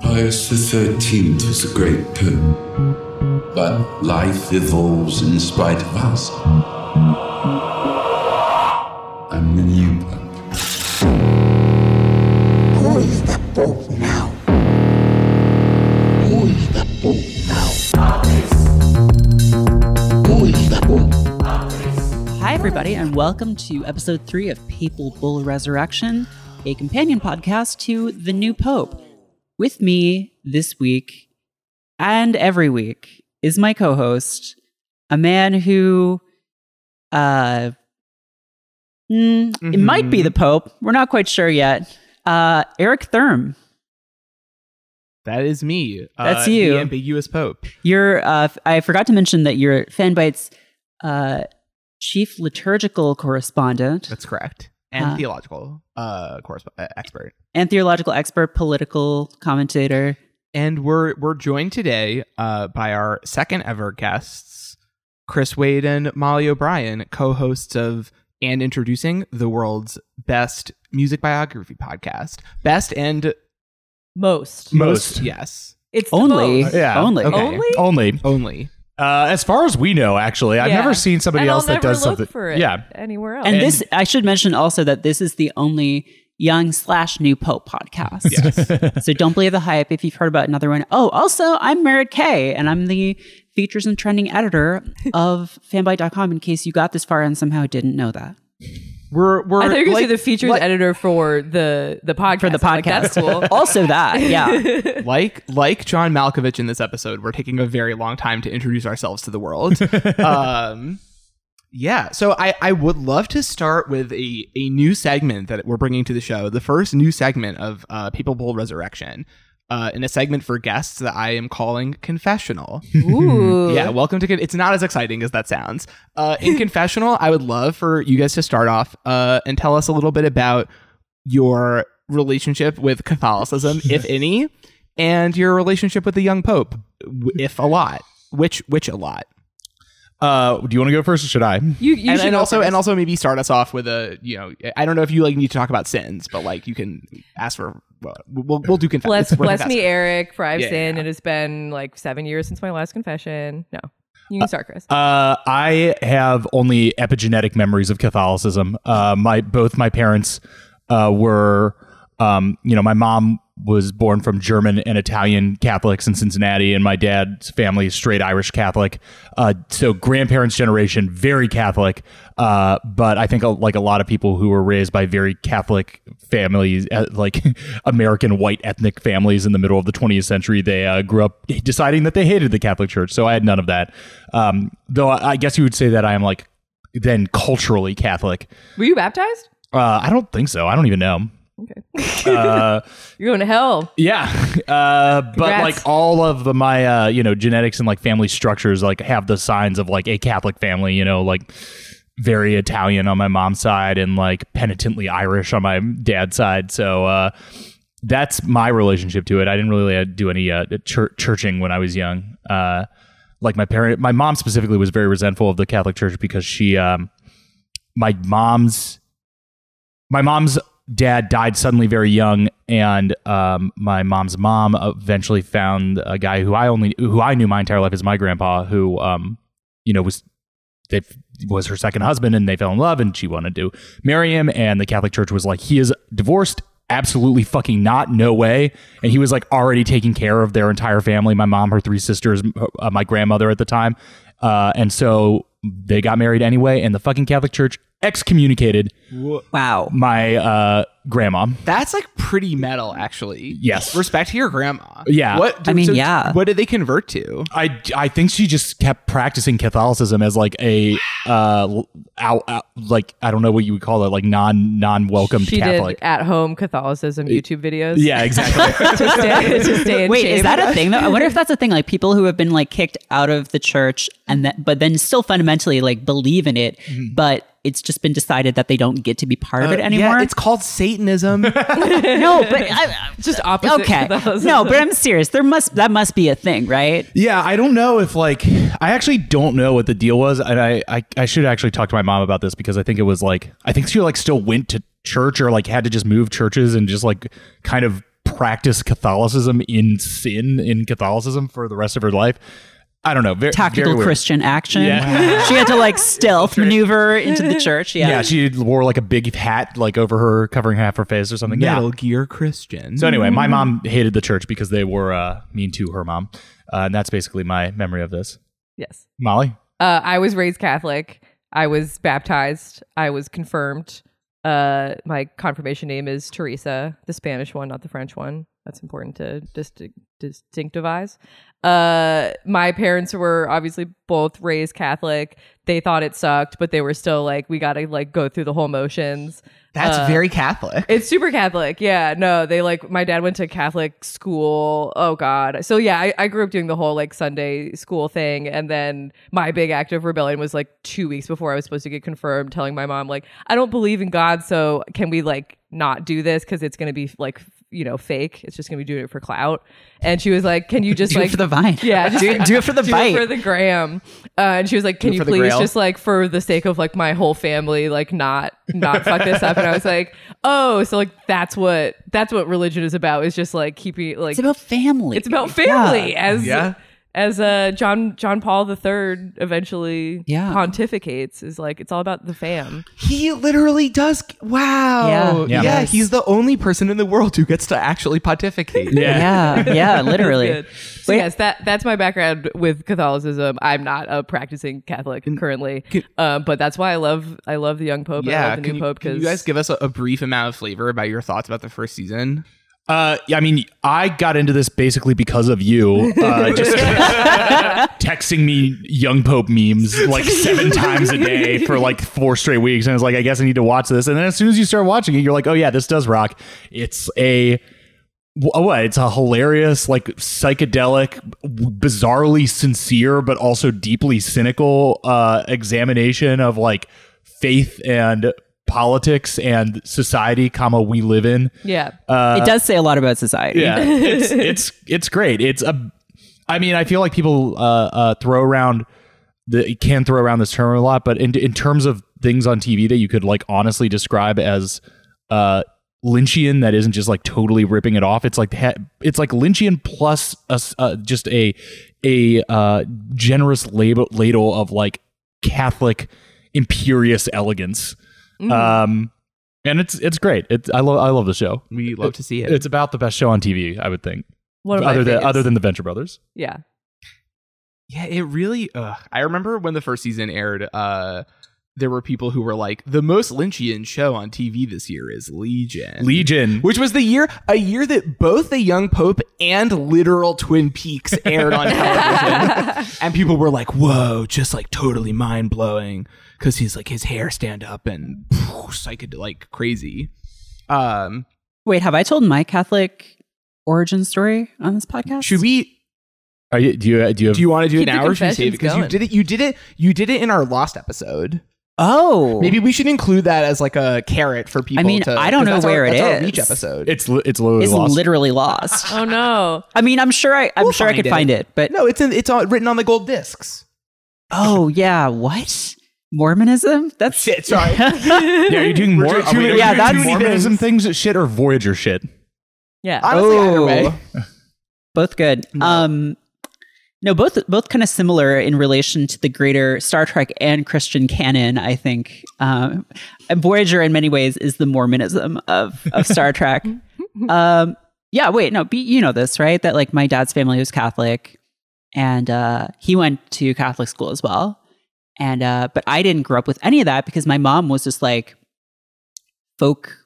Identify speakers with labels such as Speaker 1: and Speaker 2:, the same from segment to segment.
Speaker 1: Pius XIII was a great poet, but life evolves in spite of us. I'm the new pope.
Speaker 2: Who is the Pope now? Who is the Pope now? Who is the Pope?
Speaker 3: Hi, everybody, and welcome to episode three of Papal Bull Resurrection, a companion podcast to The New Pope. With me this week and every week is my co host, a man who, uh, mm, it might be the Pope. We're not quite sure yet. Uh, Eric Thurm,
Speaker 4: That is me.
Speaker 3: That's
Speaker 4: uh,
Speaker 3: you.
Speaker 4: The ambiguous Pope.
Speaker 3: you're, uh, f- I forgot to mention that you're Fanbite's uh, chief liturgical correspondent.
Speaker 4: That's correct. And
Speaker 5: Uh-huh.
Speaker 3: Uh,
Speaker 4: theological uh, course uh, expert.
Speaker 3: and theological expert, political commentator.
Speaker 4: And we're we're joined today uh, by our second ever guests, Chris Wade and Molly O'Brien, co-hosts of and introducing the world's best music biography podcast. Best and
Speaker 5: Most.
Speaker 6: Most.
Speaker 4: yes,
Speaker 5: It's the
Speaker 3: Only,
Speaker 5: most.
Speaker 6: Yeah.
Speaker 3: only.
Speaker 4: Okay.
Speaker 5: Oh, Only?
Speaker 6: Only.
Speaker 4: only.
Speaker 6: Uh, as far as we know, actually, Oh, I've
Speaker 5: Yeah.
Speaker 6: never seen somebody
Speaker 5: and
Speaker 6: else
Speaker 5: I'll
Speaker 6: that
Speaker 5: never
Speaker 6: does
Speaker 5: look
Speaker 6: something.
Speaker 5: for it
Speaker 6: Yeah,
Speaker 5: anywhere else.
Speaker 3: And,
Speaker 6: And-
Speaker 3: this, I should mention also that this is the only young slash new Pope podcast. so don't believe the hype if you've heard about another one. Oh, also, I'm Merritt Kay, and I'm the features and trending editor of fanbite.com in case you got this far and somehow didn't know that.
Speaker 4: We're we're
Speaker 5: I thought you were going to
Speaker 4: like,
Speaker 5: say the features editor for the the podcast.
Speaker 3: For the
Speaker 5: I'm like,
Speaker 3: podcast.
Speaker 5: that's cool.
Speaker 3: also, that, yeah.
Speaker 4: like like John Malkovich in this episode, we're taking a very long time to introduce ourselves to the world. um, yeah, so I I would love to start with a a new segment that we're bringing to the show, the first new segment of uh, People Bowl Resurrection. Uh, in a segment for guests that I am calling confessional.
Speaker 5: Ooh.
Speaker 4: Yeah, welcome to. Con- it's not as exciting as that sounds. Uh, in confessional, I would love for you guys to start off uh, and tell us a little bit about your relationship with Catholicism, if any, and your relationship with the young Pope, w- if a lot. Which which a lot,
Speaker 6: uh, do you want to go first, or should I?
Speaker 5: You, you
Speaker 4: and,
Speaker 5: should
Speaker 4: and
Speaker 5: go
Speaker 4: also
Speaker 5: first.
Speaker 4: and also maybe start us off with a you know I don't know if you like need to talk about sins, but like you can ask for well, we'll, we'll do confession.
Speaker 5: bless bless me, Eric, for I've
Speaker 4: Yeah, yeah,
Speaker 5: sinned.
Speaker 4: yeah.
Speaker 5: It has been like seven years since my last confession. No, you can start, Chris.
Speaker 6: Uh, I have only epigenetic memories of Catholicism. Uh, my both my parents uh, were, um, you know, my mom was born from German and Italian Catholics in Cincinnati, and my dad's family is straight Irish Catholic. Uh, so grandparents' generation very Catholic, uh, but I think uh, like a lot of people who were raised by very Catholic families, uh, like American white ethnic families in the middle of the 20th century, they uh, grew up deciding that they hated the Catholic Church. So I had none of that. Um, though I, I guess you would say that I am like then culturally Catholic.
Speaker 5: Were you baptized?
Speaker 6: Uh, I don't think so. I don't even know. Okay. uh,
Speaker 5: You're going to hell.
Speaker 6: yeah. Uh, but
Speaker 5: Congrats.
Speaker 6: like all of the, my, uh, you know, genetics and like family structures, like have the signs of like a Catholic family, you know, like very Italian on my mom's side and like penitently Irish on my dad's side. So, uh, that's my relationship to it. I didn't really uh, do any uh, chur- churching when I was young. Uh, like my parent, my mom specifically was very resentful of the Catholic Church because she, um, my mom's my mom's dad died suddenly very young and um, my mom's mom eventually found a guy who i only who i knew my entire life is my grandpa who um, you know was they was her second husband and they fell in love and she wanted to marry him and the catholic church was like he is divorced absolutely fucking not no way and he was like already taking care of their entire family my mom her three sisters m- uh, my grandmother at the time uh, and so they got married anyway and the fucking catholic church excommunicated
Speaker 3: Wow.
Speaker 6: my uh grandma
Speaker 4: That's like pretty metal, actually.
Speaker 6: Yes.
Speaker 4: Respect to your grandma.
Speaker 6: Yeah.
Speaker 4: What?
Speaker 3: I mean, yeah.
Speaker 4: What did they convert to?
Speaker 6: i i think she just kept practicing catholicism as like a uh l- out, out like i don't know what you would call it like non non welcomed
Speaker 5: She
Speaker 6: catholic
Speaker 5: did at home Catholicism YouTube videos.
Speaker 6: yeah exactly
Speaker 5: to stay, to stay in
Speaker 3: Wait,
Speaker 5: shape.
Speaker 3: is that a thing though? I wonder if that's a thing. Like people who have been like kicked out of the church and that, but then still fundamentally like believe in it, but it's just been decided that they don't get to be part of it anymore.
Speaker 4: Mm-hmm. Uh, Yeah, it's called Satanism.
Speaker 3: no, but I,
Speaker 5: Just opposite.
Speaker 3: okay,
Speaker 5: Catholicism.
Speaker 3: no, but I'm serious. There must that must be a thing, right?
Speaker 6: yeah i don't know if like i actually don't know what the deal was and I, I i should actually talk to my mom about this because i think it was like i think she like still went to church or like had to just move churches and just like kind of practice Catholicism in sin in Catholicism for the rest of her life. I don't know. Very,
Speaker 3: Tactical
Speaker 6: very weird.
Speaker 3: Christian action.
Speaker 6: Yeah.
Speaker 3: She had to like stealth maneuver into the church. Yeah.
Speaker 6: Yeah. she wore like a big hat like over her, covering half her face or something.
Speaker 4: Metal
Speaker 6: Yeah.
Speaker 4: Gear Christian.
Speaker 6: So anyway, my mom hated the church because they were uh, mean to her mom, uh, and that's basically my memory of this.
Speaker 5: Yes.
Speaker 6: Molly,
Speaker 5: Uh, I was raised Catholic. I was baptized. I was confirmed. Uh, my confirmation name is Teresa, the Spanish one, not the French one. That's important to dist- distinctivize. Uh, my parents were obviously both raised Catholic. They thought it sucked, but they were still like, we got to like go through the whole motions.
Speaker 4: that's
Speaker 5: uh,
Speaker 4: very Catholic.
Speaker 5: It's super Catholic. Yeah. No, they like my dad went to Catholic school. Oh God. So yeah, I, I grew up doing the whole like Sunday school thing. And then my big act of rebellion was like two weeks before I was supposed to get confirmed, telling my mom, like, I don't believe in God, so can we like not do this? Cause it's gonna be like you know, fake. It's just gonna be doing it for clout. And she was like, Can you just
Speaker 3: Do
Speaker 5: like
Speaker 3: it for the vine.
Speaker 5: Yeah, just-
Speaker 3: do, do it for the
Speaker 5: do
Speaker 3: bite.
Speaker 5: it for the gram. Uh, and she was like, "Can
Speaker 4: it
Speaker 5: you
Speaker 4: for the
Speaker 5: please
Speaker 4: grail."
Speaker 5: just like for the sake of like my whole family, like not not fuck this up?" And I was like, "Oh, so like that's what that's what religion is about is just like keeping like
Speaker 3: it's about family.
Speaker 5: it's about family as
Speaker 4: Yeah.
Speaker 5: as uh John John Paul III eventually
Speaker 3: Yeah.
Speaker 5: pontificates is like it's all about the fam.
Speaker 4: He literally does. Wow.
Speaker 3: Yeah.
Speaker 6: Yeah.
Speaker 4: Yeah,
Speaker 3: Yes.
Speaker 4: he's the only person in the world who gets to actually pontificate.
Speaker 3: Yeah. Yeah. yeah literally.
Speaker 5: Good. So yes, that that's my background with Catholicism. I'm not a practicing Catholic currently, uh, but that's why I love I love the young pope. I
Speaker 4: Yeah,
Speaker 5: love the
Speaker 4: can
Speaker 5: new
Speaker 4: you,
Speaker 5: pope
Speaker 4: can
Speaker 5: because
Speaker 4: you guys give us a, a brief amount of flavor about your thoughts about the first season?
Speaker 6: Uh, yeah, I mean, I got into this basically because of you. Uh, just texting me young Pope memes like seven times a day for like four straight weeks, and I was like, I guess I need to watch this. And then as soon as you start watching it, you're like, oh yeah, this does rock. It's a wh- what? It's a hilarious, like psychedelic, w- bizarrely sincere, but also deeply cynical uh, examination of like faith and politics and society, comma we live in.
Speaker 5: yeah.
Speaker 3: it does say a lot about society.
Speaker 6: Yeah, it's it's it's great. It's a, I mean, I feel like people uh, uh, throw around the can throw around this term a lot, but in in terms of things on TV that you could like honestly describe as uh, Lynchian, that isn't just like totally ripping it off. It's like ha- it's like Lynchian plus a s uh, just a a uh, generous label, ladle of like Catholic imperious elegance.
Speaker 5: Mm-hmm. Mm,
Speaker 6: Um, and it's it's great. It's I love I love the show.
Speaker 4: We love to see it.
Speaker 6: It's about the best show on TV, I would think.
Speaker 5: One of my
Speaker 6: uh, other than
Speaker 5: faves.
Speaker 6: other than the Venture Brothers.
Speaker 5: yeah.
Speaker 4: Yeah, it really. Ugh. I remember when the first season aired. Uh, there were people who were like, "The most Lynchian show on TV this year is Legion."
Speaker 6: Legion.
Speaker 4: which was the year a year that both the Young Pope and literal Twin Peaks aired on television, and people were like, "Whoa!" Just like totally mind blowing because he's like his hair stand up and phew, psyched like crazy. Um,
Speaker 3: Wait, have I told my Catholic origin story on this podcast?
Speaker 4: should we?
Speaker 6: Are you do you do you have
Speaker 4: Do you want to do it
Speaker 5: Keep the
Speaker 4: now or should we save it?
Speaker 5: confessions
Speaker 4: Because you
Speaker 5: going.
Speaker 4: did it. You did it. You did it in our last episode.
Speaker 3: Oh,
Speaker 4: Maybe we should include that as like a carrot for people.
Speaker 3: I mean,
Speaker 4: to,
Speaker 3: I don't
Speaker 4: 'cause
Speaker 3: know
Speaker 4: that's
Speaker 3: where
Speaker 4: our,
Speaker 3: it
Speaker 4: that's our
Speaker 3: is.
Speaker 4: Reach episode.
Speaker 6: it's li- it's literally
Speaker 3: it's
Speaker 6: lost.
Speaker 3: literally lost.
Speaker 5: Oh no.
Speaker 3: I mean, I'm sure I, I'm
Speaker 4: We'll
Speaker 3: sure I could
Speaker 4: find
Speaker 3: find
Speaker 4: it.
Speaker 3: it, but
Speaker 4: no, it's in, it's on, written on the gold discs.
Speaker 3: oh yeah, what Mormonism? That's
Speaker 4: Shit, sorry.
Speaker 6: yeah, are you doing more?
Speaker 4: doing
Speaker 6: are
Speaker 4: too
Speaker 6: we
Speaker 4: many-
Speaker 6: doing
Speaker 3: yeah, that's-
Speaker 6: Mormonism things. shit or Voyager shit.
Speaker 5: Yeah.
Speaker 4: Honestly,
Speaker 3: Oh.
Speaker 4: either way.
Speaker 3: both good. Um, no, both both kind of similar in relation to the greater Star Trek and Christian canon. I think um, and Voyager, in many ways, is the Mormonism of of Star Trek. um, yeah, wait, no, be, you know this, right? That like my dad's family was Catholic, and uh, he went to Catholic school as well. And uh, but I didn't grow up with any of that because my mom was just like folk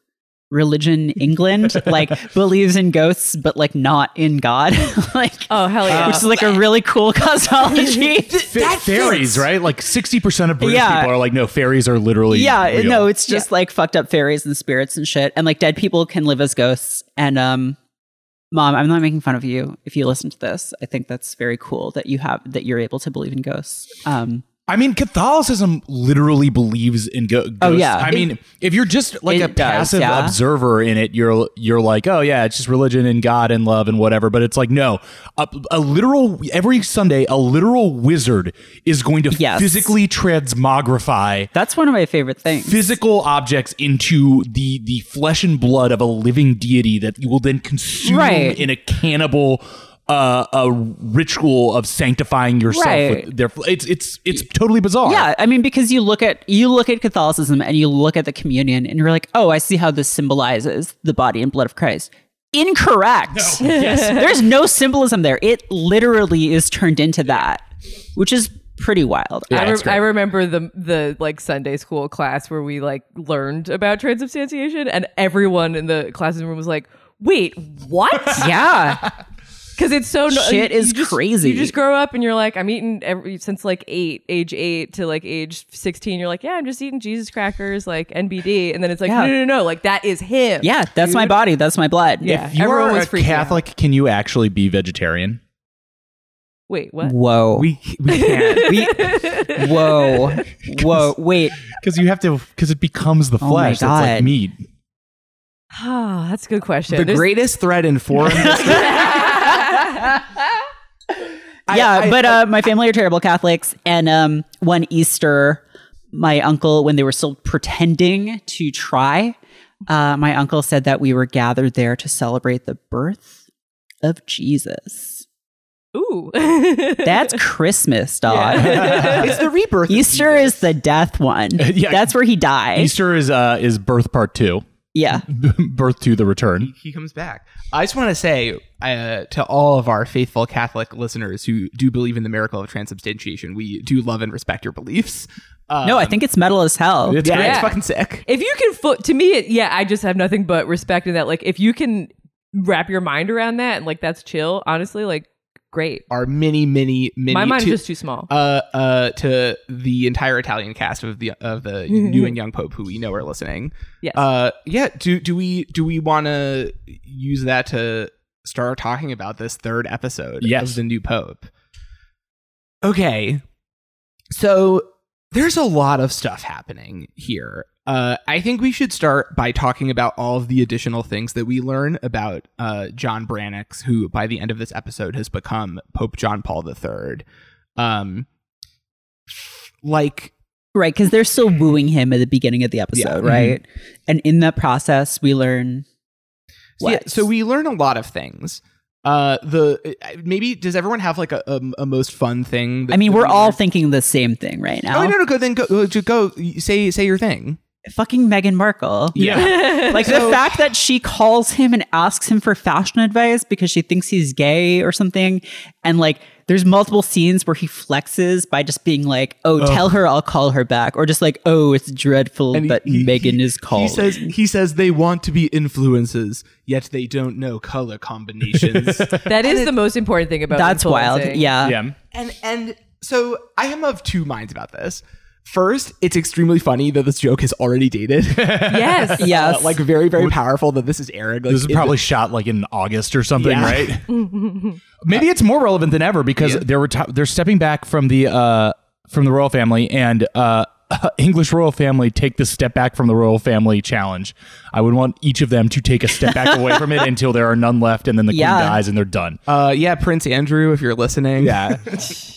Speaker 3: religion England, like believes in ghosts, but like not in God, like
Speaker 5: oh hell yeah.
Speaker 3: which is like a really cool cosmology.
Speaker 6: Fa- fairies, right? Like sixty percent of British
Speaker 3: Yeah.
Speaker 6: people are like, no, fairies are literally.
Speaker 3: yeah,
Speaker 6: real.
Speaker 3: no, it's just like fucked up fairies and spirits and shit, and like dead people can live as ghosts. And um, mom, I'm not making fun of you if you listen to this. I think that's very cool that you have that you're able to believe in ghosts. Um,
Speaker 6: I mean, Catholicism literally believes in go- ghosts.
Speaker 3: Oh, yeah.
Speaker 6: I
Speaker 3: It-
Speaker 6: mean, if you're just like a
Speaker 3: It does,
Speaker 6: passive
Speaker 3: yeah.
Speaker 6: observer in it, you're you're like, oh yeah, it's just religion and God and love and whatever. But it's like, no, a, a literal every Sunday, a literal wizard is going to
Speaker 3: Yes.
Speaker 6: physically transmogrify
Speaker 3: That's one of my favorite things.
Speaker 6: physical objects into the the flesh and blood of a living deity that you will then consume
Speaker 3: Right.
Speaker 6: in a cannibal uh, a ritual of sanctifying yourself
Speaker 3: Right.
Speaker 6: with their it's it's it's totally bizarre.
Speaker 3: Yeah, I mean because you look at you look at Catholicism and you look at the communion and you're like, "Oh, I see how this symbolizes the body and blood of Christ." Incorrect. There's no symbolism there. It literally is turned into that, which is pretty wild.
Speaker 5: I,
Speaker 3: I-
Speaker 5: re- I remember the the like Sunday school class where we like learned about transubstantiation, and everyone in the classroom was like, "Wait, what?"
Speaker 3: yeah.
Speaker 5: Because it's so no-
Speaker 3: Shit
Speaker 5: you
Speaker 3: is
Speaker 5: just-
Speaker 3: crazy.
Speaker 5: You just grow up and you're like, I'm eating every since like eight, age eight to like age sixteen. You're like, yeah, I'm just eating Jesus crackers, like NBD, and then it's like,
Speaker 3: Yeah.
Speaker 5: no, no, no, no, like that is him.
Speaker 3: Yeah, that's my body, that's my blood.
Speaker 5: yeah.
Speaker 6: If you
Speaker 5: everyone
Speaker 6: are
Speaker 5: was
Speaker 6: a
Speaker 5: freaking out.
Speaker 6: Catholic, can you actually be vegetarian?
Speaker 5: Wait, what?
Speaker 3: Whoa.
Speaker 4: We we can't.
Speaker 3: We- whoa. Whoa. Wait.
Speaker 6: Because you have to because it becomes
Speaker 5: Oh
Speaker 6: the
Speaker 3: my
Speaker 6: flesh. That's like
Speaker 3: God.
Speaker 6: meat.
Speaker 5: Ah, that's a good question.
Speaker 4: the
Speaker 5: There's-
Speaker 4: greatest threat in foreign history. I-
Speaker 3: yeah,
Speaker 4: I-
Speaker 3: but uh, my family are terrible Catholics, and um, one Easter, my uncle, when they were still pretending to try, uh, my uncle said that we were gathered there to celebrate the birth of Jesus.
Speaker 5: Ooh,
Speaker 3: That's Christmas, dog.
Speaker 4: it's the rebirth. of
Speaker 3: Easter
Speaker 4: Jesus.
Speaker 3: is the death one.
Speaker 6: Yeah.
Speaker 3: That's where he died.
Speaker 6: Easter is uh is birth part two,
Speaker 3: Yeah.
Speaker 6: birth to the return.
Speaker 4: he comes back. I just want to say uh, to all of our faithful Catholic listeners who do believe in the miracle of transubstantiation, we do love and respect your beliefs. Um,
Speaker 3: No, I think it's metal as hell.
Speaker 6: It's
Speaker 4: yeah,
Speaker 6: great.
Speaker 4: it's
Speaker 5: Yeah.
Speaker 4: fucking sick.
Speaker 5: if you can foot to me it, yeah i just have nothing but respect in that like if you can wrap your mind around that and like that's chill honestly like great
Speaker 4: Our mini, mini, mini.
Speaker 5: my mind's
Speaker 4: to,
Speaker 5: just too small
Speaker 4: uh, uh, to the entire Italian cast of the of the new and young pope who we know are listening.
Speaker 5: yes
Speaker 4: Uh, yeah. Do do we do we want to use that to start talking about this third episode
Speaker 6: Yes.
Speaker 4: of the new pope? Okay. So there's a lot of stuff happening here. Uh, I think we should start by talking about all of the additional things that we learn about uh, John Brannix, who by the end of this episode has become Pope John Paul III. Um, like
Speaker 3: Right, because they're still wooing him at the beginning of the episode,
Speaker 4: Yeah. Mm-hmm.
Speaker 3: right? And in that process, we learn.
Speaker 4: So, yeah,
Speaker 3: what?
Speaker 4: so we learn a lot of things. Uh, the uh, maybe does everyone have like a a, a most fun thing? That,
Speaker 3: I mean,
Speaker 4: that
Speaker 3: we're
Speaker 4: we
Speaker 3: all
Speaker 4: learned?
Speaker 3: thinking the same thing right now.
Speaker 4: Oh no, no, go then go uh, just go y- say say your thing.
Speaker 3: Fucking Meghan Markle.
Speaker 4: Yeah,
Speaker 3: Like the fact that she calls him and asks him for fashion advice because she thinks he's gay or something. And like there's multiple scenes where he flexes by just being like, oh, tell her I'll call her back. Or just like, oh, it's dreadful, but Megan is called.
Speaker 4: He says he says they want to be influences, yet they don't know color combinations.
Speaker 5: that is the most important thing about
Speaker 3: That's wild.
Speaker 5: influencing.
Speaker 3: Yeah.
Speaker 6: Yeah.
Speaker 4: and and so I am of two minds about this. First, it's extremely funny that this joke is already dated.
Speaker 5: yes
Speaker 3: Yes.
Speaker 4: Uh, like very, very powerful that this is Eric. Like,
Speaker 6: This is
Speaker 4: in the-
Speaker 6: probably shot like in August or something,
Speaker 4: Yeah.
Speaker 6: right? Maybe it's more relevant than ever because they're reti- they're stepping back from the uh, from the royal family and uh, English royal family take the step back from the royal family challenge. I would want each of them to take a step back away from it until there are none left, and then the
Speaker 3: Yeah.
Speaker 6: queen dies and they're done.
Speaker 4: uh, yeah, Prince Andrew, if you're listening.
Speaker 6: yeah,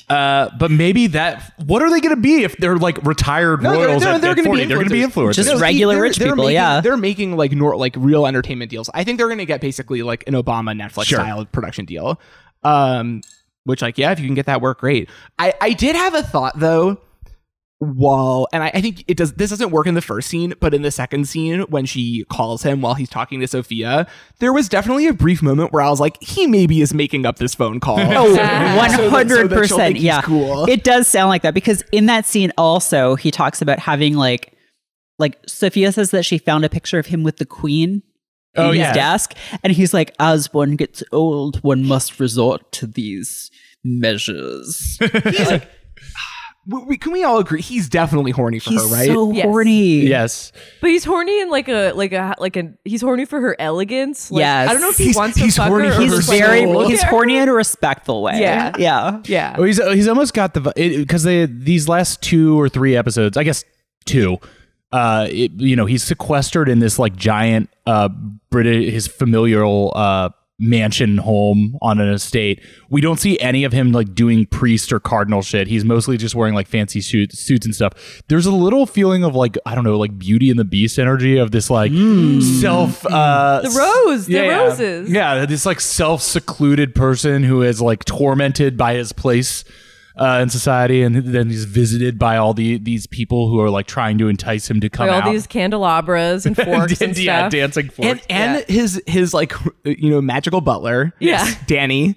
Speaker 6: uh, but maybe that. What are they going to be if they're like retired
Speaker 4: No, they're-
Speaker 6: royals?
Speaker 4: no,
Speaker 6: at-
Speaker 4: they're
Speaker 6: at
Speaker 4: gonna be
Speaker 6: 40? They're going to be influencers.
Speaker 3: Just regular rich people,
Speaker 4: making,
Speaker 3: yeah.
Speaker 4: they're making like nor like real entertainment deals. I think they're gonna get basically like an Obama Netflix
Speaker 6: Sure.
Speaker 4: style production deal. Um, which like yeah, if you can get that work, great. I I did have a thought though. While and I, I think it does this doesn't work in the first scene, but in the second scene when she calls him while he's talking to Sophia, there was definitely a brief moment where I was like, he maybe is making up this phone call.
Speaker 3: Oh,
Speaker 4: that- so that she'll
Speaker 3: 100%.
Speaker 4: think he's
Speaker 3: yeah.
Speaker 4: cool.
Speaker 3: It does sound like that because in that scene also he talks about having like like Sophia says that she found a picture of him with the queen in
Speaker 6: Oh,
Speaker 3: his
Speaker 6: yeah.
Speaker 3: desk and he's like as one gets old one must resort to these measures.
Speaker 4: w- we, can we all agree he's definitely horny for
Speaker 3: He's
Speaker 4: her, right?
Speaker 3: so
Speaker 5: Yes.
Speaker 3: horny.
Speaker 6: Yes.
Speaker 5: But he's horny in like a like a like an he's horny for her elegance. Like,
Speaker 3: Yes.
Speaker 5: I don't know if he
Speaker 4: He's-
Speaker 5: wants to
Speaker 4: he's
Speaker 5: fuck
Speaker 4: horny
Speaker 5: her.
Speaker 4: for
Speaker 5: or
Speaker 3: He's
Speaker 4: her
Speaker 5: just, like,
Speaker 3: very
Speaker 5: look
Speaker 3: he's
Speaker 5: at her.
Speaker 3: horny in a respectful way.
Speaker 5: Yeah.
Speaker 3: Yeah.
Speaker 5: Yeah.
Speaker 6: Oh, he's he's almost got the because they these last two or three episodes, I guess two. Uh, it, you know, he's sequestered in this like giant uh British his familial uh mansion home on an estate. We don't see any of him like doing priest or cardinal shit. He's mostly just wearing like fancy suit, suits and stuff. There's a little feeling of like I don't know, like Beauty and the Beast energy of this like self uh
Speaker 5: Hmm. The rose, the
Speaker 6: yeah, yeah.
Speaker 5: roses.
Speaker 6: Yeah, this like self secluded person who is like tormented by his place uh, in society, and then he's visited by all the these people who are like trying to entice him to come
Speaker 5: Like all
Speaker 6: out.
Speaker 5: these candelabras and forks and
Speaker 6: yeah,
Speaker 5: stuff.
Speaker 6: dancing forks.
Speaker 4: and and his his like you know magical butler,
Speaker 5: Yeah.
Speaker 4: Danny.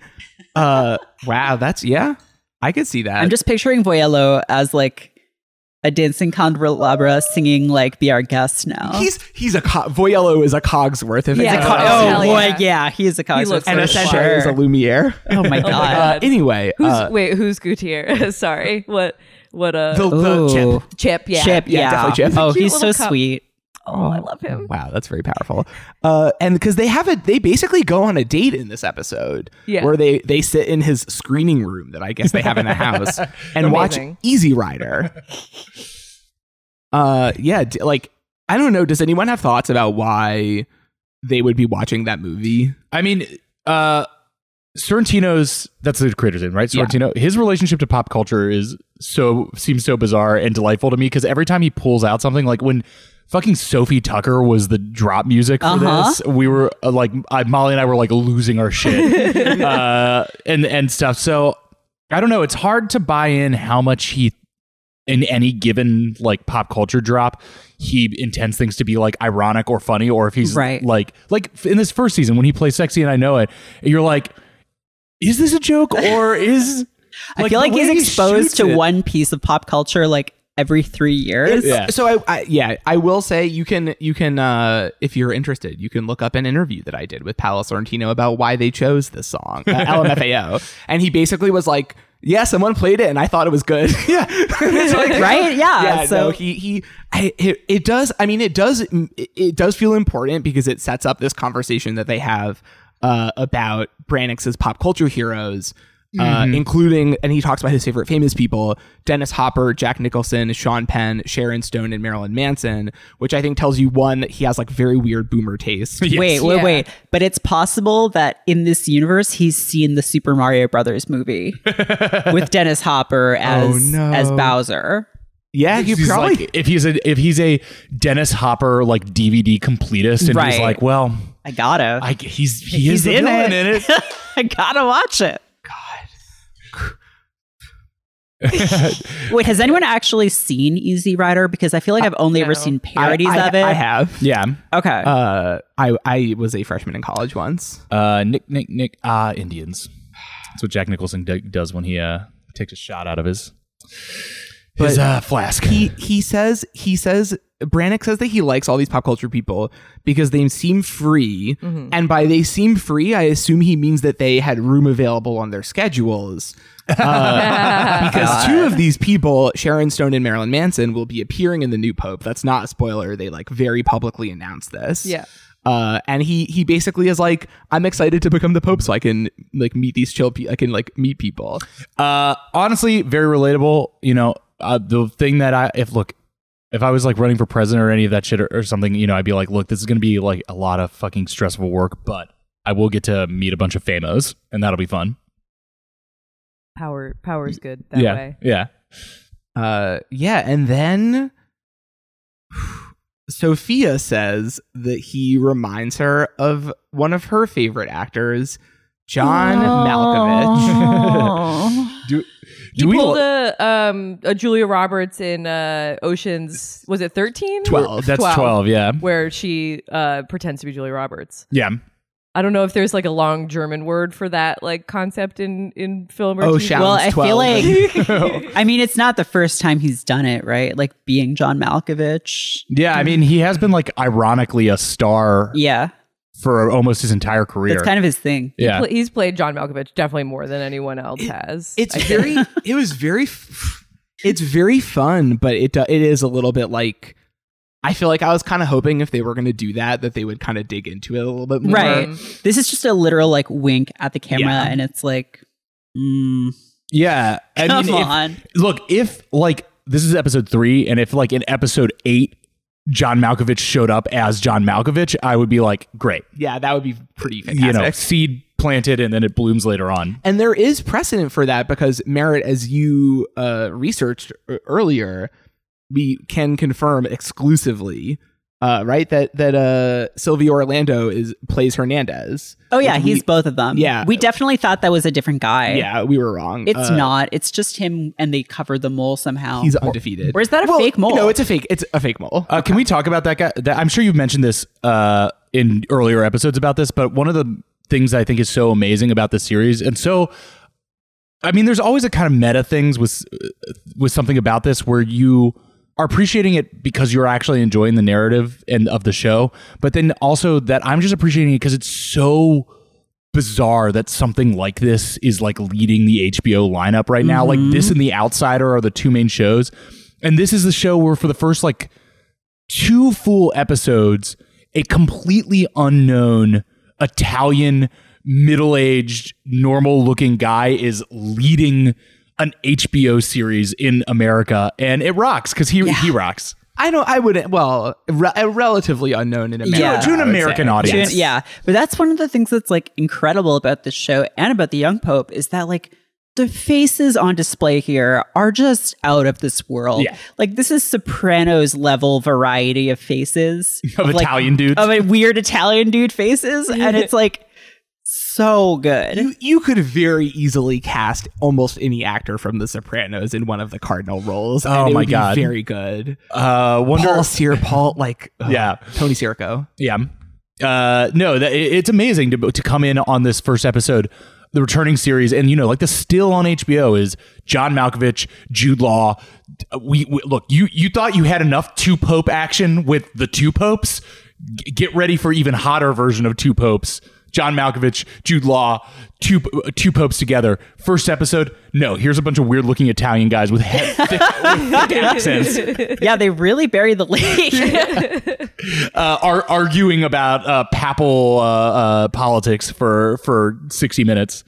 Speaker 4: Uh, wow, that's yeah, I could see that.
Speaker 3: I'm just picturing Voyello as like a dancing candelabra singing like "Be Our Guest" now.
Speaker 4: he's he's a co- Voyello is a Cogsworth. If
Speaker 5: Yeah.
Speaker 4: it's a
Speaker 5: Oh,
Speaker 3: oh
Speaker 5: hell
Speaker 3: boy,
Speaker 5: yeah.
Speaker 3: yeah. he's a Cogsworth.
Speaker 5: looks
Speaker 3: for
Speaker 4: and
Speaker 5: like
Speaker 4: Essentia
Speaker 3: sure.
Speaker 4: is a Lumiere.
Speaker 3: Oh my god.
Speaker 4: Uh, anyway,
Speaker 5: Who's
Speaker 4: uh,
Speaker 5: wait? Who's Gutierrez? Sorry, what? What uh,
Speaker 4: the, the
Speaker 3: Ooh.
Speaker 4: chip.
Speaker 5: Chip? Yeah,
Speaker 3: Chip,
Speaker 4: Yeah,
Speaker 3: yeah.
Speaker 4: definitely Chip.
Speaker 3: Oh,
Speaker 5: Cute
Speaker 3: he's so
Speaker 5: little cup.
Speaker 3: sweet.
Speaker 5: Oh, I love him.
Speaker 4: Wow, that's very powerful. Uh, and because they have a, they basically go on a date in this episode,
Speaker 5: Yeah.
Speaker 4: where they they sit in his screening room that I guess they have in the house and watch
Speaker 5: Amazing.
Speaker 4: Easy Rider. Uh, yeah, d- like I don't know. Does anyone have thoughts about why they would be watching that movie?
Speaker 6: I mean, uh, Sorrentino's that's the creator's name, right?
Speaker 4: Yeah.
Speaker 6: Sorrentino, his relationship to pop culture is so seems so bizarre and delightful to me because every time he pulls out something, like when fucking Sophie Tucker was the drop music for
Speaker 3: Uh-huh.
Speaker 6: this, we were uh, like I, Molly and I were like losing our shit uh, and and stuff. So I don't know. It's hard to buy in how much he in any given like pop culture drop he intends things to be like ironic or funny or if he's
Speaker 3: Right.
Speaker 6: like like f- in this first season when he plays sexy and i know it you're like is this a joke or is
Speaker 3: I feel
Speaker 6: the
Speaker 3: like he's
Speaker 6: way he
Speaker 3: exposed
Speaker 6: shoots
Speaker 3: to
Speaker 6: it-
Speaker 3: one piece of pop culture like every three years.
Speaker 6: Yeah.
Speaker 4: So I, I yeah, I will say you can you can uh if you're interested, you can look up an interview that I did with Paolo Sorrentino about why they chose this song, uh, LMFAO, and he basically was like, "Yeah, someone played it and I thought it was good." yeah. It's like-
Speaker 3: Right? Yeah.
Speaker 4: Yeah,
Speaker 3: so
Speaker 4: no, he he I, it, it does I mean it does it, it does feel important because it sets up this conversation that they have uh, about Brannix's pop culture heroes uh, including and he talks about his favorite famous people Dennis Hopper, Jack Nicholson, Sean Penn, Sharon Stone and Marilyn Manson, which I think tells you one that he has like very weird boomer taste.
Speaker 3: wait, wait,
Speaker 5: Yeah.
Speaker 3: wait. But it's possible that in this universe he's seen the Super Mario Brothers movie with Dennis Hopper as
Speaker 4: no.
Speaker 3: as Bowser.
Speaker 4: yeah, you
Speaker 6: he's
Speaker 4: probably
Speaker 6: like, if he's a if he's a dennis hopper like dvd completist and he's
Speaker 3: Right.
Speaker 6: like well
Speaker 3: I gotta.
Speaker 6: I, he's he
Speaker 3: He's
Speaker 6: is the
Speaker 3: in
Speaker 6: villain
Speaker 3: it.
Speaker 6: in it
Speaker 3: I gotta watch it. God. Wait, has anyone actually seen Easy Rider? Because I feel like I've only ever seen parodies
Speaker 4: I, I-
Speaker 3: of it.
Speaker 4: I have.
Speaker 6: yeah
Speaker 3: Okay.
Speaker 4: Uh, I I was a freshman in college once.
Speaker 6: uh nick nick nick ah indians that's what jack nicholson d- does when he uh takes a shot out of his his
Speaker 4: But-
Speaker 6: uh flask
Speaker 4: he he says he says Brannick says that he likes all these pop culture people because they seem free, and by they seem free, I assume he means that they had room available on their schedules. Uh, because two of these people, Sharon Stone and Marilyn Manson, will be appearing in the new Pope. That's not a spoiler. They like very publicly announced this.
Speaker 5: Yeah.
Speaker 4: Uh, and he he basically is like, I'm excited to become the Pope, so I can like meet these chill. Pe- I can like meet people.
Speaker 6: Uh, honestly, very relatable. You know, uh, the thing that I if look, if I was like running for president or any of that shit or, or something, you know, I'd be like, look, this is gonna be like a lot of fucking stressful work, but I will get to meet a bunch of famos, and that'll be fun.
Speaker 5: Power, power is good that
Speaker 6: yeah,
Speaker 5: way.
Speaker 6: yeah.
Speaker 4: uh yeah and then sophia says that he reminds her of one of her favorite actors john malkovich
Speaker 6: Do
Speaker 5: he
Speaker 6: do we?
Speaker 5: pulled a um a Julia Roberts in uh Oceans was it 13?
Speaker 4: Twelve.
Speaker 6: that's twelve. yeah,
Speaker 5: Where she uh pretends to be Julia Roberts.
Speaker 6: yeah.
Speaker 5: I don't know if there's like a long German word for that like concept in in film or
Speaker 4: oh
Speaker 5: TV.
Speaker 4: Shallon's
Speaker 3: well, I
Speaker 4: 12.
Speaker 3: feel like I mean it's not the first time he's done it, right? Like being John Malkovich.
Speaker 6: Yeah, I mean, he has been like ironically a star
Speaker 3: Yeah.
Speaker 6: for almost his entire career.
Speaker 3: That's kind of his thing.
Speaker 6: yeah,
Speaker 5: Pl- he's played John Malkovich definitely more than anyone else has.
Speaker 4: it's
Speaker 5: I think.
Speaker 4: very it was very f- it's very fun, but it do- it is a little bit like I feel like I was kind of hoping if they were going to do that that they would kind of dig into it a little bit
Speaker 5: Um,
Speaker 4: more.
Speaker 3: Right. This is just a literal like wink at the camera,
Speaker 4: Yeah.
Speaker 3: and it's like, mm,
Speaker 6: Yeah. I
Speaker 3: come
Speaker 6: mean, if-
Speaker 3: on.
Speaker 6: look, if like this is episode three, and if like in episode eight, John Malkovich showed up as John Malkovich, I would be like, great.
Speaker 4: Yeah, that would be pretty
Speaker 6: You
Speaker 4: fantastic.
Speaker 6: know, seed planted and then it blooms later on.
Speaker 4: And there is precedent for that because Merritt, as you uh, researched e- earlier, we can confirm exclusively, uh, right, that that uh, Sylvia Orlando is plays Hernandez.
Speaker 3: Oh yeah,
Speaker 4: Which we-
Speaker 3: he's both of them.
Speaker 4: Yeah.
Speaker 3: we definitely thought that was a different guy.
Speaker 4: Yeah, we were wrong.
Speaker 3: it's
Speaker 4: Uh,
Speaker 3: not. It's just him, and they covered the mole somehow.
Speaker 4: He's undefeated.
Speaker 3: or is that a
Speaker 4: Well,
Speaker 3: fake mole?
Speaker 4: No, it's a fake. It's a fake mole.
Speaker 6: Uh, can we talk about that guy? That, I'm sure you've mentioned this uh, in earlier episodes about this, but one of the things I think is so amazing about this series, and so I mean, there's always a kind of meta things with uh, with something about this where you are appreciating it because you're actually enjoying the narrative and of the show, but then also that I'm just appreciating it because it's so bizarre that something like this is like leading the HBO lineup right now. Like this and The Outsider are the two main shows, and this is the show where for the first like two full episodes, a completely unknown Italian middle-aged normal-looking guy is leading an HBO series in America and it rocks cuz he he rocks.
Speaker 4: I know. I wouldn't. Well, re- relatively unknown in America.
Speaker 3: Yeah.
Speaker 6: To an
Speaker 4: I would
Speaker 6: American
Speaker 4: say.
Speaker 3: June-
Speaker 6: audience.
Speaker 3: yeah, but that's one of the things that's like incredible about this show and about the young pope is that like the faces on display here are just out of this world.
Speaker 6: Yeah.
Speaker 3: Like this is Sopranos level variety of faces
Speaker 6: Of
Speaker 3: like,
Speaker 6: Italian dudes.
Speaker 3: of a weird Italian dude faces, and it's like so good.
Speaker 4: You, you could very easily cast almost any actor from The Sopranos in one of the cardinal roles. and
Speaker 6: Oh
Speaker 4: it
Speaker 6: my
Speaker 4: would be
Speaker 6: God.
Speaker 4: very good.
Speaker 6: Uh wonder
Speaker 4: Paul Sear, Paul, like ugh,
Speaker 6: Yeah.
Speaker 4: Tony Sirico.
Speaker 6: Yeah. Uh, no, that, it- it's amazing to, to come in on this first episode, the returning series, and you know, like the still on HBO is John Malkovich, Jude Law. We, we look, you you thought you had enough two pope action with the two popes. G- get ready for even hotter version of two popes. John Malkovich, Jude Law, two two popes together. First episode. No, here's a bunch of weird looking Italian guys with, head, thick, with thick accents.
Speaker 3: yeah, they really bury the lead.
Speaker 6: uh, are arguing about uh, papal uh, uh, politics for for sixty minutes.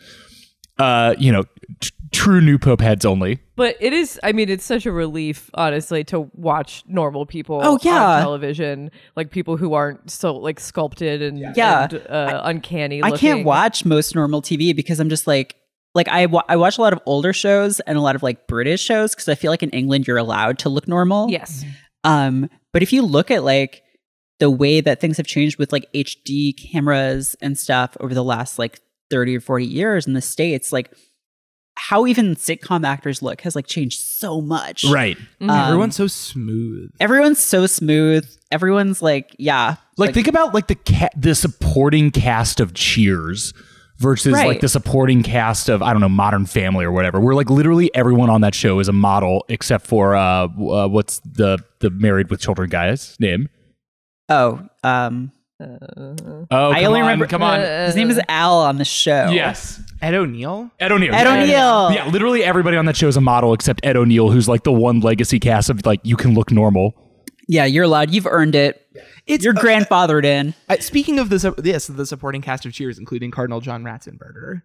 Speaker 6: Uh, you know, t- true new pope heads only.
Speaker 5: But it is, I mean, it's such a relief, honestly, to watch normal people
Speaker 3: Oh, yeah.
Speaker 5: on television, like people who aren't so like sculpted and,
Speaker 3: Yeah.
Speaker 5: and, uh, uncanny.
Speaker 3: I can't
Speaker 5: looking.
Speaker 3: watch most normal TV because I'm just like like I wa- I watch a lot of older shows and a lot of like British shows because I feel like in England you're allowed to look normal.
Speaker 5: Yes.
Speaker 3: Um, but if you look at like the way that things have changed with like HD cameras and stuff over the last like 30 or 40 years in the States, like how even sitcom actors look has like changed so much.
Speaker 6: Right.
Speaker 3: Um,
Speaker 4: Everyone's so smooth.
Speaker 3: everyone's so smooth. Everyone's like, yeah.
Speaker 6: Like, think about like the ca- the supporting cast of Cheers versus like
Speaker 5: Right.
Speaker 6: the supporting cast of I don't know Modern Family or whatever. Where like literally everyone on that show is a model except for uh, w- uh what's the the married with children guy's name?
Speaker 3: Oh, um,
Speaker 6: Oh,
Speaker 3: I
Speaker 6: come
Speaker 3: only
Speaker 6: on,
Speaker 3: remember- uh,
Speaker 6: Come on.
Speaker 3: his name is Al on the show.
Speaker 6: yes.
Speaker 4: Ed O'Neill.
Speaker 6: Ed O'Neill.
Speaker 3: Ed O'Neill.
Speaker 6: Yeah, literally everybody on that show is a model except Ed O'Neill, who's like the one legacy cast of like you can look normal.
Speaker 3: Yeah, you're allowed. You've earned it.
Speaker 4: It's
Speaker 3: You're
Speaker 4: uh,
Speaker 3: grandfathered in.
Speaker 4: uh, speaking of the su- yes, the supporting cast of Cheers, including Cardinal John Ratzenberger.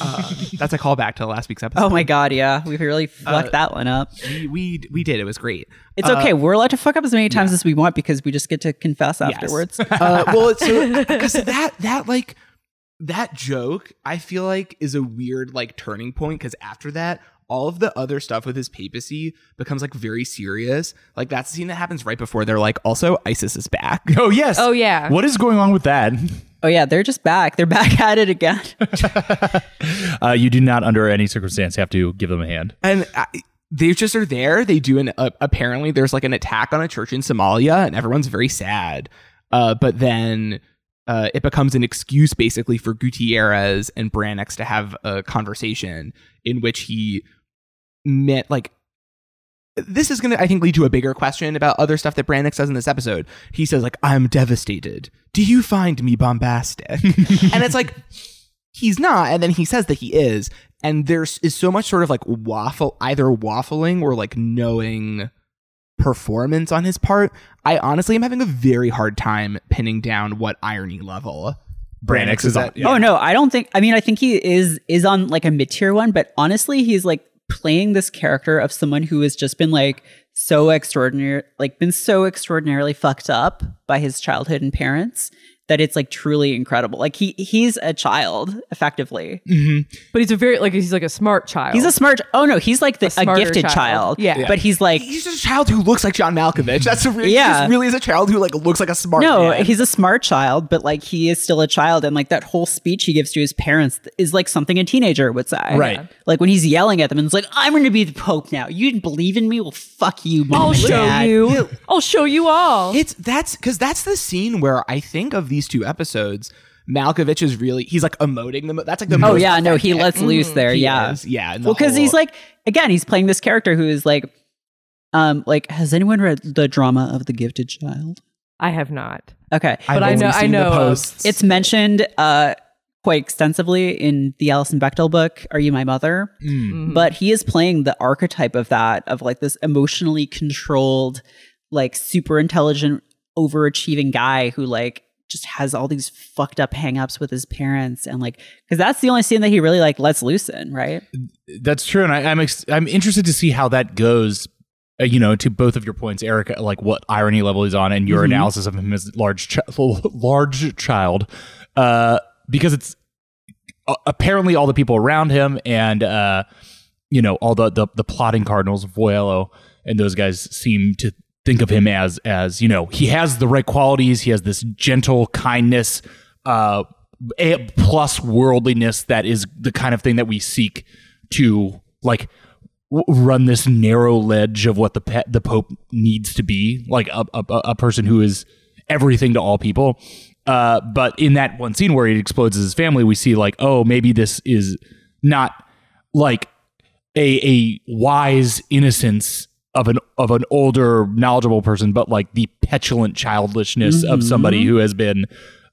Speaker 4: Uh, that's a callback to last week's episode.
Speaker 3: Oh my god, yeah. We've really fucked that one up.
Speaker 4: We, we we did. It was great.
Speaker 3: It's okay. We're allowed to fuck up as many times as we want because we just get to confess afterwards.
Speaker 4: uh, well, it's so because that that like that joke, I feel like is a weird like turning point because after that, all of the other stuff with his papacy becomes like very serious. Like that's the scene that happens right before they're like, also ISIS is back.
Speaker 6: Oh yes.
Speaker 5: Oh, yeah.
Speaker 6: What is going on with that?
Speaker 3: Oh yeah, they're just back. They're back at it again.
Speaker 6: Uh, you do not under any circumstance have to give them a hand.
Speaker 4: and I, they just are there. They do an uh, apparently there's like an attack on a church in Somalia, and everyone's very sad. Uh, but then uh, it becomes an excuse basically for Gutierrez and Branix to have a conversation in which he met like. This is going to, I think, lead to a bigger question about other stuff that Branix does in this episode. He says, like, I'm devastated. Do you find me bombastic? and it's like, he's not. And then he says that he is. and there's is so much sort of like waffle either waffling or like knowing performance on his part. I honestly am having a very hard time pinning down what irony level
Speaker 6: Branix is on.
Speaker 4: at.
Speaker 3: Oh no, I don't think. I mean, I think he is is on like a mid tier one, but honestly, he's like playing this character of someone who has just been like so extraordinary, like been so extraordinarily fucked up by his childhood and parents that it's like truly incredible. Like he he's a child effectively.
Speaker 5: But he's a very like he's like a smart child.
Speaker 3: He's a smart. Oh no, he's like the,
Speaker 5: A
Speaker 3: a,
Speaker 5: smarter
Speaker 3: gifted
Speaker 5: child.
Speaker 3: child.
Speaker 5: Yeah. Yeah.
Speaker 3: but he's like
Speaker 4: He's just a child who looks like John Malkovich. That's a really,
Speaker 3: Yeah.
Speaker 4: he just really is a child who like looks like a smart
Speaker 3: No,
Speaker 4: man.
Speaker 3: he's a smart child, but like he is still a child, and like that whole speech he gives to his parents th- is like something a teenager would say.
Speaker 6: Right.
Speaker 3: Like when he's yelling at them and it's like, "I'm going to be the pope now. You didn't believe in me? Well, fuck you, mom.
Speaker 5: I'll
Speaker 3: and
Speaker 5: show
Speaker 3: Dad."
Speaker 5: you. I'll show you all.
Speaker 4: It's that's because that's the scene where I think of these two episodes, Malkovich is really he's like emoting the. mo- That's like the
Speaker 3: Oh
Speaker 4: most
Speaker 3: yeah, no, he
Speaker 4: affected
Speaker 3: lets loose there.
Speaker 4: he
Speaker 3: yeah,
Speaker 4: is, yeah. in the
Speaker 3: well, because he's
Speaker 4: whole-
Speaker 3: like again, he's playing this character who is like, um, like has anyone read the drama of the gifted child?
Speaker 5: I have not.
Speaker 3: Okay,
Speaker 5: But I
Speaker 4: only
Speaker 5: know- I
Speaker 4: seen the
Speaker 5: know of-
Speaker 4: posts.
Speaker 3: It's mentioned uh, quite extensively in the Alison Bechtel book, Are You My Mother?
Speaker 5: Mm. Mm-hmm.
Speaker 3: But he is playing the archetype of that, of like this emotionally controlled, like super intelligent, overachieving guy who like just has all these fucked up hangups with his parents and like because that's the only scene that he really like lets loose in, right?
Speaker 6: That's true, and I, I'm ex- I'm interested to see how that goes. Uh, you know, to both of your points, Erica, like what irony level he's on, and your analysis of him as large chi- large child, uh, because it's uh, apparently all the people around him and uh, you know all the the, the plotting cardinals Voyello and those guys seem to think of him as as you know he has the right qualities he has this gentle kindness uh a plus worldliness that is the kind of thing that we seek to like w- run this narrow ledge of what the pe- the pope needs to be like a, a, a a person who is everything to all people uh but in that one scene where he explodes his family we see like oh maybe this is not like a a wise innocence of an of an older knowledgeable person but like the petulant childishness
Speaker 3: Mm-hmm.
Speaker 6: of somebody who has been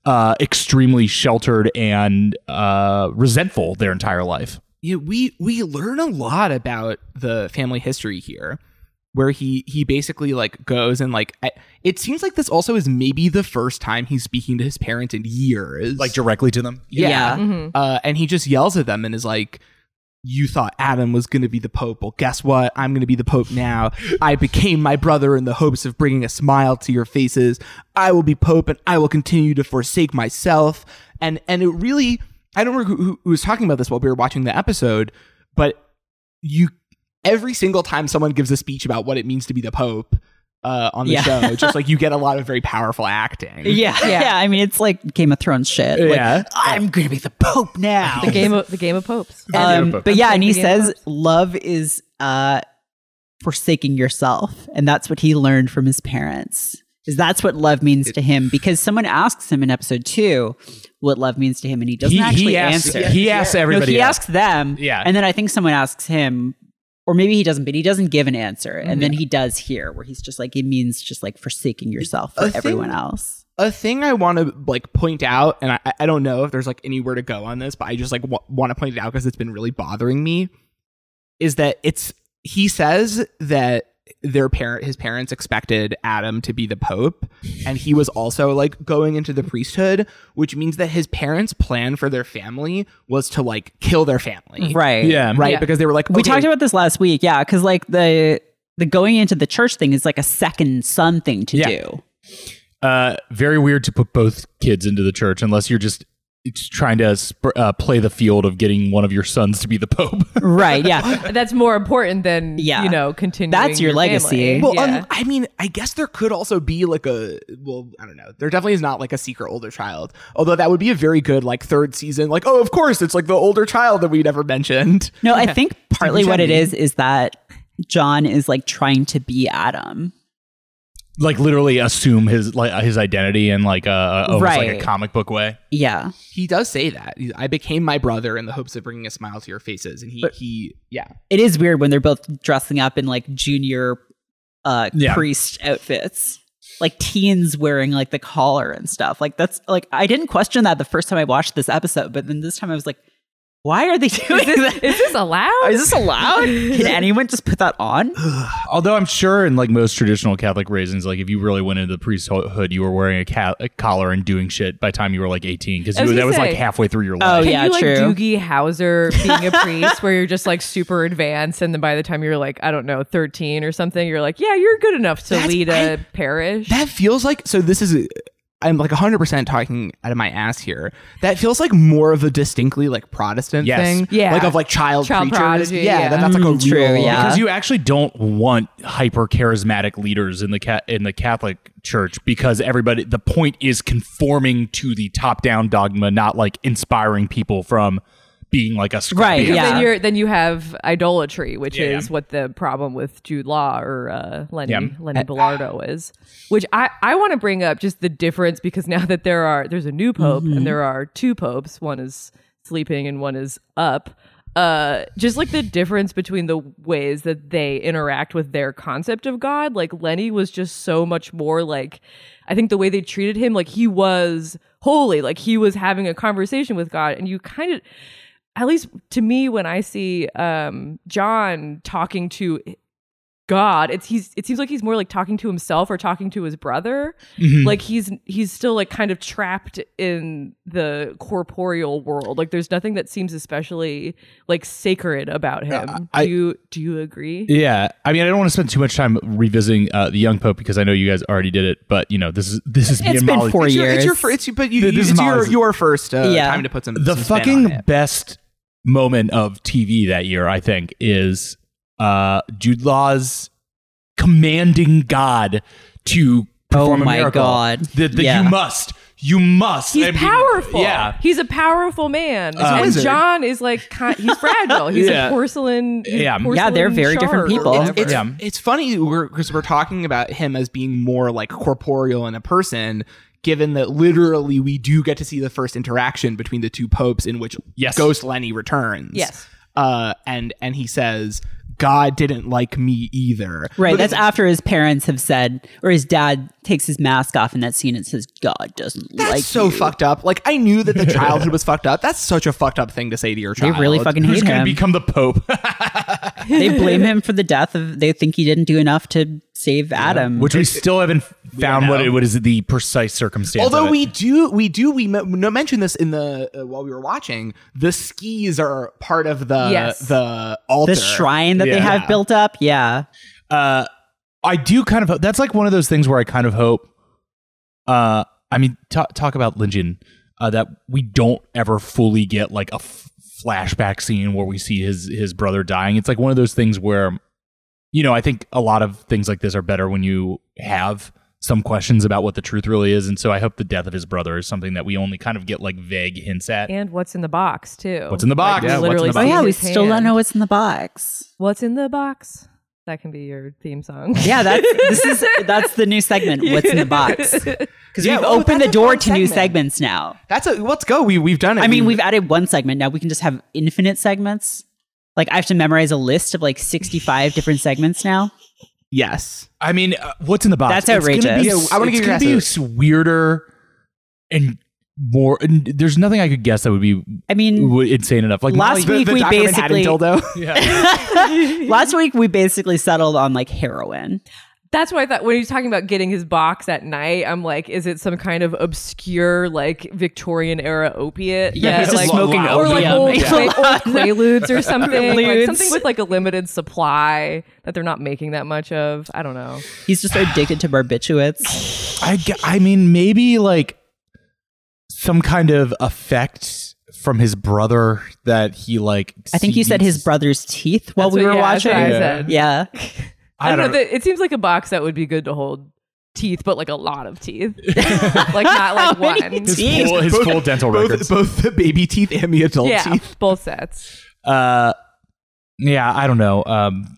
Speaker 6: uh extremely sheltered and uh resentful their entire life
Speaker 4: Yeah, we we learn a lot about the family history here, where he he basically like goes and like I- it seems like this also is maybe the first time he's speaking to his parents in years,
Speaker 6: like directly to them
Speaker 4: yeah,
Speaker 3: Yeah.
Speaker 5: Mm-hmm.
Speaker 4: Uh, and he just yells at them and is like. You thought Adam was going to be the Pope. Well, guess what? I'm going to be the Pope now. I became my brother in the hopes of bringing a smile to your faces. I will be Pope and I will continue to forsake myself. And and it really, I don't remember who, who- who was talking about this while we were watching the episode, but you every single time someone gives a speech about what it means to be the Pope uh, on the
Speaker 3: Yeah.
Speaker 4: show, just like you get a lot of very powerful acting.
Speaker 3: Yeah, yeah. I mean, it's like Game of Thrones shit. Like,
Speaker 6: Yeah.
Speaker 3: I'm going to be the pope now.
Speaker 5: The game of the game of popes.
Speaker 3: Um, but yeah, and he
Speaker 5: Thinking of
Speaker 3: says love is uh, forsaking yourself, and that's what he learned from his parents. Is that's what love means to him? Because someone asks him in episode two what love means to him, and he doesn't
Speaker 6: he,
Speaker 3: actually
Speaker 6: he asks
Speaker 3: answer.
Speaker 6: he asks
Speaker 3: no,
Speaker 6: everybody
Speaker 3: he
Speaker 6: else.
Speaker 3: asks them,
Speaker 6: Yeah.
Speaker 3: and then I think someone asks him, or maybe he doesn't, but he doesn't give an answer, and then he does here, where he's just like, it means just like forsaking yourself for
Speaker 4: I think-
Speaker 3: everyone else.
Speaker 4: a thing I want to like point out, and I, I don't know if there's like anywhere to go on this, but I just like w- want to point it out because it's been really bothering me. Is that it's he says that their parent, his parents expected Adam to be the pope, and he was also like going into the priesthood, which means that his parents' plan for their family was to like kill their family,
Speaker 3: Right.
Speaker 6: yeah
Speaker 4: Right,
Speaker 5: Yeah.
Speaker 4: because they were like
Speaker 3: we
Speaker 4: okay,
Speaker 3: talked about this last week yeah because like the the going into the church thing is like a second son thing to
Speaker 6: Yeah.
Speaker 3: do
Speaker 6: uh, very weird to put both kids into the church unless you're just it's trying to sp- uh, play the field of getting one of your sons to be the pope.
Speaker 3: right yeah
Speaker 5: That's more important than
Speaker 3: Yeah.
Speaker 5: you know continuing.
Speaker 3: That's your legacy.
Speaker 5: family.
Speaker 4: Well,
Speaker 5: yeah.
Speaker 4: um, I mean, I guess there could also be like a well, I don't know. There definitely is not like a secret older child, although that would be a very good like third season. Like, oh, of course, it's like the older child that we never mentioned.
Speaker 3: no i think partly what it
Speaker 4: Jenny.
Speaker 3: is is that john is like trying to be adam
Speaker 6: like literally assume his like uh, his identity in like a almost like
Speaker 3: Right.
Speaker 6: a comic book way.
Speaker 3: yeah
Speaker 4: He does say that He- I became my brother in the hopes of bringing a smile to your faces, and he he yeah
Speaker 3: it is weird when they're both dressing up in like junior uh
Speaker 6: Yeah.
Speaker 3: priest outfits like teens wearing like the collar and stuff like that's like i didn't question that the first time i watched this episode but then this time i was like Why are they doing that?
Speaker 5: Is this allowed?
Speaker 3: Is this allowed? Can anyone just put that on?
Speaker 6: Although I'm sure in like most traditional Catholic raisins, like if you really went into the priesthood, you were wearing a, ca- a collar and doing shit by the time you were like 18 because
Speaker 5: I was
Speaker 6: that
Speaker 5: gonna
Speaker 6: was like
Speaker 5: say-
Speaker 6: halfway through your
Speaker 3: Oh,
Speaker 6: life.
Speaker 5: Can
Speaker 3: yeah,
Speaker 5: you like
Speaker 3: true.
Speaker 5: Doogie Howser being a priest, where you're just like super advanced, and then by the time you're like I don't know, thirteen or something, you're like, yeah, you're good enough to
Speaker 4: That's-
Speaker 5: lead a
Speaker 4: I-
Speaker 5: parish.
Speaker 4: That feels like so. This is I'm like 100 percent talking out of my ass here. That feels like more of a distinctly like Protestant
Speaker 6: Yes.
Speaker 4: thing,
Speaker 5: Yeah.
Speaker 4: like of like child,
Speaker 5: Child
Speaker 4: preachers.
Speaker 5: prodigy,
Speaker 4: yeah,
Speaker 5: yeah.
Speaker 4: That, that's like a real,
Speaker 3: Mm, true, yeah.
Speaker 6: Because you actually don't want hyper charismatic leaders in the ca- in the Catholic Church because everybody the point is conforming to the top down dogma, not like inspiring people from being like a
Speaker 3: Right,
Speaker 6: scrappy-
Speaker 5: Because
Speaker 3: yeah.
Speaker 5: Then, you're, then you have idolatry, which is what the problem with Jude Law or uh, Lenny
Speaker 6: Yeah.
Speaker 5: Lenny Bellardo is. Which I, I want to bring up just the difference because now that there are there's a new pope and there are two popes. One is sleeping and one is up. Uh, just like the difference between the ways that they interact with their concept of God. Like Lenny was just so much more like I think the way they treated him, like he was holy, like he was having a conversation with God, and you kind of at least to me when i see um john talking to god it's he's it seems like he's more like talking to himself or talking to his brother
Speaker 6: Mm-hmm.
Speaker 5: like he's he's still like kind of trapped in the corporeal world like there's nothing that seems especially like sacred about him
Speaker 6: Uh, I-
Speaker 5: do you do you agree
Speaker 6: Yeah, I mean, I don't want to spend too much time revisiting uh, the young pope because I know you guys already did it, but you know, this is this is me
Speaker 3: It's
Speaker 6: and
Speaker 3: been
Speaker 6: Molly-
Speaker 3: four
Speaker 4: It's your, it's your
Speaker 3: years.
Speaker 4: fir- it's, but you,
Speaker 6: Th- this
Speaker 4: it's
Speaker 6: is
Speaker 4: your,
Speaker 6: Molly's-
Speaker 4: your first uh,
Speaker 3: Yeah.
Speaker 4: time to put some
Speaker 6: the
Speaker 4: some spin on
Speaker 6: fucking
Speaker 4: it.
Speaker 6: best moment of TV that year, I think, is uh, Jude Law's commanding God to perform
Speaker 3: Oh my
Speaker 6: a miracle.
Speaker 3: God.
Speaker 6: That that
Speaker 3: Yeah.
Speaker 6: you must, you must.
Speaker 5: He's
Speaker 6: I mean,
Speaker 5: powerful.
Speaker 6: Yeah,
Speaker 5: he's a powerful man.
Speaker 6: a
Speaker 5: and
Speaker 4: wizard.
Speaker 5: John is like ki- he's fragile. He's
Speaker 6: Yeah.
Speaker 5: a porcelain. he's
Speaker 6: Yeah.
Speaker 5: porcelain
Speaker 3: Yeah, they're very different
Speaker 5: shard or
Speaker 3: people.
Speaker 5: whatever.
Speaker 4: It's,
Speaker 6: Yeah.
Speaker 4: it's funny because we're talking about him as being more like corporeal in a person, given that literally we do get to see the first interaction between the two popes in which
Speaker 6: Yes.
Speaker 4: Ghost Lenny returns.
Speaker 5: Yes.
Speaker 4: Uh, and and he says, God didn't like me either.
Speaker 3: Right.
Speaker 4: But
Speaker 3: that's after his parents have said, or his dad takes his mask off in that scene and says, God doesn't
Speaker 4: That's
Speaker 3: like
Speaker 4: so
Speaker 3: you."
Speaker 4: fucked up. Like I knew that the childhood was fucked up. That's such a fucked up thing to say to your
Speaker 3: They
Speaker 4: child.
Speaker 3: really fucking
Speaker 6: who's
Speaker 3: hate
Speaker 6: gonna
Speaker 3: him.
Speaker 6: become the Pope?
Speaker 3: they blame him for the death of, they think he didn't do enough to save Adam.
Speaker 6: Which we still haven't found what
Speaker 4: know.
Speaker 6: it what is the precise circumstance. of
Speaker 4: Although
Speaker 6: it.
Speaker 4: we do, we do, we me- no- mentioned this in the uh, while we were watching. The skis are part of the
Speaker 5: Yes.
Speaker 4: the altar.
Speaker 3: the shrine that they
Speaker 6: Yeah.
Speaker 3: have
Speaker 4: Yeah.
Speaker 3: built up. Yeah.
Speaker 6: uh, I do kind of hope that's like one of those things where I kind of hope. Uh, I mean, ta talk about Lingen, uh, that we don't ever fully get like a f- flashback scene where we see his his brother dying. It's like one of those things where, you know, I think a lot of things like this are better when you have some questions about what the truth really is, and so I hope the death of his brother is something that we only kind of get like vague hints at.
Speaker 5: and what's in the box too.
Speaker 6: What's in the box?
Speaker 5: we
Speaker 6: Yeah, what's in
Speaker 5: literally
Speaker 6: the
Speaker 3: Oh,
Speaker 6: box?
Speaker 5: see
Speaker 3: yeah. We
Speaker 5: his
Speaker 3: still don't
Speaker 5: hand.
Speaker 3: know what's in the box.
Speaker 5: what's in the box. That can be your theme song.
Speaker 3: Yeah, that's this is that's the new segment. What's in the box? Because
Speaker 4: Yeah,
Speaker 3: we've
Speaker 4: oh,
Speaker 3: opened the
Speaker 4: that's a
Speaker 3: door
Speaker 4: fun
Speaker 3: to new
Speaker 4: segment.
Speaker 3: segments now.
Speaker 4: That's a let's go. We we've done it.
Speaker 3: I mean, we've added one segment now. We can just have infinite segments. Like I have to memorize a list of like sixty-five different segments now.
Speaker 4: yes.
Speaker 6: I mean, uh, what's in the box?
Speaker 3: That's
Speaker 6: It's gonna be-
Speaker 3: outrageous.
Speaker 4: Yeah, I wanna
Speaker 6: it's
Speaker 4: get your
Speaker 6: gonna
Speaker 4: guess
Speaker 6: be
Speaker 4: at it.
Speaker 6: s- weirder and more. And there's nothing I could guess that would be
Speaker 3: I mean,
Speaker 6: w- insane enough. Like
Speaker 3: Last
Speaker 6: Molly-
Speaker 3: week
Speaker 4: the
Speaker 3: we
Speaker 4: Dr. Manhattan
Speaker 3: basically-
Speaker 4: dildo.
Speaker 3: last week we basically settled on like heroin.
Speaker 5: That's what I thought when he was talking about getting his box at night. I'm like, is it some kind of obscure like Victorian era opiate?
Speaker 3: Yeah,
Speaker 5: that,
Speaker 3: he's just
Speaker 5: like,
Speaker 3: smoking
Speaker 5: or like
Speaker 3: opium.
Speaker 5: old,
Speaker 3: Yeah.
Speaker 5: like, old quaaludes or something, like
Speaker 3: Quaaludes.
Speaker 5: something with like a limited supply that they're not making that much of. I don't know.
Speaker 3: He's just addicted to barbiturates.
Speaker 6: I, g- I mean, maybe like some kind of effect from his brother that he like.
Speaker 3: I think you said
Speaker 6: sees-
Speaker 3: his brother's teeth while
Speaker 5: That's
Speaker 3: we
Speaker 5: what-
Speaker 3: were
Speaker 5: yeah, that's
Speaker 3: watching.
Speaker 5: what I
Speaker 6: Yeah.
Speaker 5: said.
Speaker 3: Yeah,
Speaker 5: I don't, know. the- It seems like a box that would be good to hold teeth, but like a lot of teeth, like not like
Speaker 3: How many
Speaker 5: one.
Speaker 3: teeth?
Speaker 6: his full, his full dental
Speaker 4: Both,
Speaker 6: records.
Speaker 4: both the baby teeth and the adult
Speaker 5: Yeah,
Speaker 4: teeth.
Speaker 5: both sets.
Speaker 6: Uh, yeah, I don't know. Um,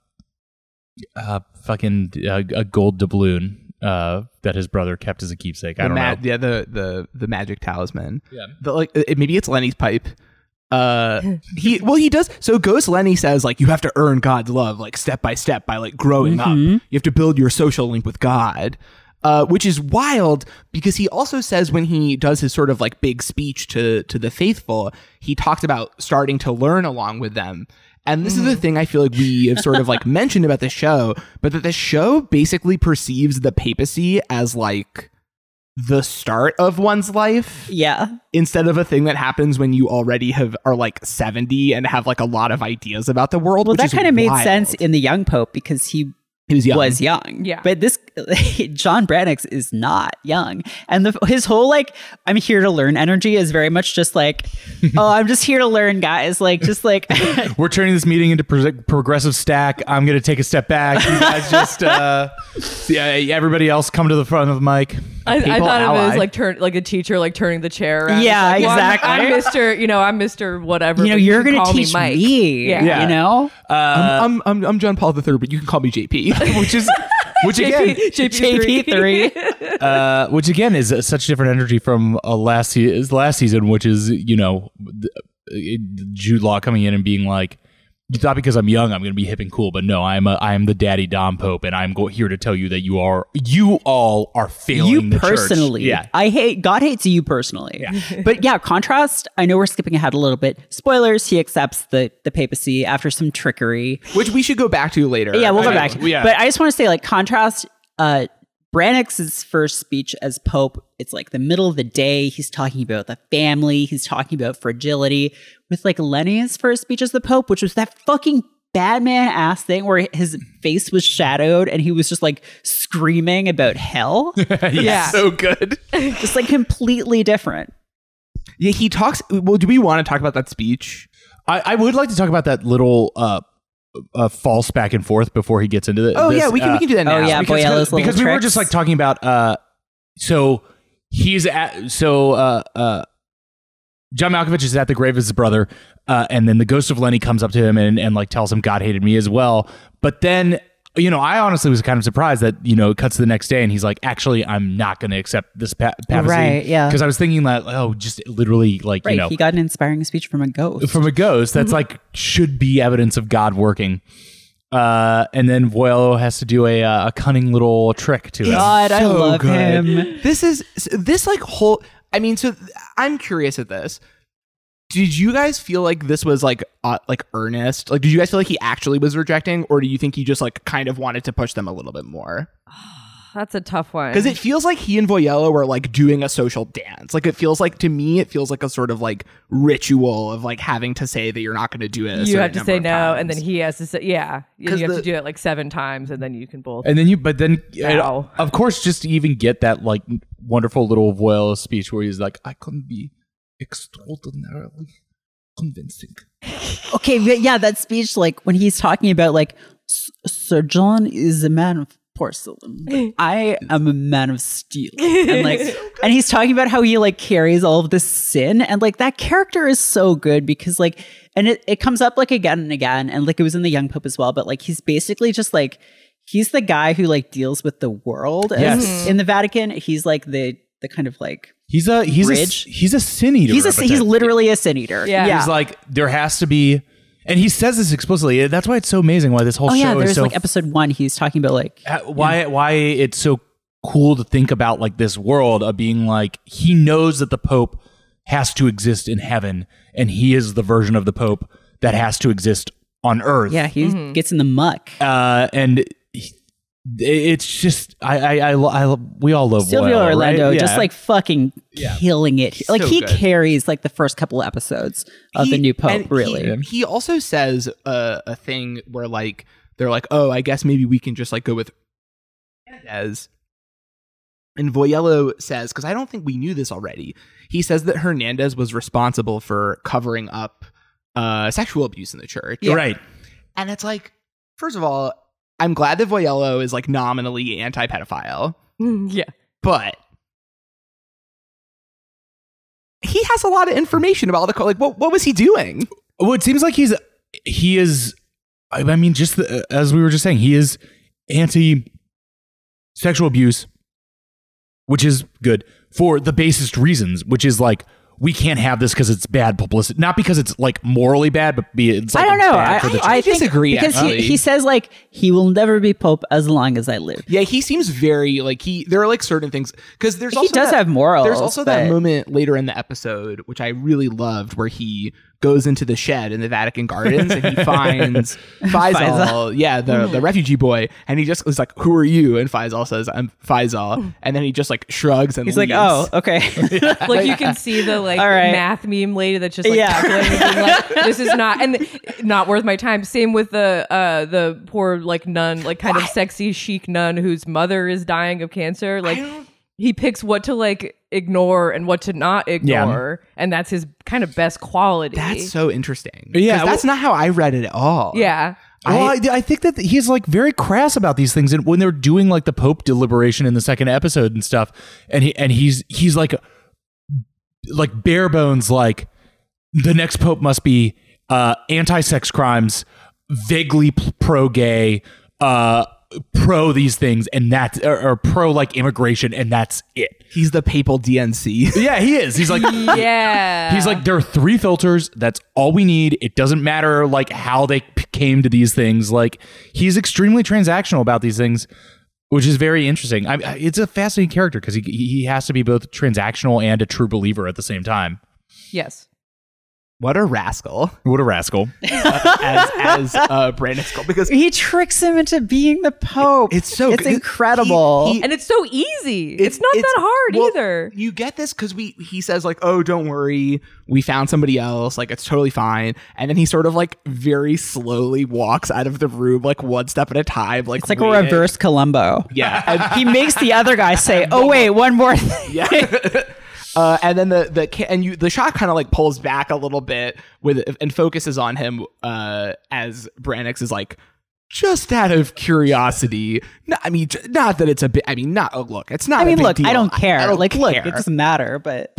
Speaker 6: uh, fucking uh, a gold doubloon uh, that his brother kept as a keepsake. I
Speaker 4: The
Speaker 6: don't
Speaker 4: ma-
Speaker 6: know.
Speaker 4: Yeah, the the the magic talisman.
Speaker 6: Yeah.
Speaker 4: The, like it, maybe it's Lenny's pipe. Uh, he well he does. So Ghost Lenny says like you have to earn God's love like step by step by like growing up. You have to build your social link with God. uh, which is wild because he also says when he does his sort of like big speech to to the faithful, he talks about starting to learn along with them. And this is the thing I feel like we have sort of like mentioned about the show, but that the show basically perceives the papacy as like the start of one's life
Speaker 3: Yeah.
Speaker 4: instead of a thing that happens when you already have are like 70 and have like a lot of ideas about the world.
Speaker 3: Well,
Speaker 4: which
Speaker 3: that
Speaker 4: is
Speaker 3: kind of made
Speaker 4: wild.
Speaker 3: sense in the young pope because he
Speaker 4: He was young.
Speaker 3: was young.
Speaker 5: Yeah.
Speaker 3: But this John Brannix is not young. And the, his whole like I'm here to learn energy is very much just like oh, I'm just here to learn guys, like just like
Speaker 6: We're turning this meeting into pro- progressive stack. I'm going to take a step back. You guys just, uh, yeah, everybody else come to the front of the mic.
Speaker 5: I, I
Speaker 4: People
Speaker 5: thought it was
Speaker 4: allied.
Speaker 5: like turn like a teacher like turning the chair around.
Speaker 3: Yeah,
Speaker 5: It's like, well, I'm- I'm,
Speaker 3: exactly.
Speaker 5: Mr. You know, I'm Mr. Whatever.
Speaker 3: you know,
Speaker 5: but
Speaker 3: you're
Speaker 5: can
Speaker 3: going to
Speaker 5: call
Speaker 3: teach
Speaker 5: me. Mike.
Speaker 3: me,
Speaker 5: Yeah.
Speaker 3: you know?
Speaker 6: Uh,
Speaker 4: I'm, I'm, I'm John Paul III, but you can call me JP, which is
Speaker 6: Which again,
Speaker 5: JP3.
Speaker 3: JP3.
Speaker 6: uh, which again is uh, such different energy from uh, last se- is last season, which is you know th- uh, Jude Law coming in and being like, "It's not because I'm young, I'm going to be hip and cool, but no, I'm a I'm the daddy Dom Pope, and I'm go- here to tell you that you are you all are failing
Speaker 3: you
Speaker 6: the church."
Speaker 3: personally.
Speaker 6: Yeah,
Speaker 3: I hate God hates you personally. but yeah, contrast, I know we're skipping ahead a little bit. Spoilers, he accepts the the papacy after some trickery.
Speaker 4: which we should go back to later.
Speaker 3: Yeah, we'll
Speaker 4: I
Speaker 3: go
Speaker 4: know.
Speaker 3: back.
Speaker 6: yeah.
Speaker 3: But I just want to say, like, contrast uh Brannix's first speech as Pope, it's like the middle of the day. He's talking about the family, he's talking about fragility, with like Lenny's first speech as the Pope, which was that fucking Batman ass thing where his face was shadowed and he was just like screaming about hell.
Speaker 5: Yeah.
Speaker 6: Oh,
Speaker 4: So good.
Speaker 3: just like completely different.
Speaker 4: Yeah, he talks. Well, do we want to talk about that speech?
Speaker 6: I, I would like to talk about that little uh, uh, false back and forth before he gets into the,
Speaker 4: Oh
Speaker 6: this,
Speaker 4: yeah, we can
Speaker 6: uh,
Speaker 4: we can do that
Speaker 3: oh,
Speaker 4: now.
Speaker 3: yeah.
Speaker 4: Because-
Speaker 3: Boyella's little
Speaker 6: because we were
Speaker 3: tricks.
Speaker 6: just like talking about uh so he's at so uh uh John Malkovich is at the grave of his brother, uh, and then the ghost of Lenny comes up to him and, and like tells him God hated me as well. But then, you know, I honestly was kind of surprised that you know it cuts to the next day and he's like, actually, I'm not going to accept this pa- papacy,
Speaker 3: Right, yeah.
Speaker 6: Because I was thinking that oh, just literally like
Speaker 3: Right.
Speaker 6: you know
Speaker 3: He got an inspiring speech from a ghost.
Speaker 6: from a ghost
Speaker 3: Mm-hmm.
Speaker 6: that's like should be evidence of God working. Uh, and then Voyello has to do a, uh, a cunning little trick to it.
Speaker 3: God, I
Speaker 4: So
Speaker 3: love
Speaker 4: good.
Speaker 3: him.
Speaker 4: This is this like whole. I mean, so th- I'm curious at this. Did you guys feel like this was like uh, like earnest? Like, did you guys feel like he actually was rejecting, or do you think he just like kind of wanted to push them a little bit more?
Speaker 5: That's a tough one.
Speaker 4: Because it feels like he and Voyello are like doing a social dance. Like it feels like to me, it feels like a sort of like ritual of like having to say that you're not going to do it. a
Speaker 5: you have
Speaker 4: certain
Speaker 5: to
Speaker 4: number
Speaker 5: say
Speaker 4: of
Speaker 5: no, and
Speaker 4: times.
Speaker 5: then he has to say yeah. You
Speaker 4: 'Cause
Speaker 5: have
Speaker 4: the-
Speaker 5: to do it like seven times, and then you can both.
Speaker 6: And then you, but then, and
Speaker 5: Wow.
Speaker 6: of course, just to even get that like wonderful little Voyello speech where he's like, I couldn't be extraordinarily convincing.
Speaker 3: Okay, but yeah, that speech, like when he's talking about like "S- Sir John is a man of porcelain, but I am a man of steel, and like, and he's talking about how he like carries all of this sin, and like that character is so good because like, and it it comes up like again and again, and like it was in the Young Pope as well, but like he's basically just like he's the guy who like deals with the world as-
Speaker 6: Yes.
Speaker 3: in the Vatican. He's like the the kind of like
Speaker 6: He's a he's
Speaker 3: Ridge.
Speaker 6: a he's a sin eater.
Speaker 3: he's a
Speaker 6: of a
Speaker 3: he's
Speaker 6: type.
Speaker 3: literally a sin eater.
Speaker 5: Yeah.
Speaker 6: He's like there has to be, and he says this explicitly. That's why it's so amazing. Why this whole
Speaker 3: Oh yeah,
Speaker 6: show is
Speaker 3: there's
Speaker 6: so
Speaker 3: like episode one. He's talking about like
Speaker 6: ha- Uh, why why it's so cool to think about like this world of being like he knows that the pope has to exist in heaven and he is the version of the pope that has to exist on earth
Speaker 3: Yeah, he gets in the muck.
Speaker 6: uh and he- it's just I, I I lo- I lo- we all love
Speaker 3: Silvio
Speaker 6: Willow,
Speaker 3: Orlando
Speaker 6: right?
Speaker 3: just
Speaker 6: Yeah.
Speaker 3: like fucking killing it. Like
Speaker 4: So
Speaker 3: he
Speaker 4: good.
Speaker 3: carries like the first couple episodes of the
Speaker 4: He-
Speaker 3: new pope.
Speaker 4: and he-
Speaker 3: Really,
Speaker 4: He, also says uh, a thing where like they're like, oh, I guess maybe we can just like go with Hernandez. And Voyello says, because I don't think we knew this already. He says that Hernandez was responsible for covering up uh, sexual abuse in the church,
Speaker 6: right
Speaker 4: And it's like, first of all, I'm glad that Voyello is like nominally anti-pedophile,
Speaker 5: yeah,
Speaker 4: but he has a lot of information about all the co- like what what was he doing?
Speaker 6: well it seems like he's he is I, I mean just the, as we were just saying he is anti sexual abuse which is good for the basest reasons which is like we can't have this because it's bad publicity, not because it's like morally bad, but be it's like
Speaker 3: I don't know.
Speaker 6: bad
Speaker 3: I,
Speaker 6: for the
Speaker 3: I,
Speaker 6: church.
Speaker 3: think
Speaker 4: disagree,
Speaker 3: because he,
Speaker 4: actually.
Speaker 3: he says like he will never be pope as long as I live.
Speaker 4: Yeah, he seems very like he. There are like certain things because there's
Speaker 3: He
Speaker 4: also
Speaker 3: does
Speaker 4: that-
Speaker 3: have morals,
Speaker 4: There's also that
Speaker 3: but-
Speaker 4: moment later in the episode which I really loved where he goes into the shed in the Vatican Gardens and he finds Faisal, yeah, the, the refugee boy, and he just is like, "Who are you?" And Faisal says, "I'm Faisal," and then he just like shrugs and
Speaker 3: He's like,
Speaker 4: leaves.
Speaker 3: oh, okay.
Speaker 5: like you can see the like
Speaker 3: All right.
Speaker 5: math meme lady that's just like,
Speaker 3: Yeah.
Speaker 5: calculating, being like, this is not and not worth my time. Same with the uh the poor like nun, like kind of sexy chic nun whose mother is dying of cancer. Like he picks what to like ignore and what to not ignore, and that's his kind of best quality.
Speaker 4: that's so interesting.
Speaker 6: Yeah,
Speaker 4: 'Cause that's not how I read it at all.
Speaker 5: yeah.
Speaker 6: Well, I, I think that he's like very crass about these things, and when they're doing like the Pope deliberation in the second episode and stuff, and he and he's he's like like bare bones, like the next Pope must be uh, anti-sex crimes, vaguely pro-gay, uh, pro these things, and that's or, or pro like immigration, and that's it.
Speaker 4: he's the papal DNC.
Speaker 6: Yeah, he is. He's like
Speaker 5: Yeah.
Speaker 6: He's like, there are three filters. That's all we need. It doesn't matter like how they p- came to these things. Like he's extremely transactional about these things, which is very interesting. I, I- it's a fascinating character because he he has to be both transactional and a true believer at the same time.
Speaker 5: Yes.
Speaker 4: what a rascal!
Speaker 6: What a rascal!
Speaker 4: As as uh, Brandon Skull because.
Speaker 3: he tricks him into being the pope.
Speaker 4: It's so
Speaker 3: it's
Speaker 4: good.
Speaker 3: incredible.
Speaker 4: He- he-
Speaker 5: And it's so easy. It's, not that hard
Speaker 4: well,
Speaker 5: either.
Speaker 4: You get this because we he says like, "Oh, don't worry, we found somebody else. Like it's totally fine." And then he sort of like very slowly walks out of the room, like one step at a time. Like
Speaker 3: it's like
Speaker 4: wait-
Speaker 3: a reverse Columbo.
Speaker 4: Yeah, and,
Speaker 3: he makes the other guy say, "Oh wait, one more thing."
Speaker 4: yeah. Uh, and then the the ca- and you the shot kind of like pulls back a little bit with and focuses on him uh, as Branix is like just out of curiosity. No, I mean, j- not that it's a bit. I mean, not oh, look, it's not.
Speaker 3: I
Speaker 4: a
Speaker 3: mean,
Speaker 4: big
Speaker 3: look, I
Speaker 4: deal.
Speaker 3: don't care. like, look,
Speaker 4: care.
Speaker 3: it doesn't matter. But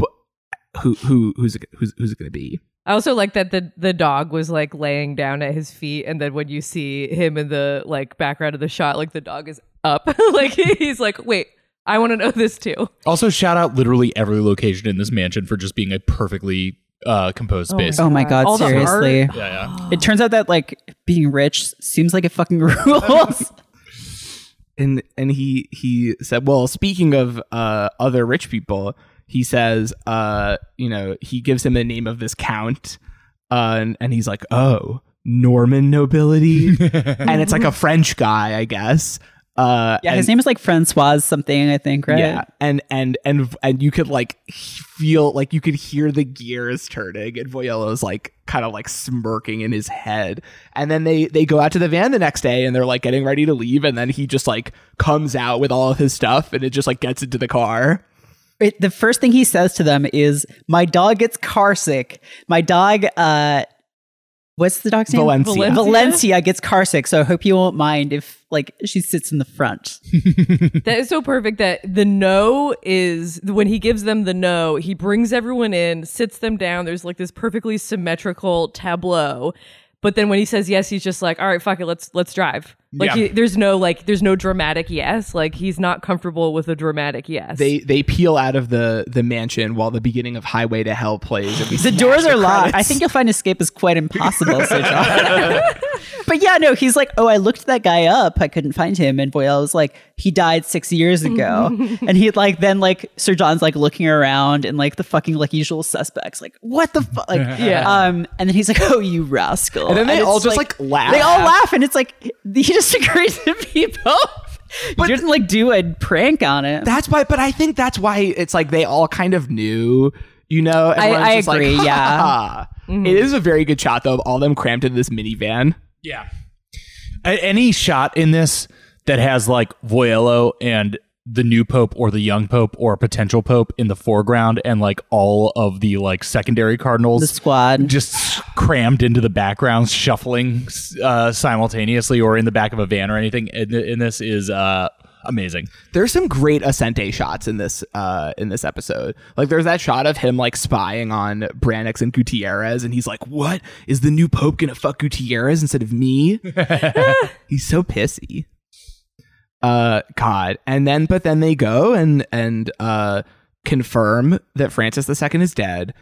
Speaker 4: who who who's it, who's who's it gonna be?
Speaker 5: I also like that the the dog was like laying down at his feet, and then when you see him in the like background of the shot, like the dog is up, like he's like, wait, I want to know this too.
Speaker 6: Also, shout out literally every location in this mansion for just being a perfectly uh, composed space.
Speaker 3: oh my god,
Speaker 5: All the art.
Speaker 3: seriously,
Speaker 6: Yeah, yeah.
Speaker 3: it turns out that like being rich seems like it fucking rules.
Speaker 4: and and he he said well speaking of uh other rich people he says uh you know he gives him the name of this count uh and, and he's like oh norman nobility and it's like a french guy i guess uh
Speaker 3: yeah,
Speaker 4: and-
Speaker 3: his name is like Francois something, I think, right?
Speaker 4: yeah and and and and you could like feel like you could hear the gears turning and Voyello's like kind of like smirking in his head and then they they go out to the van the next day and they're like getting ready to leave and then he just like comes out with all of his stuff and it just like gets into the car
Speaker 3: It, the first thing he says to them is, "My dog gets car sick. My dog, uh, what's the dog's name?
Speaker 4: Valencia.
Speaker 3: Valencia, gets car sick. So I hope you won't mind if like she sits in the front.
Speaker 5: That is so perfect that the no is when he gives them the no, he brings everyone in, sits them down. There's like this perfectly symmetrical tableau. But then when he says yes, he's just like, all right, fuck it, let's let's drive. Like
Speaker 6: Yeah.
Speaker 5: he, there's no like there's no dramatic yes. Like he's not comfortable with a dramatic yes.
Speaker 4: they they peel out of the the mansion while the beginning of highway to hell plays and we
Speaker 3: The
Speaker 4: smash
Speaker 3: doors are locked.
Speaker 4: credits.
Speaker 3: I think you'll find escape is quite impossible, Sir John. but yeah, no, he's like, oh, I looked that guy up. I couldn't find him. And Boyle was like, he died six years ago. and he like then like Sir John's like looking around and like the fucking like usual suspects like what the fuck like
Speaker 5: Yeah.
Speaker 3: um and then he's like oh you rascal
Speaker 4: And then they
Speaker 3: it's
Speaker 4: all just, like, laugh.
Speaker 3: they all laugh and it's like he just agreed to be both. But you didn't like do a prank on it.
Speaker 4: that's why but i think that's why it's like they all kind of knew you know Everyone's
Speaker 3: I
Speaker 4: just like,
Speaker 3: agree,
Speaker 4: "Ha,
Speaker 3: yeah.
Speaker 4: ha, ha." It is a very good shot though of all them crammed in this minivan
Speaker 6: Yeah. A- Any shot in this that has like Voyello and the new pope or the young pope or a potential pope in the foreground and like all of the like secondary cardinals
Speaker 3: The squad.
Speaker 6: just crammed into the background shuffling uh, simultaneously or in the back of a van or anything in, in this is uh, amazing.
Speaker 4: there's some great Ascente shots in this uh in this episode. Like there's that shot of him like spying on Branix and Gutierrez and he's like, "What? Is the new pope going to fuck Gutierrez instead of me?" he's so pissy. Uh god. And then but then they go and and uh confirm that Francis II is dead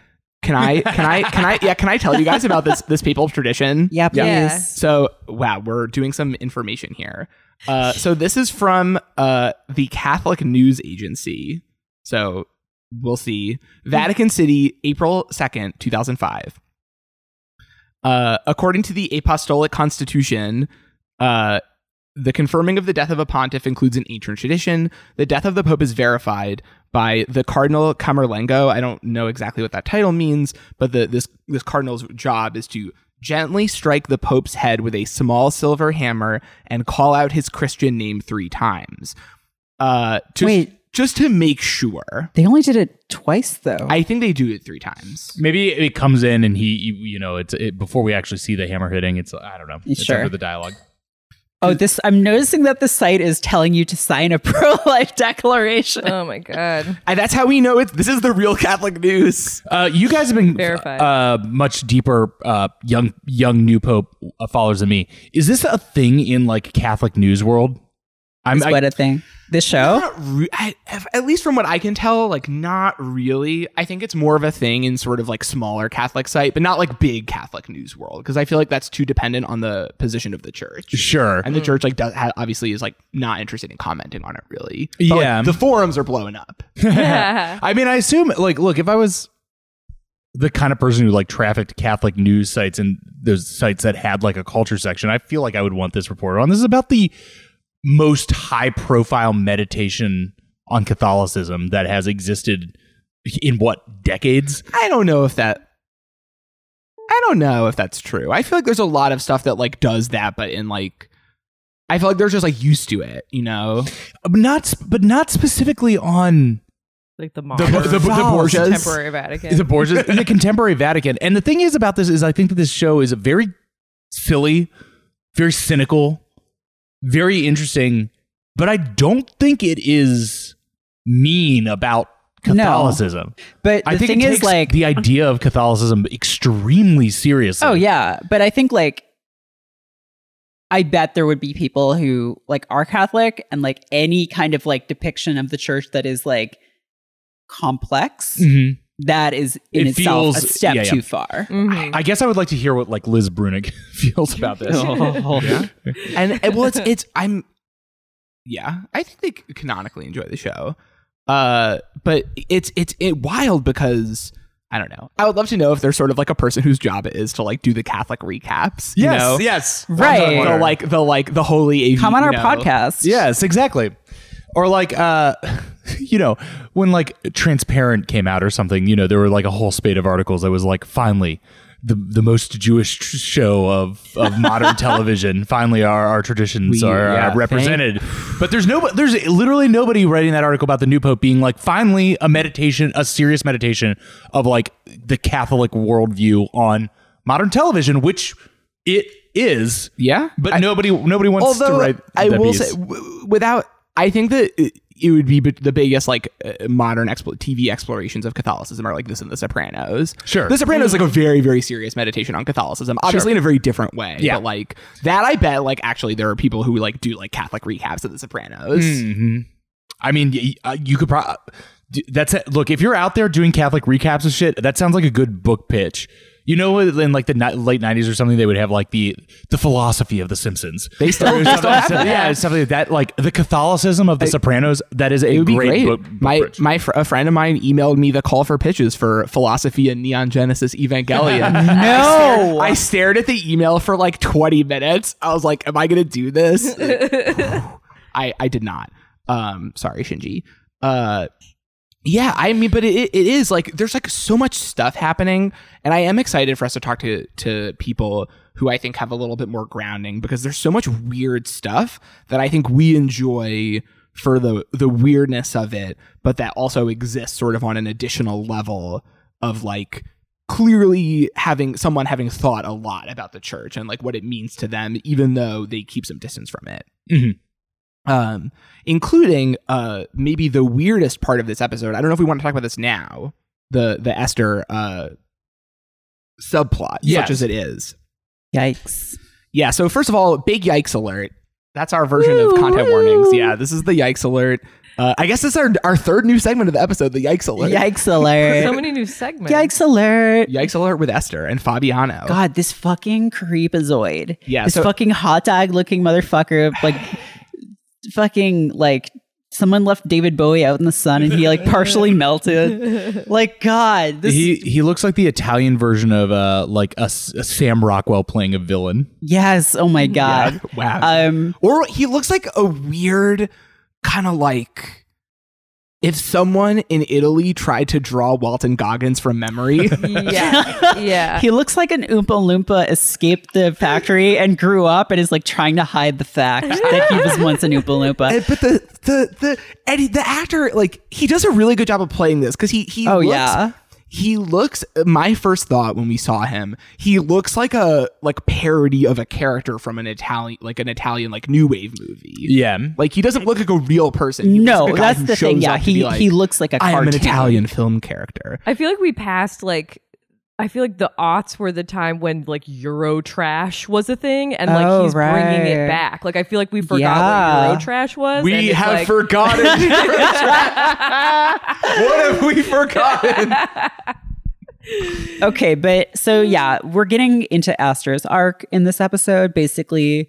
Speaker 4: Can I? Can I? Can I? Yeah. Can I tell you guys about this this people tradition?
Speaker 3: Yeah, please.
Speaker 5: Yeah.
Speaker 4: So wow, we're doing some information here. Uh, so this is from uh, the Catholic News Agency. So we'll see. Vatican City, April second, two thousand five. Uh, according to the Apostolic Constitution, uh, the confirming of the death of a pontiff includes an ancient tradition. The death of the pope is verified by the cardinal Camerlengo. I don't know exactly what that title means, but the, this this cardinal's job is to gently strike the pope's head with a small silver hammer and call out his Christian name three times. Uh, just,
Speaker 3: Wait.
Speaker 4: just to make sure.
Speaker 3: They only did it twice, though.
Speaker 4: I think they do it three times.
Speaker 6: Maybe it comes in and he, you, you know, it's it, before we actually see the hammer hitting. It's I don't know. It's
Speaker 3: Sure.
Speaker 6: after the dialogue.
Speaker 3: oh, this. I'm noticing that the site is telling you to sign a pro life declaration.
Speaker 5: Oh my god.
Speaker 4: And that's how we know it. This is the real Catholic news.
Speaker 6: Uh, you guys have been
Speaker 5: Verified.
Speaker 6: uh, much deeper, uh, young young new pope uh, followers than me. Is this a thing in like Catholic news world? I'm
Speaker 3: Is what a thing. This show?
Speaker 4: Not re- I, if- at least from what I can tell, like not really. I think it's more of a thing in sort of like smaller Catholic site, but not like big Catholic news world because I feel like that's too dependent on the position of the church.
Speaker 6: sure.
Speaker 4: And the church like does, ha- obviously is like not interested in commenting on it really. like,
Speaker 6: Yeah.
Speaker 4: the forums are blowing up.
Speaker 6: I mean, I assume like look, if I was the kind of person who like trafficked Catholic news sites and those sites that had like a culture section, I feel like I would want this reported on. This is about the most high profile meditation on Catholicism that has existed in what decades?
Speaker 4: I don't know if that. I don't know if that's true. I feel like there's a lot of stuff that like does that, but in like, I feel like they're just like used to it, you know.
Speaker 6: But not sp- but not specifically on
Speaker 5: Like the
Speaker 6: the,
Speaker 5: modern
Speaker 6: the, the, Borgias.
Speaker 5: temporary Vatican.
Speaker 6: The Borgias, the contemporary Vatican. And the thing is about this is I think that this show is very silly, very cynical, very interesting, but I don't think it is mean about
Speaker 3: No.
Speaker 6: Catholicism.
Speaker 3: But the
Speaker 6: I think
Speaker 3: thing
Speaker 6: it
Speaker 3: is,
Speaker 6: takes
Speaker 3: like,
Speaker 6: the idea of Catholicism extremely seriously.
Speaker 3: Oh yeah, but I think like I bet there would be people who like are Catholic and like any kind of like depiction of the church that is like complex
Speaker 6: Mhm.
Speaker 3: that is in
Speaker 6: It
Speaker 3: itself a
Speaker 6: feels-
Speaker 3: step
Speaker 6: yeah, Mm-hmm. yeah.
Speaker 3: too far.
Speaker 5: Mhm.
Speaker 6: I guess I would like to hear what like Liz Brunig feels about this.
Speaker 4: and and, well, it's it's I'm, yeah, I think they c- canonically enjoy the show, uh, but it's it's it wild because I don't know. I would love to know if there's sort of like a person whose job it is to like do the Catholic recaps. you
Speaker 6: Yes,
Speaker 4: know?
Speaker 6: yes.
Speaker 3: Right.
Speaker 4: The like the like the holy. AV,
Speaker 3: Come on
Speaker 4: you
Speaker 3: our
Speaker 4: know?
Speaker 3: podcast.
Speaker 6: Yes, exactly. Or like uh you know, when like Transparent came out or something, you know, there were like a whole spate of articles that was like finally the the most Jewish tr- show of of modern television. Finally our, our traditions
Speaker 4: We-
Speaker 6: are
Speaker 4: yeah,
Speaker 6: uh, represented. But there's no there's literally nobody writing that article about the new pope being like finally a meditation, a serious meditation of like the Catholic worldview on modern television, which it is.
Speaker 4: Yeah,
Speaker 6: But
Speaker 4: I-
Speaker 6: nobody nobody wants
Speaker 4: although
Speaker 6: to write
Speaker 4: I
Speaker 6: that
Speaker 4: will
Speaker 6: piece.
Speaker 4: say w- without I think that it, it would be b- the biggest like uh, modern expl- TV explorations of Catholicism are like this in The Sopranos.
Speaker 6: Sure.
Speaker 4: The Sopranos is like a very very serious meditation on Catholicism, obviously in a very different way.
Speaker 6: Yeah.
Speaker 4: but like that I bet like actually there are people who like do like Catholic recaps of The Sopranos.
Speaker 6: hmm I mean, y- y- uh, you could probably. That's it. Look, if you're out there doing Catholic recaps and shit, that sounds like a good book pitch. You know, in like the ni- late '90s or something, they would have like the the philosophy of the Simpsons.
Speaker 4: They still, they still have that.
Speaker 6: yeah, something like that. Like the Catholicism of the Sopranos. That is a
Speaker 4: It would be
Speaker 6: great,
Speaker 4: great.
Speaker 6: book. book
Speaker 4: my
Speaker 6: pitch.
Speaker 4: my fr- a friend of mine emailed me the call for pitches for philosophy and Neon Genesis Evangelion. no, I stared, I stared at the email for like 20 minutes. I was like, "Am I gonna do this?" Like, I I did not. Um, sorry, Shinji. Uh, yeah, I mean, but it, it is like there's like so much stuff happening, and I am excited for us to talk to to people who I think have a little bit more grounding because there's so much weird stuff that I think we enjoy for the the weirdness of it, but that also exists sort of on an additional level of like clearly having someone having thought a lot about the church and like what it means to them, even though they keep some distance from it um, including uh, maybe the weirdest part of this episode. I don't know if we want to talk about this now. The the Esther uh, subplot,
Speaker 6: Yes.
Speaker 4: such as it is.
Speaker 3: Yikes.
Speaker 4: Yeah. So first of all, big yikes alert. That's our version of content warnings. Yeah, this is the yikes alert. Uh, I guess this is our, our third new segment of the episode, the Yikes Alert.
Speaker 3: Yikes alert.
Speaker 5: So many new segments.
Speaker 3: Yikes alert.
Speaker 4: Yikes Alert with Esther and Fabiano.
Speaker 3: God, this fucking creepazoid.
Speaker 4: Oh. Yeah,
Speaker 3: This
Speaker 4: so-
Speaker 3: fucking hot dog looking motherfucker. Like, fucking, like, someone left David Bowie out in the sun and he, like, partially melted. Like, God, this.
Speaker 6: He he looks like the Italian version of uh like a, S- a Sam Rockwell playing a villain.
Speaker 3: yes. Oh my God.
Speaker 4: Wow.
Speaker 3: Um,
Speaker 4: or he looks like a weird kind of like if someone in Italy tried to draw Walton Goggins from memory.
Speaker 5: Yeah. Yeah.
Speaker 3: He looks like an Oompa Loompa escaped the factory and grew up and is like trying to hide the fact that he was once an Oompa Loompa.
Speaker 4: And- Eh, but the the the and he- the actor like he does a really good job of playing this because he he
Speaker 3: Oh,
Speaker 4: looks-
Speaker 3: yeah.
Speaker 4: he looks my first thought when we saw him he looks like a like parody of a character from an Italian like an Italian like new wave movie
Speaker 6: Yeah.
Speaker 4: like he doesn't look like a real person He looks
Speaker 3: No,
Speaker 4: like a guy
Speaker 3: that's
Speaker 4: who
Speaker 3: the
Speaker 4: shows
Speaker 3: thing. Yeah,
Speaker 4: up to be
Speaker 3: he
Speaker 4: like,
Speaker 3: he looks like a
Speaker 4: I am
Speaker 3: cartoon.
Speaker 4: an Italian film character
Speaker 5: I feel like we passed like I feel like the aughts were the time when like Euro trash was a thing, and like
Speaker 3: Oh,
Speaker 5: he's bringing
Speaker 3: right.
Speaker 5: it back. Like I feel like we forgot
Speaker 3: Yeah.
Speaker 5: what Euro trash was. and
Speaker 4: we
Speaker 5: it's,
Speaker 4: have
Speaker 5: like,
Speaker 4: forgotten what have we forgotten
Speaker 3: Okay, but so
Speaker 4: Mm.
Speaker 3: yeah, we're getting into Aster's arc in this episode. Basically,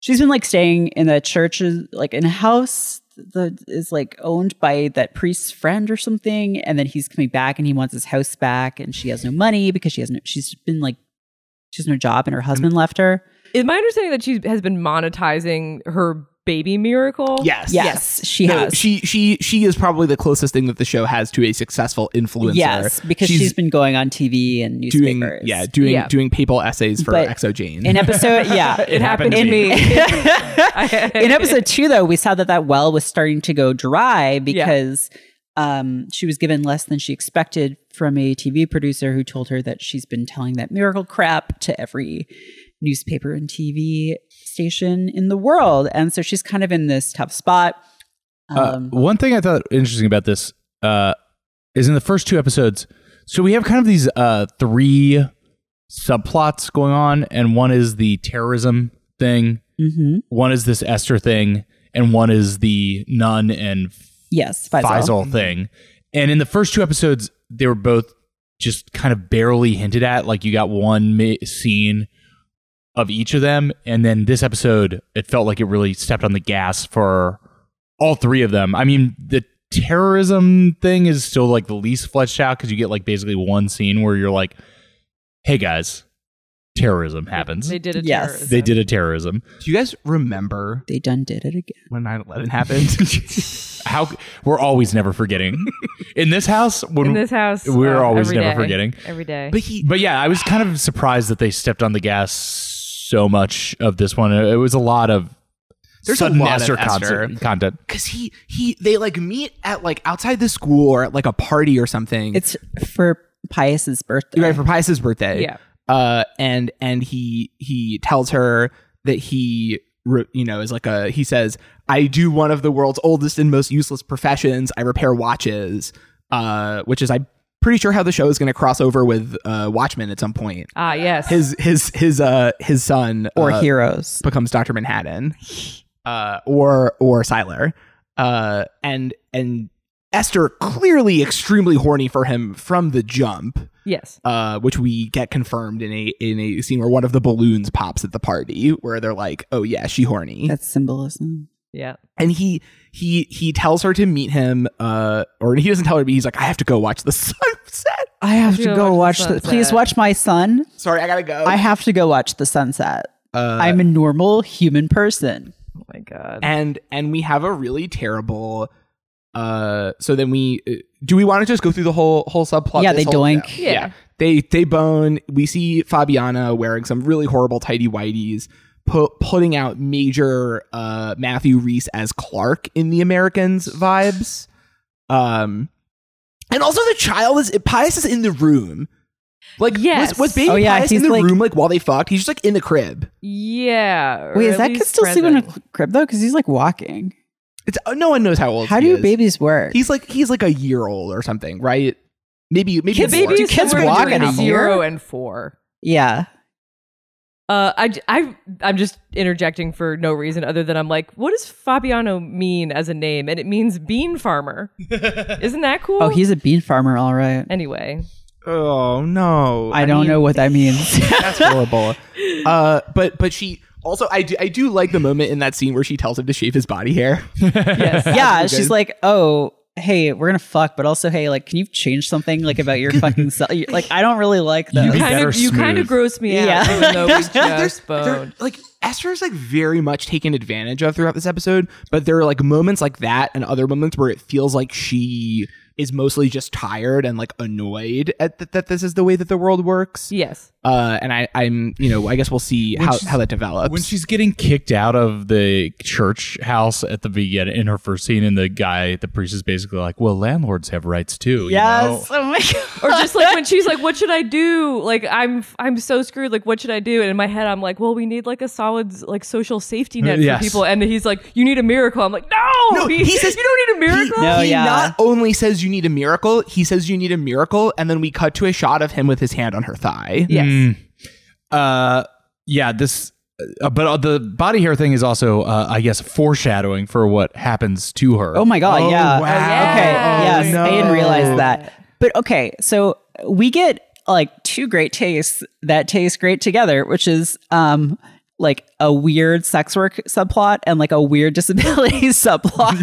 Speaker 3: she's been like staying in a church, like in a house that is like owned by that priest's friend or something, and then he's coming back and he wants his house back, and she has no money because she has no. She's been like, she has no job, and her
Speaker 4: Mm.
Speaker 3: husband left her.
Speaker 5: Is my understanding that she has been monetizing her baby miracle?
Speaker 4: yes
Speaker 3: Yes, she
Speaker 4: No,
Speaker 3: has.
Speaker 4: She she she is probably the closest thing that the show has to a successful influencer.
Speaker 3: yes, because she's been going on TV and
Speaker 4: doing
Speaker 3: newspapers.
Speaker 4: yeah doing
Speaker 5: Yeah.
Speaker 4: doing papal essays for
Speaker 3: But
Speaker 4: Exojane.
Speaker 3: in episode yeah
Speaker 5: It happened to
Speaker 3: in-
Speaker 5: me.
Speaker 3: in episode two though we saw that that well was starting to go dry because um, she was given less than she expected from a tv producer who told her that she's been telling that miracle crap to every newspaper and tv station in the world and so she's kind of in this tough spot
Speaker 6: Uh,
Speaker 3: um,
Speaker 6: one thing I thought interesting about this uh, is in the first two episodes. So we have kind of these uh, three subplots going on, and one is the terrorism thing,
Speaker 3: mhm.
Speaker 6: one is this Esther thing, and one is the nun and
Speaker 3: yes Faisal.
Speaker 5: Mm-hmm.
Speaker 6: Faisal thing. And in the first two episodes, they were both just kind of barely hinted at. Like you got one mi- scene of each of them, and then this episode, it felt like it really stepped on the gas for all three of them. I mean, the terrorism thing is still like the least fleshed out because you get like basically one scene where you're like, "Hey guys, terrorism happens."
Speaker 5: They did a
Speaker 3: Yes.
Speaker 5: terrorism.
Speaker 6: They did a terrorism.
Speaker 4: Do you guys remember
Speaker 3: they done did it again
Speaker 4: when 9-11 happened?
Speaker 6: How we're always never forgetting in this house when
Speaker 5: in this house.
Speaker 6: We're
Speaker 5: uh,
Speaker 6: always
Speaker 5: every
Speaker 6: never
Speaker 5: day.
Speaker 6: forgetting.
Speaker 5: Every day.
Speaker 4: but he
Speaker 6: But yeah, I was kind of surprised that they stepped on the gas so much of this one. It was a lot of
Speaker 4: There's a
Speaker 6: sudden
Speaker 4: lot of
Speaker 6: Esther
Speaker 4: Esther.
Speaker 6: conce- content.
Speaker 4: because he he they like meet at like outside the school or at like a party or something.
Speaker 3: it's for pius's birthday
Speaker 4: You're right for Pius's birthday.
Speaker 5: Yeah.
Speaker 4: Uh, and and he he tells her that he re- you know is like a he says I do one of the world's oldest and most useless professions. I repair watches. Uh, which is I'm pretty sure how the show is going to cross over with uh Watchmen at some point.
Speaker 5: ah yes.
Speaker 4: His his his uh his son
Speaker 3: or
Speaker 4: uh,
Speaker 3: heroes
Speaker 4: becomes Doctor Manhattan, uh, or or Siler, uh, and and Esther clearly extremely horny for him from the jump,
Speaker 5: yes.
Speaker 4: uh, which we get confirmed in a in a scene where one of the balloons pops at the party, where they're like, "Oh yeah, she horny,"
Speaker 3: that's symbolism
Speaker 5: Yeah.
Speaker 4: and he he he tells her to meet him, uh, or he doesn't tell her, but he's like, "I have to go watch the sunset."
Speaker 3: i have to
Speaker 5: should
Speaker 3: go
Speaker 5: watch
Speaker 3: watch
Speaker 5: the
Speaker 3: the, please
Speaker 5: sunset.
Speaker 3: watch my son
Speaker 4: Sorry, I gotta go.
Speaker 3: I have to go watch the sunset.
Speaker 4: Uh,
Speaker 3: I'm a normal human person.
Speaker 5: Oh my god.
Speaker 4: and and we have a really terrible uh so then we do we want to just go through the whole whole subplot
Speaker 3: yeah,
Speaker 4: this
Speaker 3: they
Speaker 4: whole-
Speaker 3: doink.
Speaker 5: Yeah.
Speaker 4: they they bone we see fabiana wearing some really horrible tidy whities pu- putting out major uh matthew reese as clark in the americans vibes um and also the child is pius is in the room like
Speaker 5: Yes.
Speaker 4: was, was baby
Speaker 3: Oh, yeah,
Speaker 4: pius in
Speaker 3: he's
Speaker 4: the
Speaker 3: like-
Speaker 4: room like while they fucked he's just like in the crib
Speaker 5: Yeah. or
Speaker 3: Wait, is
Speaker 5: at
Speaker 3: that
Speaker 5: least
Speaker 3: kid still sleeping in
Speaker 5: present.
Speaker 3: a crib though? Because he's like walking.
Speaker 4: it's uh, no one knows how old
Speaker 3: How
Speaker 4: he
Speaker 3: do
Speaker 4: is.
Speaker 3: babies work?
Speaker 4: He's like he's like a year old or something, right? Maybe maybe
Speaker 5: The
Speaker 4: more.
Speaker 5: baby
Speaker 3: Do
Speaker 5: is
Speaker 3: kids
Speaker 5: somewhere
Speaker 3: walk
Speaker 5: between
Speaker 3: in a
Speaker 5: zero
Speaker 3: year?
Speaker 5: and four.
Speaker 3: yeah.
Speaker 5: Uh, I, I, I'm just interjecting for no reason other than I'm like, what does Fabiano mean as a name? And it means bean farmer. Isn't that cool?
Speaker 3: Oh, he's a bean farmer, all right.
Speaker 5: Anyway,
Speaker 4: Oh no,
Speaker 3: I don't know what that means.
Speaker 4: that's horrible. uh, but but she also I do I do like the moment in that scene where she tells him to shave his body hair.
Speaker 5: yes.
Speaker 3: yeah, she's like, oh, hey, we're gonna fuck, but also, hey, like, can you change something like about your fucking self? You're- Like, I don't really like
Speaker 7: You
Speaker 3: those.
Speaker 7: be-
Speaker 5: kind
Speaker 7: better
Speaker 5: of, you kind of
Speaker 7: smooth.
Speaker 5: gross me out.
Speaker 3: Yeah.
Speaker 5: Even though we
Speaker 4: there's-
Speaker 5: just
Speaker 4: there-
Speaker 5: boned.
Speaker 4: like Esther's like very much taken advantage of throughout this episode, but there are like moments like that and other moments where it feels like she is mostly just tired and like annoyed at th- that this is the way that the world works.
Speaker 5: Yes.
Speaker 4: Uh, and I, I'm, you know, I guess we'll see how, how that develops.
Speaker 7: when
Speaker 6: when she's getting kicked out of the church house at the beginning in her first scene, and the guy, the priest, is basically like, "Well, landlords have rights too." you know?
Speaker 3: Yes. Oh my god.
Speaker 5: Or just like when she's like, "What should I do? Like, I'm I'm so screwed. Like, what should I do?" And in my head, I'm like, "Well, we need like a solid like social safety net
Speaker 6: Yes.
Speaker 5: for people." And he's like, "You need a miracle." I'm like, "No,
Speaker 4: no, he, says
Speaker 5: you don't need a miracle."
Speaker 4: He,
Speaker 3: No,
Speaker 4: he
Speaker 3: yeah.
Speaker 4: not only says you need a miracle, he says you need a miracle, and then we cut to a shot of him with his hand on her thigh.
Speaker 5: Yes.
Speaker 6: uh yeah this uh, but uh, the body hair thing is also uh, i guess foreshadowing for what happens to her
Speaker 3: Oh my god. yeah.
Speaker 4: wow.
Speaker 3: Okay.
Speaker 5: Oh,
Speaker 3: yes. I didn't
Speaker 4: no.
Speaker 3: realize that. But okay, so we get like two great tastes that taste great together, which is um like a weird sex work subplot and like a weird disability subplot.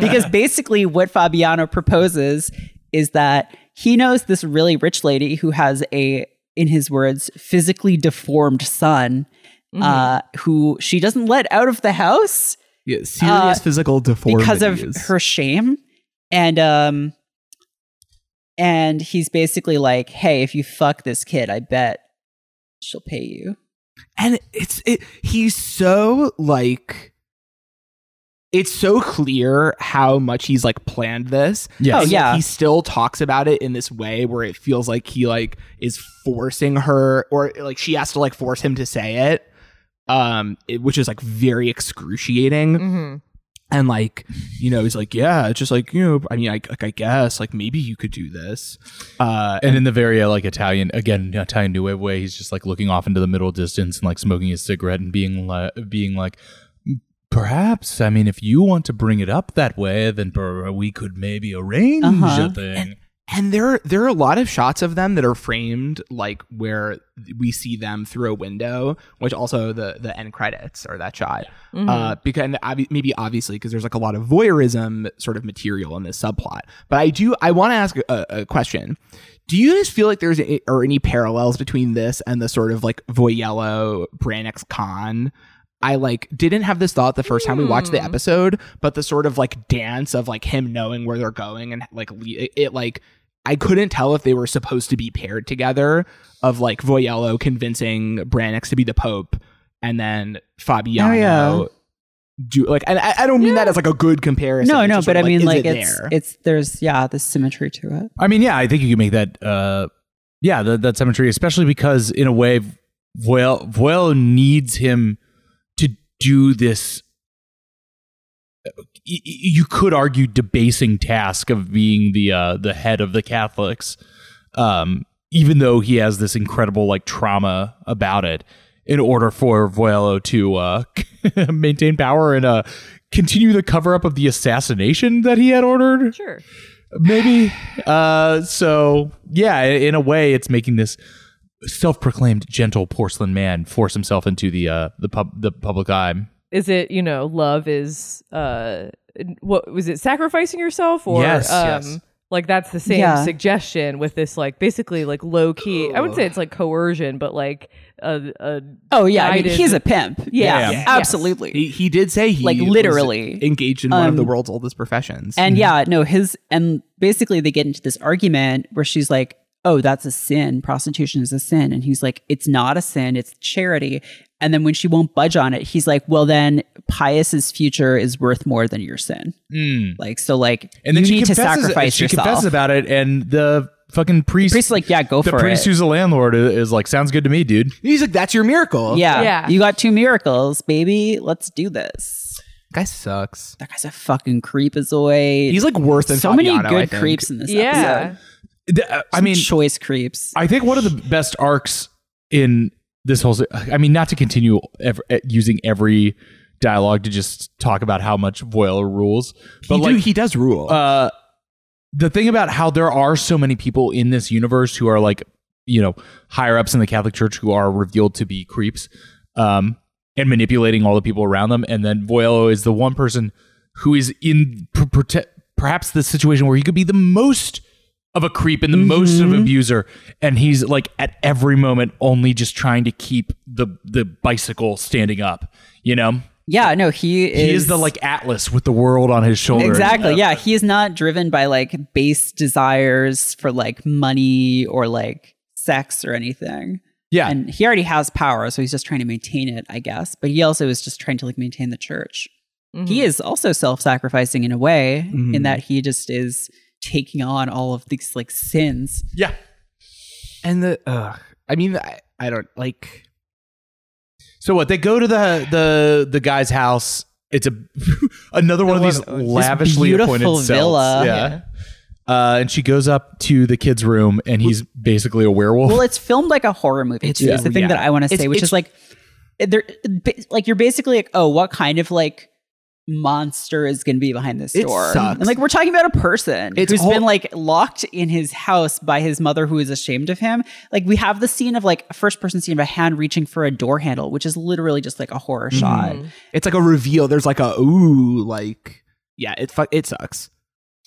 Speaker 3: because basically what Fabiano proposes is that he knows this really rich lady who has a in his words physically deformed son
Speaker 5: Mm-hmm.
Speaker 3: uh who she doesn't let out of the house
Speaker 4: Yeah, serious physical deformity
Speaker 3: Uh, because of her shame and um and he's basically like hey if you fuck this kid i bet she'll pay you
Speaker 4: and it's it, he's so like it's so clear how much he's like planned this
Speaker 3: Oh,
Speaker 6: Yes.
Speaker 3: yeah.
Speaker 4: he still talks about it in this way where it feels like he like is forcing her or like she has to like force him to say it um it- which is like very excruciating
Speaker 5: hmm
Speaker 4: and like you know he's like yeah it's just like you know i mean I, like i guess like maybe you could do this uh
Speaker 6: and in the very uh, like italian again italian new wave way he's just like looking off into the middle distance and like smoking his cigarette and being like being like perhaps i mean if you want to bring it up that way then per- we could maybe arrange
Speaker 3: Uh-huh.
Speaker 6: a thing
Speaker 4: and there there are a lot of shots of them that are framed like where we see them through a window which also the the end credits are that shot uh because and obvi- maybe obviously because there's like a lot of voyeurism sort of material in this subplot but i do i want to ask a, a question do you guys feel like there's a, or any parallels between this and the sort of like voyello branix con I like didn't have this thought the first time we watched the episode, but the sort of like dance of like him knowing where they're going and like le- it, it like I couldn't tell if they were supposed to be paired together of like Voyello convincing Branix to be the Pope and then Fabiano
Speaker 3: Oh, yeah.
Speaker 4: do like and I, I don't mean that as like a good comparison.
Speaker 3: no
Speaker 4: It's
Speaker 3: no
Speaker 4: just
Speaker 3: but
Speaker 4: sort of
Speaker 3: i mean
Speaker 4: is
Speaker 3: like
Speaker 4: it
Speaker 3: it's
Speaker 4: there?
Speaker 3: it's there's yeah the symmetry to it
Speaker 6: I mean, yeah, I think you can make that. Uh, yeah, that, that symmetry, especially because in a way, Voel Voel needs him to do this. y- y- You could argue debasing task of being the uh, the head of the Catholics, um, even though he has this incredible like trauma about it. In order for Voello to uh, maintain power and uh, continue the cover up of the assassination that he had ordered,
Speaker 5: Sure.
Speaker 6: maybe uh so yeah i- in a way it's making this self-proclaimed gentle porcelain man force himself into the uh the pub the public eye
Speaker 5: Is it you know love is uh what was it sacrificing yourself or
Speaker 6: Yes,
Speaker 5: um
Speaker 6: yes.
Speaker 5: like that's the same
Speaker 3: Yeah.
Speaker 5: suggestion with this like basically like low key. I would say it's like coercion, but like a, a
Speaker 3: oh yeah I mean,
Speaker 5: Guided.
Speaker 3: he's a pimp yeah,
Speaker 5: Yeah. Yes.
Speaker 3: absolutely
Speaker 4: he, he did say he
Speaker 3: Like,
Speaker 4: was
Speaker 3: literally.
Speaker 4: engaged in one
Speaker 3: Um,
Speaker 4: of the world's oldest professions.
Speaker 3: And
Speaker 6: Mm-hmm.
Speaker 3: yeah, no, his and basically they get into this argument where she's like, "Oh, that's a sin. Prostitution is a sin." And he's like, "It's not a sin. It's charity." And then when she won't budge on it, he's like, "Well, then Pius's future is worth more than your sin." Like so, like
Speaker 6: Mm. and then
Speaker 3: you
Speaker 6: she
Speaker 3: need to
Speaker 6: confesses,
Speaker 3: sacrifice
Speaker 6: she
Speaker 3: yourself.
Speaker 6: confesses about it and the fucking priest
Speaker 3: Priest's like, "Yeah, go
Speaker 6: the
Speaker 3: for
Speaker 6: priest
Speaker 3: it."
Speaker 6: who's a landlord i- is like sounds good to me dude
Speaker 4: He's like, that's your miracle.
Speaker 3: Yeah,
Speaker 5: Yeah.
Speaker 3: you got two miracles, baby. Let's do this.
Speaker 4: Guy sucks.
Speaker 3: That guy's a fucking creepazoid.
Speaker 4: He's like worse than
Speaker 3: so many
Speaker 4: Fabiano, I
Speaker 3: good
Speaker 4: think.
Speaker 3: creeps in this
Speaker 5: yeah.
Speaker 3: episode.
Speaker 6: Th- uh, i mean
Speaker 3: choice creeps.
Speaker 6: i think one of the best arcs in this whole. I mean, not to continue ever, using every dialogue to just talk about how much Voyle rules, but
Speaker 4: he,
Speaker 6: like
Speaker 4: do, he does rule.
Speaker 6: uh, the thing about how there are so many people in this universe who are like, you know, higher ups in the Catholic Church who are revealed to be creeps um, and manipulating all the people around them. And then Voyello is the one person who is in per- prote- perhaps the situation where he could be the most of a creep and the most of an abuser. And he's like at every moment only just trying to keep the, the bicycle standing up, you know?
Speaker 3: Yeah, no, he is.
Speaker 6: He is the like Atlas with the world on his shoulder.
Speaker 3: Exactly. Yeah, he is not driven by like base desires for like money or like sex or anything.
Speaker 6: Yeah.
Speaker 3: And he already has power, so he's just trying to maintain it, I guess. But he also is just trying to like maintain the church.
Speaker 5: Mm.
Speaker 3: He is also self-sacrificing in a way in that he just is taking on all of these like sins.
Speaker 6: yeah.
Speaker 4: and the, uh, I mean, I, I don't like.
Speaker 6: So what? They go to the the the guy's house. It's a another one of these lavishly
Speaker 3: beautiful
Speaker 6: appointed cells.
Speaker 3: villa.
Speaker 6: Yeah. Uh, and she goes up to the kid's room, and he's basically a werewolf.
Speaker 3: Well, it's filmed like a horror movie. It's, too, is the thing
Speaker 4: Oh. yeah.
Speaker 3: that I want to
Speaker 4: It's-
Speaker 3: say, which
Speaker 4: it's-
Speaker 3: is like, they're ba- like you're basically like, oh, what kind of like monster is going to be behind this
Speaker 4: It
Speaker 3: door?
Speaker 4: sucks.
Speaker 3: And like we're talking about a person
Speaker 4: It's
Speaker 3: who's
Speaker 4: all-
Speaker 3: been like locked in his house by his mother, who is ashamed of him. Like we have the scene of like a first person scene of a hand reaching for a door handle, which is literally just like a horror shot.
Speaker 4: It's like a reveal. There's like a ooh, like yeah. It fu- it sucks.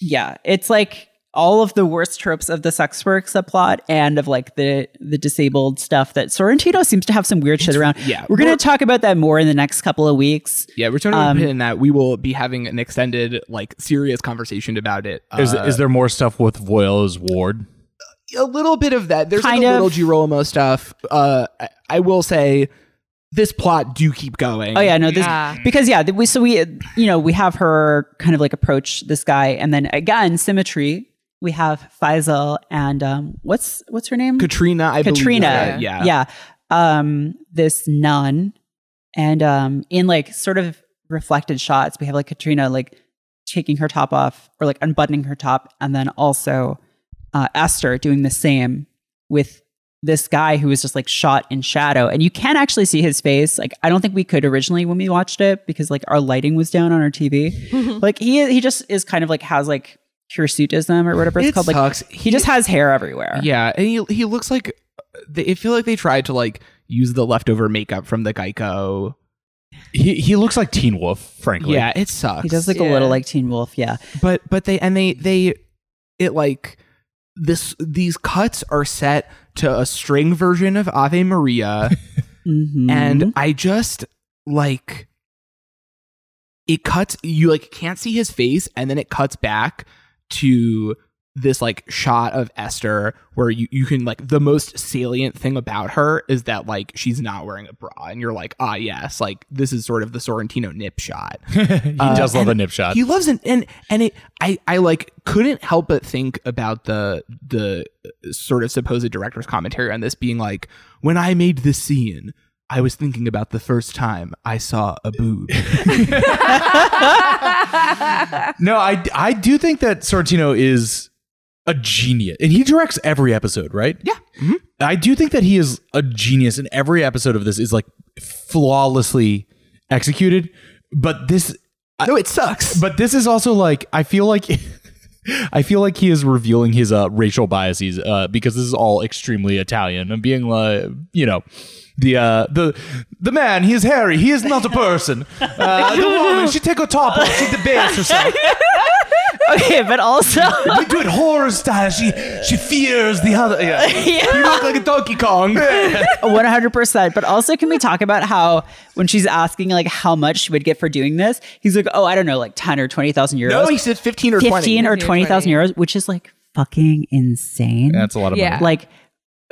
Speaker 3: Yeah, it's like all of the worst tropes of the sex work subplot and of like the the disabled stuff that Sorrentino seems to have some weird shit around.
Speaker 4: yeah,
Speaker 3: we're gonna
Speaker 4: we're-
Speaker 3: talk about that more in the next couple of weeks.
Speaker 4: Yeah, we're trying to
Speaker 3: Um,
Speaker 4: pin in that we will be having an extended, like, serious conversation about it.
Speaker 6: is,
Speaker 4: Uh,
Speaker 6: is there more stuff with Voilo's ward?
Speaker 4: a little bit of that. There's like a
Speaker 3: Kind of.
Speaker 4: little Girolamo stuff. Uh, I, I will say, this plot do keep going.
Speaker 3: Oh yeah, no, this
Speaker 5: Yeah.
Speaker 3: because yeah, th- we so we uh, you know we have her kind of like approach this guy, and then again symmetry. We have Faisal and um, what's what's her name?
Speaker 4: Katrina. I believe,
Speaker 3: Katrina.
Speaker 4: uh, yeah,
Speaker 3: yeah. Um, this nun, and um, in like sort of reflected shots, we have like Katrina like taking her top off or like unbuttoning her top, and then also uh, Esther doing the same with this guy who was just like shot in shadow and you can actually see his face like i don't think we could originally when we watched it because like our lighting was down on our tv like he he just is kind of like has like hirsutism or whatever it's
Speaker 4: It
Speaker 3: called like
Speaker 4: sucks.
Speaker 3: he just has hair everywhere
Speaker 4: Yeah, and he he looks like they I feel like they tried to like use the leftover makeup from the Geico.
Speaker 6: He he looks like Teen Wolf, frankly.
Speaker 4: Yeah, it sucks.
Speaker 3: He does look a
Speaker 5: Yeah.
Speaker 3: little like Teen Wolf, yeah.
Speaker 4: but but they and they they it like this these cuts are set to a string version of Ave Maria, Mm-hmm.
Speaker 3: Mhm.
Speaker 4: and I just like it cuts. You like can't see his face, and then it cuts back to this like shot of Esther where you, you can like the most salient thing about her is that like she's not wearing a bra and you're like ah yes like this is sort of the Sorrentino nip shot
Speaker 6: he
Speaker 3: Uh,
Speaker 6: does love a nip shot.
Speaker 4: he loves it, and and it. I I like couldn't help but think about the the uh, sort of supposed director's commentary on this being like, when I made this scene, I was thinking about the first time I saw a boob.
Speaker 6: no, I I do think that Sorrentino is a genius, and he directs every episode, right?
Speaker 4: yeah,
Speaker 6: I do think that he is a genius, and every episode of this is like flawlessly executed. But this,
Speaker 4: no, it sucks.
Speaker 6: but this is also like I feel like, I feel like he is revealing his uh, racial biases uh, because this is all extremely Italian and being like, you know, the uh, the the man he is hairy, he is not a person. Uh, the woman she take her top off, she debates herself.
Speaker 3: okay, but also
Speaker 6: We do it horror style. She she fears the other. Yeah.
Speaker 4: you look like a Donkey Kong.
Speaker 3: 100%. But also, can we talk about how when she's asking like how much she would get for doing this, he's like, oh, I don't know, like 10 or 20,000 euros.
Speaker 4: no, he said fifteen or
Speaker 3: 15
Speaker 4: twenty.
Speaker 3: or
Speaker 5: 20.
Speaker 3: 20,000 euros, which is like fucking insane.
Speaker 6: That's a lot of
Speaker 5: Yeah.
Speaker 6: money.
Speaker 3: like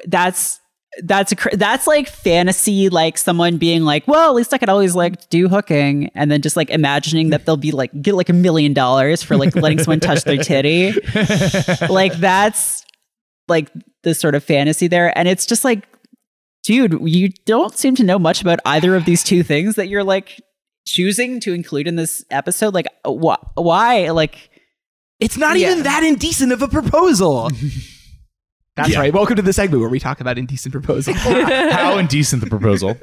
Speaker 3: that's that's a cr- that's like fantasy like someone being like well at least i could always like do hooking and then just like imagining that they'll be like get like a million dollars for like letting someone touch their titty like that's like the sort of fantasy there and it's just like dude you don't seem to know much about either of these two things that you're like choosing to include in this episode like wh- why like
Speaker 4: It's not
Speaker 5: Yeah.
Speaker 4: even that indecent of a proposal. That's
Speaker 6: Yeah.
Speaker 4: right. Welcome to the segment where we talk about indecent proposals.
Speaker 5: Mm-hmm.
Speaker 6: How indecent the proposal.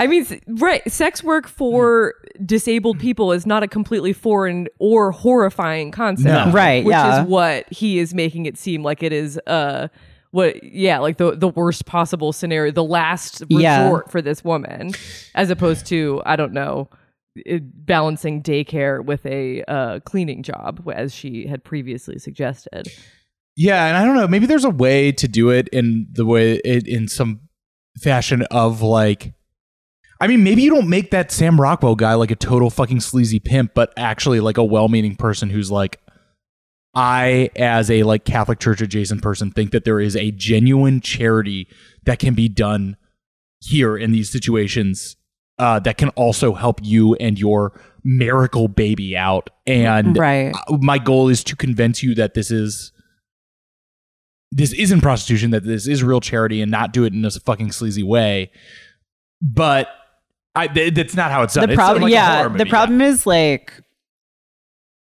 Speaker 5: I mean, s- right. Sex work for
Speaker 6: Mm.
Speaker 5: disabled people is not a completely foreign or horrifying concept.
Speaker 6: No.
Speaker 3: Right,
Speaker 5: Which
Speaker 3: yeah.
Speaker 5: is what he is making it seem like it is, uh, what, yeah, like the, the worst possible scenario, the last resort
Speaker 3: Yeah.
Speaker 5: for this woman, as opposed to, I don't know, it, balancing daycare with a uh, cleaning job, as she had previously suggested.
Speaker 6: Yeah, and I don't know. Maybe there's a way to do it in the way it in some fashion of like. I mean, maybe you don't make that Sam Rockwell guy like a total fucking sleazy pimp, but actually like a well-meaning person who's like, I as a like Catholic Church adjacent person think that there is a genuine charity that can be done here in these situations uh, that can also help you and your miracle baby out. And
Speaker 3: right.
Speaker 6: uh, my goal is to convince you that this is this isn't prostitution that this is real charity and not do it in this fucking sleazy way but i th- that's not how it's done
Speaker 3: the
Speaker 6: It's sort
Speaker 3: problem
Speaker 6: of like a
Speaker 3: yeah
Speaker 6: horror
Speaker 3: the
Speaker 6: movie.
Speaker 3: problem is like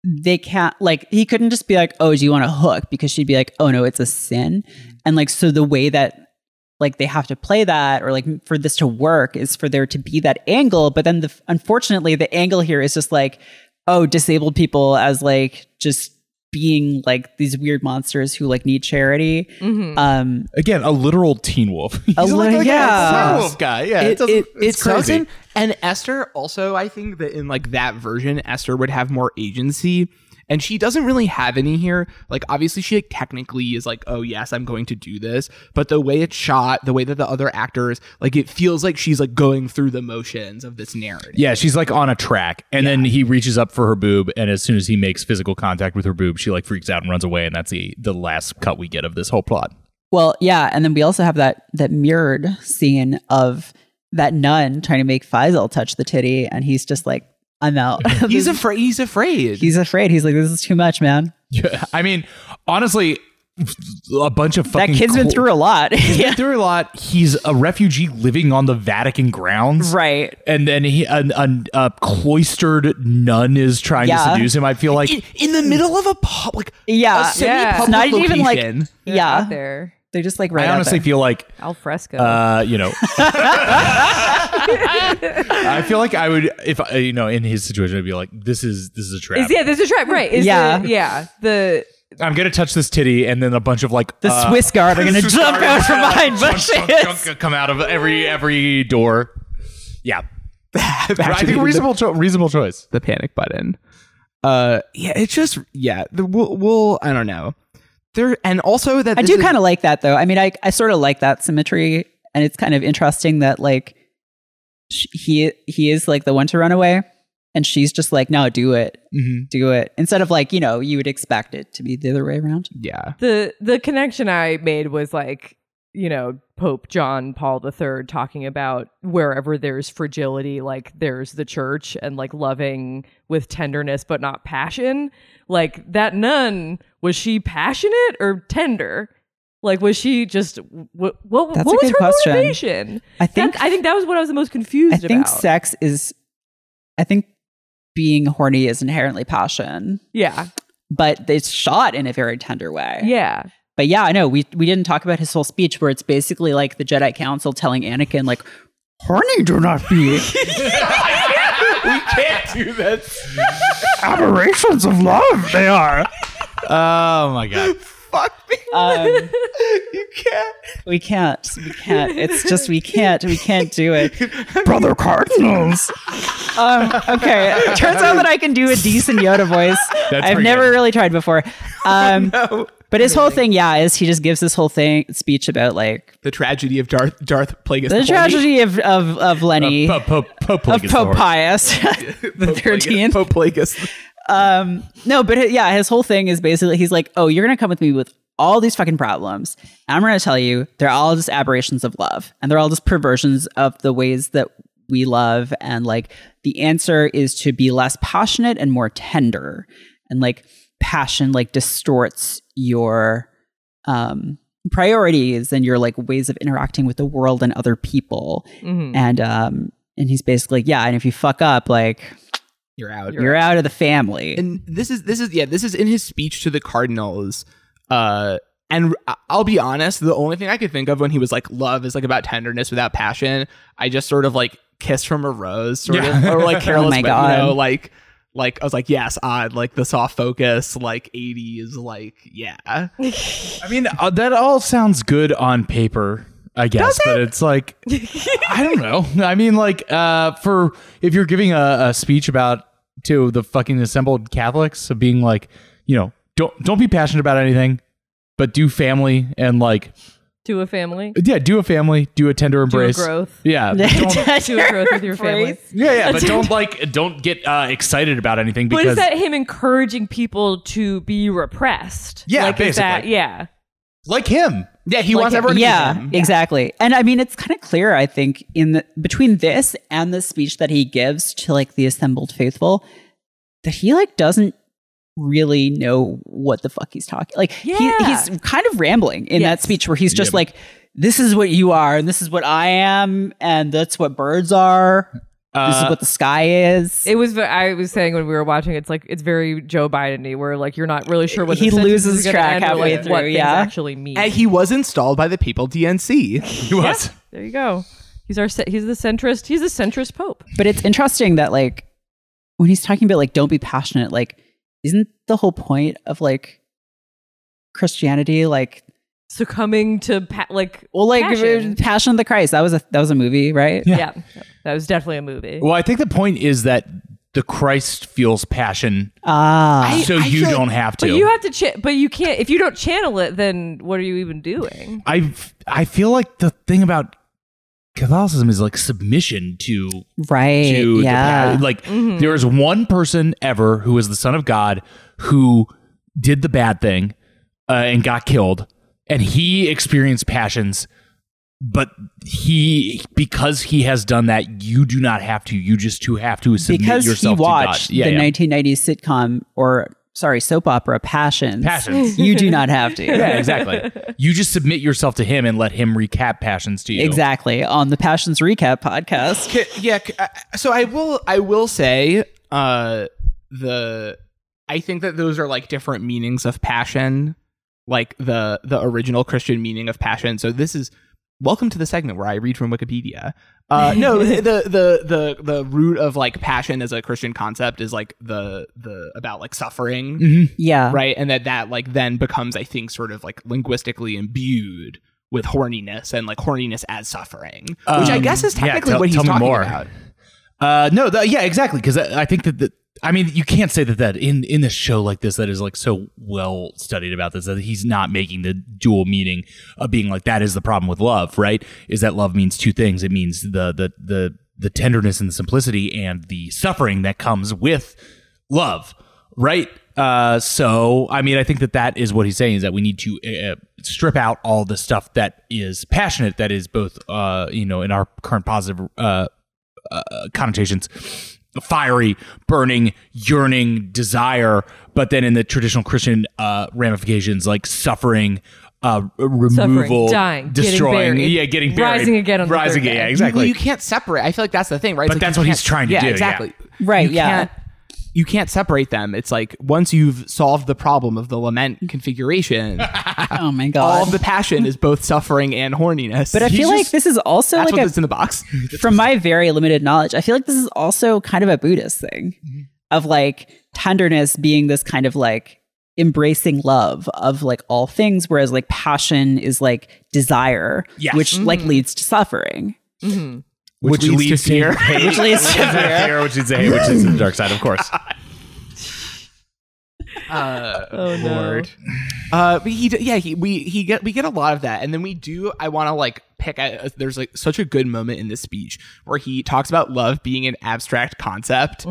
Speaker 3: they can't like he couldn't just be like oh do you want a hook because she'd be like oh no it's a sin and like so the way that like they have to play that or like for this to work is for there to be that angle but then the unfortunately the angle here is just like oh disabled people as like just being like these weird monsters who like need charity
Speaker 6: Mm-hmm.
Speaker 3: um
Speaker 6: again a literal teen wolf
Speaker 3: a little- yeah
Speaker 4: werewolf guy. Yeah,
Speaker 6: It-
Speaker 4: doesn't-
Speaker 6: it-
Speaker 4: it's
Speaker 6: it's crazy.
Speaker 4: Susan and Esther. Also, I think that in like that version, Esther would have more agency, and she doesn't really have any here. Like, obviously, she like, technically is like, "Oh yes, I'm going to do this," but the way it's shot, the way that the other actors like, it feels like she's like going through the motions of this narrative.
Speaker 6: yeah she's like on a track and then he reaches up for her boob and as soon as he makes physical contact with her boob she like freaks out and runs away and that's the the last cut we get of this whole plot
Speaker 3: Well, yeah, and then we also have that that mirrored scene of that nun trying to make Faisal touch the titty, and he's just like, "I'm out."
Speaker 4: He's afraid. He's afraid.
Speaker 3: he's afraid. He's like, "This is too much, man."
Speaker 6: yeah i mean honestly a bunch of
Speaker 3: That
Speaker 6: fucking
Speaker 3: kid's been
Speaker 6: cool-
Speaker 3: through a lot.
Speaker 6: been through a lot he's a refugee living on the vatican grounds
Speaker 3: right.
Speaker 6: and then he an, an, a cloistered nun is trying to
Speaker 3: Yeah.
Speaker 6: seduce him. I feel like
Speaker 4: in, in the middle of a public,
Speaker 3: Yeah.
Speaker 4: a semi-public
Speaker 3: It's not even like yeah.
Speaker 4: location.
Speaker 5: Out there.
Speaker 3: They're just like right.
Speaker 6: I
Speaker 3: out
Speaker 6: honestly
Speaker 3: there.
Speaker 6: feel like
Speaker 5: Al fresco.
Speaker 6: uh, you know. I feel like I would if I, you know in his situation I'd be like this is this is a trap.
Speaker 5: is, yeah, there's a trap, right? Is
Speaker 3: Yeah.
Speaker 5: the, yeah. The
Speaker 6: I'm gonna touch this titty and then a bunch of like
Speaker 3: the
Speaker 6: uh,
Speaker 3: Swiss guard are going to
Speaker 6: Swiss
Speaker 3: jump
Speaker 6: guard-
Speaker 3: out from behind
Speaker 6: junk,
Speaker 3: bushes.
Speaker 6: junk, junk come out of every every door. Yeah, I think reasonable cho- reasonable choice.
Speaker 4: the panic button. Uh, yeah, it's just yeah. The, we'll, we'll I don't know. There and also that
Speaker 3: I
Speaker 4: this
Speaker 3: do
Speaker 4: is-
Speaker 3: kind of like that though. I mean, I I sort of like that symmetry, and it's kind of interesting that like sh- he he is like the one to run away, and she's just like, "No, do it,
Speaker 4: Mhm.
Speaker 3: do it," instead of like you know you would expect it to be the other way around.
Speaker 4: yeah.
Speaker 5: the the connection I made was like, you know, Pope John Paul III talking about wherever there's fragility, like there's the church and like loving with tenderness but not passion. Like that nun, was she passionate or tender? Like was she just what what,
Speaker 3: That's
Speaker 5: what
Speaker 3: a
Speaker 5: was
Speaker 3: good
Speaker 5: her
Speaker 3: question.
Speaker 5: motivation?
Speaker 3: I think
Speaker 5: that, I think that was what I was the most
Speaker 3: I
Speaker 5: confused
Speaker 3: think
Speaker 5: about.
Speaker 3: sex is, I think being horny is inherently passion,
Speaker 5: yeah,
Speaker 3: but it's shot in a very tender way.
Speaker 5: yeah,
Speaker 3: But yeah, I know we we didn't talk about his whole speech where it's basically like the Jedi Council telling Anakin like, "Horny do not be."
Speaker 6: We can't do this.
Speaker 7: Aberrations of love, they are.
Speaker 6: Oh my god.
Speaker 4: Fuck me.
Speaker 3: Um,
Speaker 4: You can't.
Speaker 3: We can't. We can't. It's just we can't. We can't do it.
Speaker 7: Brother Cardinals.
Speaker 3: Um, okay. Turns out that I can do a decent Yoda voice.
Speaker 6: That's
Speaker 3: I've
Speaker 6: pretty
Speaker 3: never
Speaker 6: good.
Speaker 3: really tried before. Um, But his whole thing, yeah, is he just gives this whole thing speech about like
Speaker 4: The tragedy of Darth Darth Plagueis.
Speaker 3: the
Speaker 4: Holy.
Speaker 3: tragedy of of of Lenny
Speaker 6: Pope Pope Pope
Speaker 3: of
Speaker 6: Plagueis the
Speaker 3: Pope
Speaker 6: Horse.
Speaker 3: Pius the
Speaker 4: Pope Plagueis-
Speaker 3: Thirteenth.
Speaker 4: Pope Plagueis.
Speaker 3: Um, no, but hi- yeah, his whole thing is basically he's like, oh, you're gonna come with me with all these fucking problems. And I'm gonna tell you they're all just aberrations of love, and they're all just perversions of the ways that we love. And like the answer is to be less passionate and more tender. And like passion like distorts your um priorities and your like ways of interacting with the world and other people.
Speaker 5: Mhm.
Speaker 3: And um and he's basically like, yeah, and if you fuck up, like
Speaker 4: You're out.
Speaker 3: you're out of the family.
Speaker 4: and this is this is yeah this is in his speech to the cardinals uh And I- I'll be honest, the only thing I could think of when he was like, love is like about tenderness without passion, I just sort of like kiss from a rose, sort of, or like careless,
Speaker 3: Oh my
Speaker 4: but, you know,
Speaker 3: God.
Speaker 4: like, like I was like, yes, odd, like the soft focus, like 80s, like, yeah.
Speaker 6: I mean, uh, that all sounds good on paper, I guess, but it's like I don't know. I mean, like uh, for if you're giving a, a speech about to the fucking assembled Catholics of being like, you know, don't don't be passionate about anything, but do family and like
Speaker 5: to a family,
Speaker 6: yeah, do a family, do a tender embrace,
Speaker 5: growth.
Speaker 6: yeah,
Speaker 5: to a growth with your family.
Speaker 6: yeah, yeah, but don't like don't get uh, excited about anything
Speaker 5: But
Speaker 6: because
Speaker 5: is that him encouraging people to be repressed?
Speaker 6: Yeah,
Speaker 5: like, is that,
Speaker 6: basically.
Speaker 5: yeah.
Speaker 6: like him,
Speaker 4: Yeah, he wants
Speaker 3: Like,
Speaker 4: everyone
Speaker 3: yeah,
Speaker 4: to be him.
Speaker 3: exactly. And I mean, it's kind of clear, I think, in the, between this and the speech that he gives to like the assembled faithful, that he like doesn't really know what the fuck he's talking. Like he,
Speaker 5: Yeah.
Speaker 3: he's kind of rambling in that
Speaker 5: Yes.
Speaker 3: speech where he's just like, "This is what you are, and this is what I am, and that's what birds are. this is what the sky is."
Speaker 5: It was. ve- I was saying when we were watching, it's like it's very Joe Biden-y, where like you're not really sure what the
Speaker 3: He
Speaker 5: sentence is
Speaker 3: loses
Speaker 5: gonna
Speaker 3: track
Speaker 5: end or,
Speaker 3: halfway
Speaker 5: like,
Speaker 3: through,
Speaker 5: What things
Speaker 3: yeah.
Speaker 5: actually mean.
Speaker 4: And he was installed by the people DNC.
Speaker 6: he was.
Speaker 5: there you go. He's our. ce- He's the centrist. He's the centrist pope.
Speaker 3: But it's interesting that like when he's talking about like don't be passionate, like isn't the whole point of like Christianity like
Speaker 5: Succumbing to pa- like.
Speaker 3: well like
Speaker 5: Passion.
Speaker 3: Passion, of the Christ that was a that was a movie right
Speaker 5: Yeah. that was definitely a movie.
Speaker 6: Well, I think the point is that the Christ feels passion,
Speaker 3: ah
Speaker 6: so
Speaker 4: I
Speaker 6: you
Speaker 4: feel-
Speaker 6: don't have to.
Speaker 5: But you have to. Cha- but you can't. If you don't channel it, then what are you even doing?
Speaker 6: I I feel like the thing about Catholicism is like submission to
Speaker 3: right
Speaker 6: to
Speaker 3: Eh, yeah
Speaker 6: the, pa- like there is one person ever who is the son of God who did the bad thing uh, and got killed and he experienced passions but he because he has done that you do not have to you just to have to submit
Speaker 3: because he
Speaker 6: yourself
Speaker 3: watched
Speaker 6: to God. Yeah,
Speaker 3: the
Speaker 6: yeah.
Speaker 3: 1990s sitcom or sorry soap opera Passions
Speaker 6: Passions.
Speaker 3: you do not have to
Speaker 6: yeah, exactly. You just submit yourself to him and let him recap passions to you.
Speaker 3: exactly on the Passions recap podcast
Speaker 4: K- yeah k- I- I- so i will i will say uh the i think that those are like different meanings of passion like the the original christian meaning of passion so this is welcome to the segment where i read from wikipedia uh no the the the the, the root of like passion as a christian concept is like the the about like suffering
Speaker 3: yeah
Speaker 4: right and that that like then becomes i think sort of like linguistically imbued with horniness and like horniness as suffering which i
Speaker 6: Um,
Speaker 4: guess is
Speaker 6: yeah,
Speaker 4: technically
Speaker 6: tell-
Speaker 4: what he's
Speaker 6: tell me
Speaker 4: talking
Speaker 6: more.
Speaker 4: about
Speaker 6: Uh, no, th- yeah, exactly. Because I, I think that the, I mean, you can't say that that in in a show like this that is like so well studied about this that he's not making the dual meaning of being like that is the problem with love, right? Is that love means two things? It means the the the the tenderness and the simplicity and the suffering that comes with love, right? Uh, so I mean, I think that that is what he's saying is that we need to uh, strip out all the stuff that is passionate, that is both, uh, you know, in our current positive uh, uh, connotations fiery burning yearning desire but then in the traditional christian uh ramifications like suffering uh removal
Speaker 5: dying, getting
Speaker 6: destroying
Speaker 5: buried,
Speaker 6: yeah getting buried
Speaker 5: rising again on the
Speaker 6: rising
Speaker 5: third
Speaker 6: again, yeah
Speaker 5: day.
Speaker 6: exactly
Speaker 4: Well, you can't separate. I feel like that's the thing, right?
Speaker 6: But
Speaker 4: It's like
Speaker 6: that's
Speaker 4: you
Speaker 6: what he's
Speaker 4: can't-
Speaker 6: trying to
Speaker 4: yeah,
Speaker 6: do, yeah.
Speaker 4: Exactly.
Speaker 3: Right,
Speaker 4: You
Speaker 3: yeah.
Speaker 4: Can't, you can't separate them. It's like once you've solved the problem of the lament configuration,
Speaker 3: oh my
Speaker 4: all
Speaker 3: god
Speaker 4: of the passion is both suffering and horniness.
Speaker 3: but I feel like this is also
Speaker 4: that's
Speaker 3: like a
Speaker 4: what's in the box.
Speaker 3: from my very limited knowledge, I feel like this is also kind of a Buddhist thing
Speaker 4: Mm-hmm.
Speaker 3: of like tenderness being this kind of like embracing love of like all things, whereas like passion is like desire,
Speaker 6: Yes.
Speaker 3: which like
Speaker 4: Mm-hmm.
Speaker 3: leads to suffering.
Speaker 4: Which leads to fear.
Speaker 3: Which leads to fear.
Speaker 6: which is a which is the dark side of course
Speaker 5: Oh no.
Speaker 4: Uh, but he, d- yeah, he, we, he get, we get a lot of that, and then we do. I want to like pick. At, there's like such a good moment in this speech where he talks about love being an abstract concept,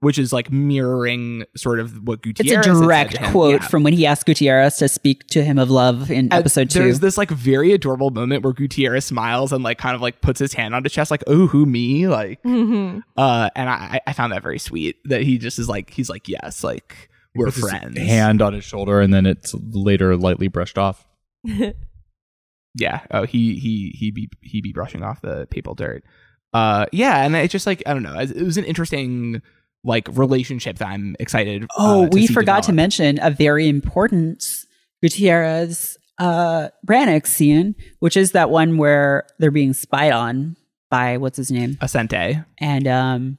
Speaker 4: which is like mirroring sort of what
Speaker 3: Mm-hmm. It's
Speaker 4: Gutierrez.
Speaker 3: a
Speaker 4: had said
Speaker 3: direct
Speaker 4: to him.
Speaker 3: quote
Speaker 4: Yeah.
Speaker 3: from when he asked Gutierrez to speak to him of love in
Speaker 4: And
Speaker 3: episode two.
Speaker 4: There's this like very adorable moment where Gutierrez smiles and like kind of like puts his hand on his chest, like, oh, who me? Like,
Speaker 3: Mm-hmm.
Speaker 5: Mm-hmm.
Speaker 4: uh, and I, I found that very sweet that he just is like, he's like, yes, like we're friends.
Speaker 6: hand on his shoulder and then it's later lightly brushed off
Speaker 4: Yeah. Oh, he, he, he be, he be brushing off the papal dirt. Uh, yeah. And it's just like, I don't know. It it was an interesting like relationship that I'm excited.
Speaker 3: Oh,
Speaker 4: uh, to
Speaker 3: we
Speaker 4: see
Speaker 3: forgot to
Speaker 4: develop.
Speaker 3: mention a very important Gutierrez uh, Brannick scene, which is that one where they're being spied on by what's his name,
Speaker 4: Ascente.
Speaker 3: and um,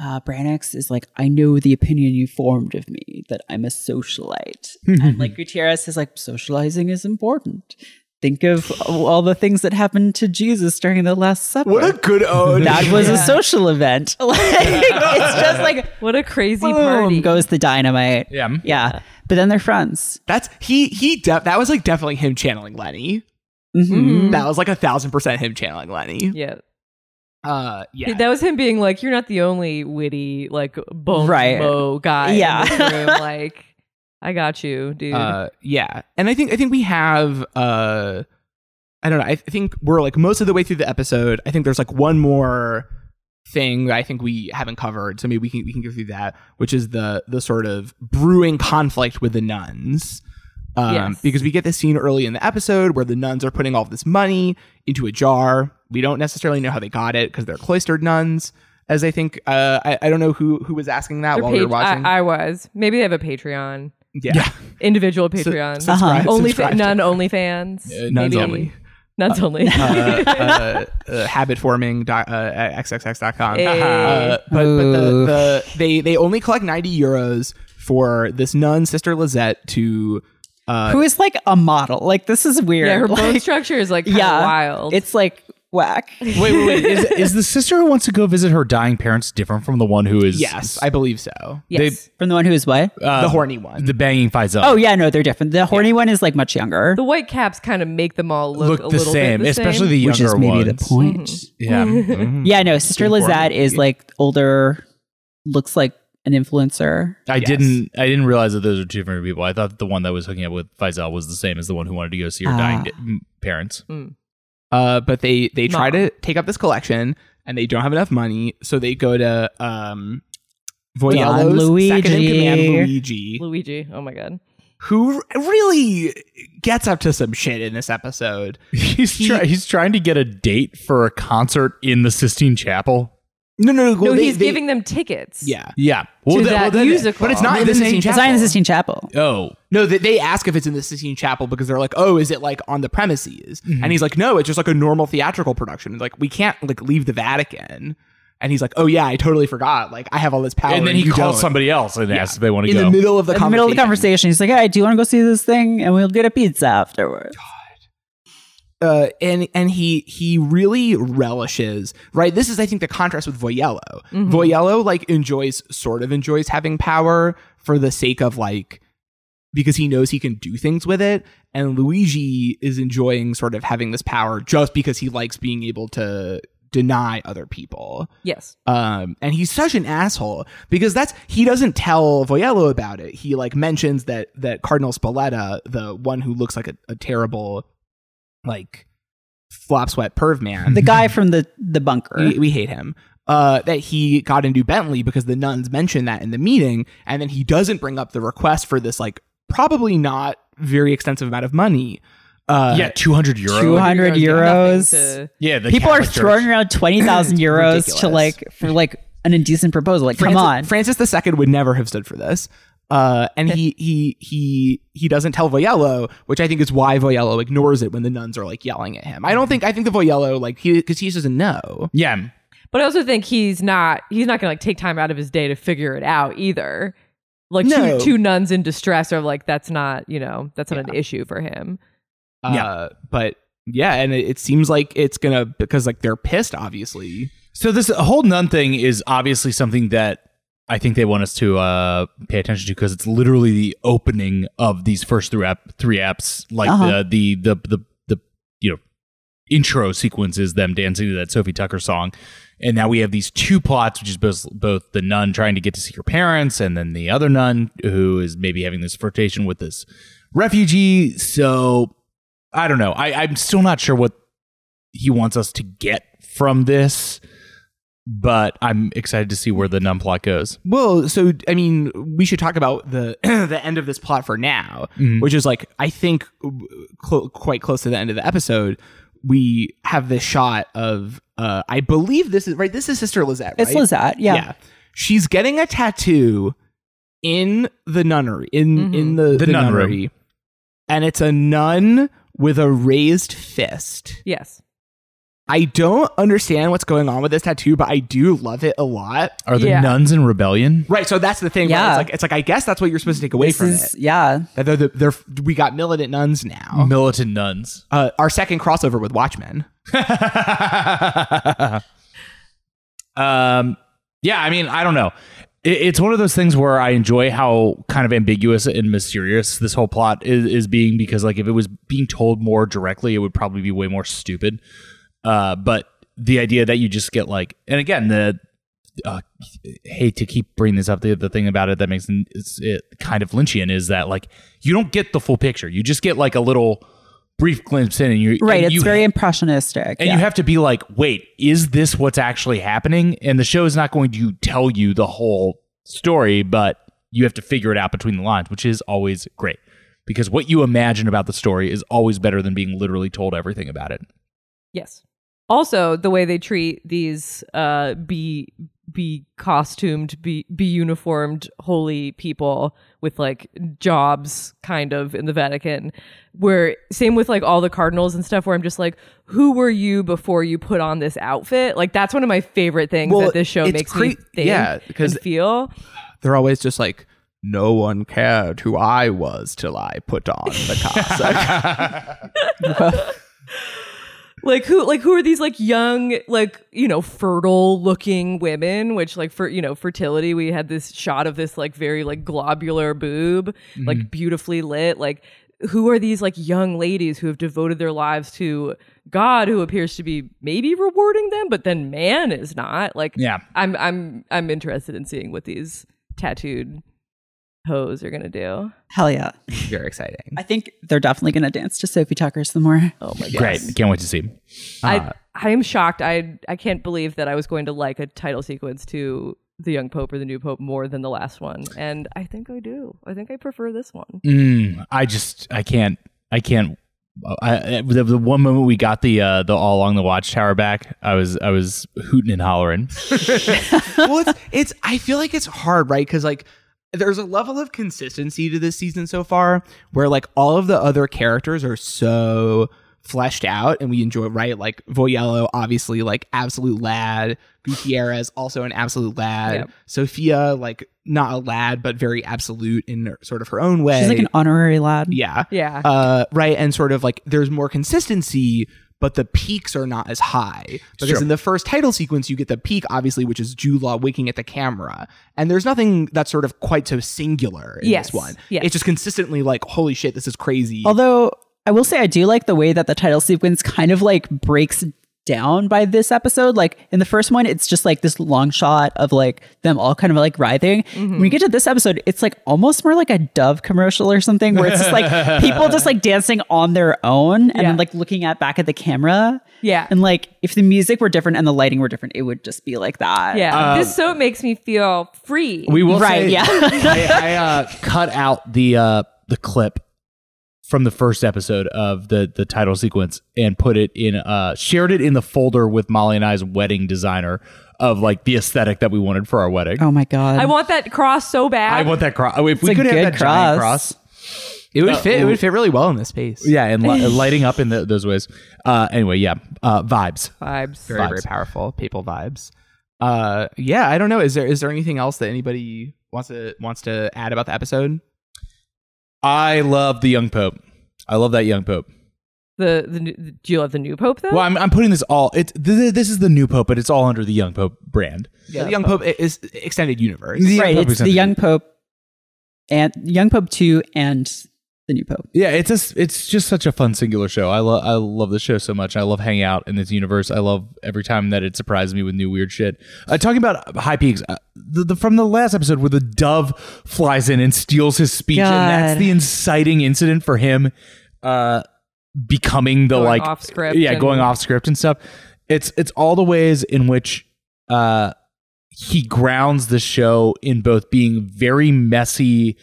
Speaker 3: uh, Brannick is like, "I know the opinion you formed of me that I'm a socialite," and like Gutierrez is like, "Socializing is important." Think of all the things that happened to Jesus during the Last Supper.
Speaker 4: What a good ode.
Speaker 3: that was a social event. Like, it's just like
Speaker 5: What a crazy
Speaker 3: boom
Speaker 5: party.
Speaker 3: goes the dynamite.
Speaker 6: Yeah.
Speaker 3: Yeah. But then they're friends.
Speaker 4: That's he he de- that was like definitely him channeling Lenny.
Speaker 5: Mm-hmm.
Speaker 3: Mhm.
Speaker 4: That was like a thousand percent him channeling Lenny.
Speaker 5: yeah.
Speaker 4: Uh yeah.
Speaker 5: That was him being like, "You're not the only witty like bone
Speaker 3: Right.
Speaker 5: mo guy."
Speaker 3: Yeah.
Speaker 5: in this room. like I got you, dude.
Speaker 4: uh yeah and i think i think we have uh i don't know i th- think we're like most of the way through the episode i think there's like one more thing that i think we haven't covered so maybe we can we can go through that which is the the sort of brewing conflict with the nuns um
Speaker 5: Yes.
Speaker 4: because we get this scene early in the episode where the nuns are putting all of this money into a jar we don't necessarily know how they got it because they're cloistered nuns as i think uh i, I don't know who who was asking that
Speaker 5: Their
Speaker 4: while we were
Speaker 5: pat- I-
Speaker 4: watching
Speaker 5: I, was. Maybe they have a Patreon,
Speaker 4: yeah,
Speaker 5: individual Patreon.
Speaker 3: Uh-huh.
Speaker 4: Subscribe-
Speaker 5: Only fa-
Speaker 4: subscribe to
Speaker 5: none only fans.
Speaker 4: nuns
Speaker 5: Maybe.
Speaker 4: only.
Speaker 5: Nuns only.
Speaker 4: uh, uh, uh, habitforming dot, uh, at xxx.com.
Speaker 5: Hey.
Speaker 4: Uh, but but the, the, they they only collect 90 euros for this nun, Sister Lizette, to. Uh,
Speaker 3: Who is like a model. Like this is weird.
Speaker 5: yeah, her
Speaker 3: Like,
Speaker 5: bone structure is like kinda
Speaker 3: yeah,
Speaker 5: wild.
Speaker 3: It's like whack.
Speaker 6: Wait, wait, wait. Is, is the sister who wants to go visit her dying parents different from the one who is
Speaker 4: yes, I believe so.
Speaker 5: yes.
Speaker 3: From the one who is what?
Speaker 6: uh,
Speaker 4: the horny one.
Speaker 6: the banging Faisal?
Speaker 3: oh yeah, no, they're different. The horny one is like much younger.
Speaker 5: the white caps kind of make them all look,
Speaker 6: look,
Speaker 5: a
Speaker 6: the
Speaker 5: little
Speaker 6: same,
Speaker 5: bit the
Speaker 6: especially
Speaker 5: same.
Speaker 6: the
Speaker 3: which
Speaker 6: younger
Speaker 3: is maybe
Speaker 6: ones.
Speaker 3: the point.
Speaker 6: Yeah. Mhm.
Speaker 3: Yeah, no, Sister
Speaker 4: Important.
Speaker 3: Lizette is like older, looks like an influencer.
Speaker 6: I
Speaker 4: Yes.
Speaker 6: didn't. I didn't realize that those were two different people. I thought the one that was hooking up with Faisal was the same as the one who wanted to go see her dying
Speaker 3: Ah.
Speaker 6: di- m- parents.
Speaker 4: uh, but they, they try
Speaker 5: Mom.
Speaker 4: to take up this collection and they don't have enough money, so they go to um, Voyello's second in command,
Speaker 3: Luigi.
Speaker 4: Luigi,
Speaker 5: Luigi. Oh my god.
Speaker 4: who really gets up to some shit in this episode.
Speaker 6: He's try, he's trying to get a date for a concert in the Sistine Chapel.
Speaker 4: No, no, no. well,
Speaker 5: no,
Speaker 4: they-
Speaker 5: he's
Speaker 4: they-
Speaker 5: giving them tickets.
Speaker 4: Yeah.
Speaker 6: Yeah.
Speaker 5: To
Speaker 6: then-
Speaker 5: that
Speaker 6: then-
Speaker 5: musical.
Speaker 4: But it's not
Speaker 6: Well,
Speaker 4: in the
Speaker 6: then they-
Speaker 4: Sistine
Speaker 3: It's not in
Speaker 4: Chapel.
Speaker 3: the Sistine Chapel.
Speaker 6: Oh,
Speaker 4: No, they, they ask if it's in the Sistine Chapel because they're like, oh, is it like on the premises?
Speaker 6: Mm-hmm.
Speaker 4: And he's like, no, it's just like a normal theatrical production. It's like we can't like leave the Vatican. And he's like, oh yeah, I totally forgot. Like I have all this power.
Speaker 6: and then he
Speaker 4: you
Speaker 6: calls
Speaker 4: don't."
Speaker 6: somebody else and
Speaker 4: Yeah.
Speaker 6: asks if they want to
Speaker 4: in
Speaker 6: go.
Speaker 4: the middle of the
Speaker 3: In the
Speaker 4: conversation.
Speaker 3: middle of the conversation, he's like, "Hey, do you want to go see this thing? And we'll get a pizza afterwards."
Speaker 4: uh, and and he he really relishes right. This is I think the contrast with Voyello. Voyello like enjoys sort of enjoys having power for the sake of like because he knows he can do things with it, and Luigi is enjoying sort of having this power just because he likes being able to deny other people.
Speaker 5: Yes.
Speaker 4: Um, and he's such an asshole because that's he doesn't tell Voyello about it. He like mentions that that Cardinal Spalletta, the one who looks like a, a terrible, like flop sweat perv man,
Speaker 3: The guy from the the bunker.
Speaker 4: we, we hate him. Uh, that he got into Bentley because the nuns mentioned that in the meeting, and then he doesn't bring up the request for this like probably not very extensive amount of money. Uh,
Speaker 6: yeah, two hundred euro.
Speaker 3: 200 euros.
Speaker 5: Nothing to-
Speaker 6: Yeah, the
Speaker 3: People are
Speaker 6: Catholic Church.
Speaker 3: throwing around twenty thousand euros to
Speaker 4: Ridiculous.
Speaker 3: like for like an indecent proposal. Like, come on,
Speaker 4: Francis II would never have stood for this. Uh, and he he he he doesn't tell Voyello, which I think is why Voyello ignores it when the nuns are like yelling at him. I don't think I think the Voyello like he because he just doesn't know.
Speaker 6: Yeah,
Speaker 5: But I also think he's not he's not gonna like take time out of his day to figure it out either. Like
Speaker 4: No.
Speaker 5: two, two nuns in distress are like that's not you know that's not an issue for him.
Speaker 4: Uh,
Speaker 6: Yeah.
Speaker 4: but yeah, and it, it seems like it's gonna because like they're pissed, obviously.
Speaker 6: So this whole nun thing is obviously something that I think they want us to uh, pay attention to because it's literally the opening of these first three app three apps, like
Speaker 3: Uh-huh.
Speaker 6: the, the the the the you know intro sequence is them dancing to that Sophie Tucker song, and now we have these two plots, which is both both the nun trying to get to see her parents, and then the other nun who is maybe having this flirtation with this refugee. So I don't know. I, I'm still not sure what he wants us to get from this, but I'm excited to see where the nun plot goes.
Speaker 4: Well, so I mean, we should talk about the the end of this plot for now,
Speaker 3: Mm-hmm.
Speaker 4: which is like I think cl- quite close to the end of the episode. We have this shot of uh, I believe this is right. This is Sister Lizette.
Speaker 3: it's
Speaker 4: right?
Speaker 3: Lizette. Yeah.
Speaker 4: she's getting a tattoo in the nunnery in
Speaker 5: Mhm.
Speaker 4: in the,
Speaker 6: The
Speaker 3: Mm-hmm.
Speaker 4: the,
Speaker 6: nun room.
Speaker 4: nunnery, and it's a nun with a raised fist.
Speaker 5: Yes.
Speaker 4: I don't understand what's going on with this tattoo, but I do love it a lot.
Speaker 6: Are the
Speaker 5: Yeah.
Speaker 6: nuns in rebellion?
Speaker 4: Right, so that's the thing. Yeah,
Speaker 3: Yeah.
Speaker 4: it's like it's like I guess that's what you're supposed to take away
Speaker 3: This
Speaker 4: from
Speaker 3: is
Speaker 4: it.
Speaker 3: yeah.
Speaker 4: That they're, the- they're, we got militant nuns now.
Speaker 6: Militant nuns.
Speaker 4: Uh, our second crossover with Watchmen.
Speaker 6: um, yeah, I mean, I don't know. It, it's one of those things where I enjoy how kind of ambiguous and mysterious this whole plot is, is being because, like, if it was being told more directly, it would probably be way more stupid. Uh, but the idea that you just get like, and again, the uh, hate to keep bringing this up. The, the thing about it that makes n- it's, it kind of Lynchian is that like you don't get the full picture. You just get like a little brief glimpse in, and you
Speaker 3: Right.
Speaker 6: and
Speaker 3: It's
Speaker 6: you
Speaker 3: very impressionistic.
Speaker 6: and
Speaker 3: yeah.
Speaker 6: you have to be like, wait, is this what's actually happening? And the show is not going to tell you the whole story, but you have to figure it out between the lines, which is always great because what you imagine about the story is always better than being literally told everything about it.
Speaker 5: Yes. Also, the way they treat these uh, be be costumed, be be uniformed, holy people with like jobs, kind of in the Vatican. Where same with like all the cardinals and stuff. Where I'm just like, who were you before you put on this outfit? Like that's one of my favorite things
Speaker 4: Well,
Speaker 5: that this show
Speaker 4: it's
Speaker 5: makes
Speaker 4: cre-
Speaker 5: me think.
Speaker 4: yeah, 'cause-
Speaker 5: and feel.
Speaker 4: They're always just like, no one cared who I was till I put on the cassock.
Speaker 5: like who like who are these like young like you know fertile looking women which like for you know fertility we had this shot of this like very like globular boob like beautifully lit like who are these like young ladies who have devoted their lives to god who appears to be maybe rewarding them but then man is not like
Speaker 6: Yeah.
Speaker 5: i'm i'm i'm interested in seeing what these tattooed hoes are gonna do
Speaker 3: Hell yeah.
Speaker 4: Very exciting.
Speaker 3: I think they're definitely going to dance to Sophie Tucker's the more.
Speaker 5: oh my god
Speaker 6: Great. Can't wait to see. Uh,
Speaker 5: I I am shocked. I I can't believe that I was going to like a title sequence to the young pope or the new pope more than the last one, and I think I do. I think I prefer this one.
Speaker 6: Mm, I just, I can't, I can't. I, I- the, the one moment we got the uh, the all along the watchtower back, I was I was hooting and hollering.
Speaker 4: well, it's, it's I feel like it's hard, right? Because like there's a level of consistency to this season so far, where like all of the other characters are so fleshed out, and we enjoy right. Like Voyello, obviously, like absolute lad. Gutierrez, also an absolute lad.
Speaker 5: Yep.
Speaker 4: Sophia, like not a lad, but very absolute in sort of her own way.
Speaker 3: She's like an honorary lad.
Speaker 4: yeah,
Speaker 5: Yeah,
Speaker 4: uh, right? And sort of like there's more consistency, but the peaks are not as high. Because in the first title sequence, you get the peak, obviously, which is Jude Law winking at the camera. And there's nothing that's sort of quite so singular in
Speaker 5: Yes,
Speaker 4: this one.
Speaker 5: yes.
Speaker 4: It's just consistently like, holy shit, this is crazy.
Speaker 3: Although I will say I do like the way that the title sequence kind of like breaks down by this episode. Like in the first one, it's just like this long shot of like them all kind of like writhing.
Speaker 5: Mm-hmm.
Speaker 3: When you get to this episode, it's like almost more like a Dove commercial or something where it's just like people just like dancing on their own and
Speaker 5: Yeah.
Speaker 3: then like looking at back at the camera.
Speaker 5: yeah,
Speaker 3: And like if the music were different and the lighting were different, it would just be like that.
Speaker 5: yeah. this so makes me feel free.
Speaker 6: uh, We will
Speaker 3: Right,
Speaker 6: say-
Speaker 3: yeah.
Speaker 6: I, I uh, cut out the uh, the clip from the first episode of the the title sequence and put it in uh, shared it in the folder with Molly and I's wedding designer of like the aesthetic that we wanted for our wedding.
Speaker 3: oh my God.
Speaker 5: I want that cross so bad.
Speaker 6: I want that cross. If we
Speaker 3: a
Speaker 6: could have
Speaker 3: good
Speaker 6: that giant
Speaker 3: cross.
Speaker 6: cross,
Speaker 4: it would fit. It would fit really well in this space.
Speaker 6: Oh, yeah, and li- lighting up in the, those ways. Uh, anyway, yeah, uh, vibes.
Speaker 5: vibes.
Speaker 4: Very, very powerful. People vibes. Uh, yeah, I don't know. Is there is there anything else that anybody wants to wants to add about the episode?
Speaker 6: I love the young pope. I love that young pope.
Speaker 5: The, the new- the do you love the new pope though?
Speaker 6: Well, I'm, I'm putting this all. It's th- this is the new pope, but it's all under the young pope brand.
Speaker 4: Yeah, the young
Speaker 6: uh,
Speaker 4: pope i- is extended universe.
Speaker 3: right. It's
Speaker 6: Pope
Speaker 3: the
Speaker 6: extended.
Speaker 3: young Pope and young Pope 2 and the new Pope.
Speaker 6: Yeah, it's just it's just such a fun singular show. I love I love the show so much. I love hanging out in this universe. I love every time that it surprises me with new weird shit. Uh, talking about high peaks, uh, the, the from the last episode where the dove flies in and steals his speech, and that's
Speaker 3: God.
Speaker 6: the inciting incident for him uh, becoming the
Speaker 5: Going
Speaker 6: like
Speaker 5: off script
Speaker 6: yeah,
Speaker 5: and-
Speaker 6: going off script and stuff. It's it's all the ways in which uh, he grounds the show in both being very messy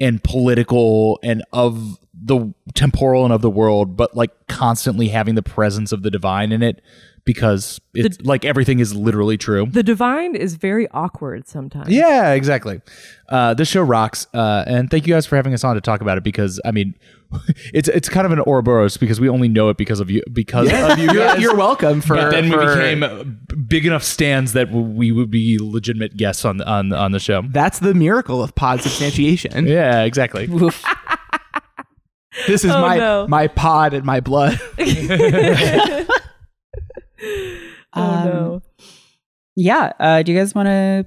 Speaker 6: and political and of the temporal and of the world, but like constantly having the presence of the divine in it because it's like everything is literally true.
Speaker 5: The divine is very awkward sometimes.
Speaker 6: Yeah, exactly. Uh, this show rocks, uh, and thank you guys for having us on to talk about it because I mean, it's it's kind of an Ouroboros because we only know it because of you because of you
Speaker 4: You're,
Speaker 6: guys.
Speaker 4: you're welcome for.
Speaker 6: but then we
Speaker 4: for-
Speaker 6: became uh, b- big enough stands that w- we would be legitimate guests on on on the show.
Speaker 4: That's the miracle of pod substantiation.
Speaker 6: Yeah, exactly.
Speaker 4: This is
Speaker 5: Oh,
Speaker 4: my
Speaker 5: no.
Speaker 4: my pod and my blood.
Speaker 5: Oh
Speaker 3: Um,
Speaker 5: no.
Speaker 3: yeah. Uh, do you guys want to,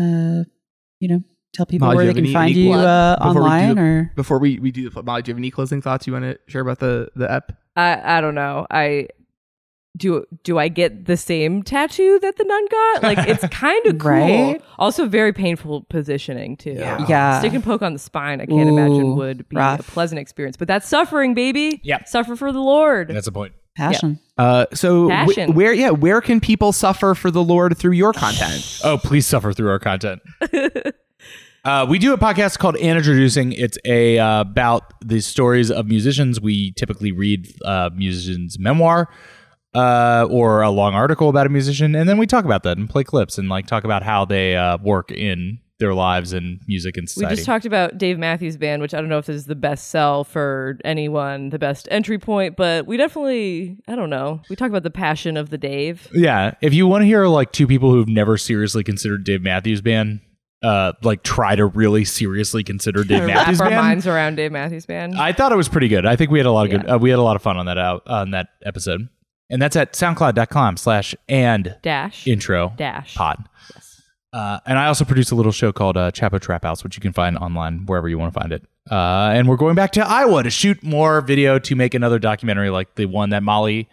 Speaker 3: uh, you know, tell people
Speaker 4: Molly,
Speaker 3: where
Speaker 4: do
Speaker 3: they
Speaker 4: you have
Speaker 3: can
Speaker 4: any-
Speaker 3: find
Speaker 4: any
Speaker 3: you uh,
Speaker 4: before we do
Speaker 3: online
Speaker 4: the-
Speaker 3: or?
Speaker 4: Before we we do the Molly, do you have any closing thoughts you want to share about the the ep?
Speaker 5: I I don't know. I do do I get the same tattoo that the nun got? Like it's kind of cool.
Speaker 3: Right?
Speaker 5: Also very painful positioning too.
Speaker 4: Yeah.
Speaker 3: Yeah.
Speaker 5: Stick and poke on the spine, I can't imagine
Speaker 3: Ooh,
Speaker 5: would be a
Speaker 3: rough.
Speaker 5: pleasant experience. But that's suffering, baby.
Speaker 6: Yep.
Speaker 5: Suffer for the Lord.
Speaker 6: That's the point.
Speaker 3: Passion.
Speaker 4: Uh, so wh-
Speaker 5: Passion.
Speaker 4: where yeah where can people suffer for the Lord through your content?
Speaker 6: Oh, please suffer through our content. uh, we do a podcast called Introducing. It's a uh, about the stories of musicians. We typically read uh, musicians' memoir uh, or a long article about a musician, and then we talk about that and play clips and like talk about how they uh, work in their lives and music and
Speaker 5: we
Speaker 6: society.
Speaker 5: just talked about Dave Matthews Band, which I don't know if this is the best sell for anyone, the best entry point, but we definitely, I don't know, we talked about the passion of the Dave.
Speaker 6: yeah, if you want to hear like two people who've never seriously considered Dave Matthews Band, uh, like try to really seriously consider Dave
Speaker 5: Wrap
Speaker 6: Matthews
Speaker 5: our
Speaker 6: Band.
Speaker 5: minds around Dave Matthews Band.
Speaker 6: I thought it was pretty good. I think we had a lot of good. Uh, we had a lot of fun on that out on that episode, and that's at soundcloud.com slash and
Speaker 5: Dash.
Speaker 6: intro
Speaker 5: Dash.
Speaker 6: pod. Uh, and I also produce a little show called uh, Chapo Trap House, which you can find online wherever you want to find it. Uh, and we're going back to Iowa to shoot more video to make another documentary like the one that Molly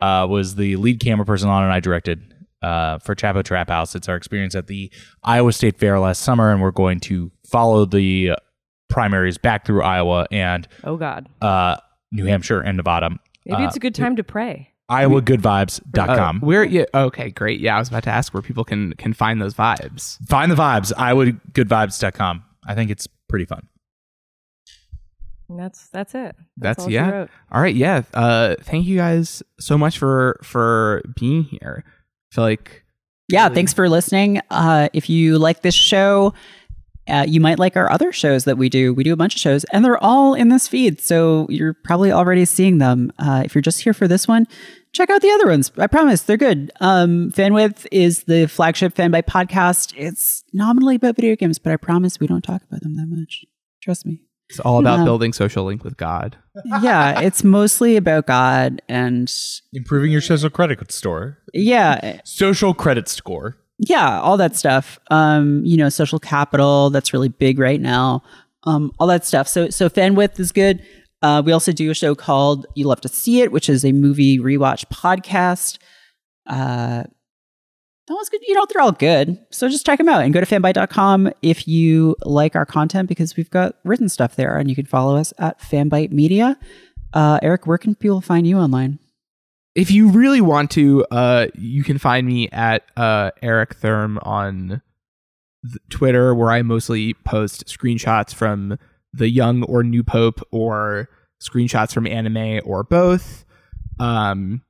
Speaker 6: uh, was the lead camera person on and I directed uh, for Chapo Trap House. It's our experience at the Iowa State Fair last summer, and we're going to follow the uh, primaries back through Iowa and
Speaker 5: Oh God.
Speaker 6: uh, New Hampshire and Nevada.
Speaker 5: Maybe it's a good time to pray.
Speaker 4: Uh,
Speaker 6: IowaGoodVibes.com.
Speaker 4: where yeah okay great yeah I was about to ask where people can can find those vibes.
Speaker 6: Find the vibes. IowaGoodVibes.com. I think it's pretty fun.
Speaker 5: And that's that's it.
Speaker 4: That's,
Speaker 5: all she
Speaker 4: yeah.
Speaker 5: wrote.
Speaker 4: All right, yeah. Uh, thank you guys so much for for being here. I feel like
Speaker 3: Yeah, thanks for listening. Uh, if you like this show, uh, you might like our other shows that we do. We do a bunch of shows, and they're all in this feed, so you're probably already seeing them. Uh, if you're just here for this one, check out the other ones. I promise they're good. Um, FanWidth is the flagship fan by podcast. It's nominally about video games, but I promise we don't talk about them that much. Trust me.
Speaker 4: it's all about
Speaker 3: Yeah.
Speaker 4: building social link with God.
Speaker 3: yeah, it's mostly about God, and
Speaker 6: Improving your social credit score.
Speaker 3: yeah,
Speaker 6: Social credit score.
Speaker 3: yeah all that stuff um you know social capital that's really big right now um all that stuff so so fan width is good uh we also do a show called you love to see it which is a movie rewatch podcast uh that was good you know they're all good so just check them out and go to fanbite.com if you like our content because we've got written stuff there and you can follow us at fanbite media uh eric where can people find you online
Speaker 4: If you really want to, uh, you can find me at uh, Eric Therm on th- Twitter, where I mostly post screenshots from the young or new pope, or screenshots from anime, or both. Um,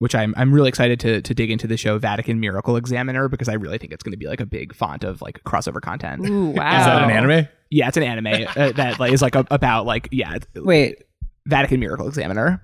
Speaker 4: which I'm I'm really excited to to dig into the show Vatican Miracle Examiner because I really think it's going to be like a big font of like crossover content.
Speaker 5: Ooh, wow.
Speaker 6: Is that an anime?
Speaker 4: Yeah, it's an anime uh, that like, is like a, about like yeah, it's-
Speaker 3: wait
Speaker 4: Vatican Miracle Examiner.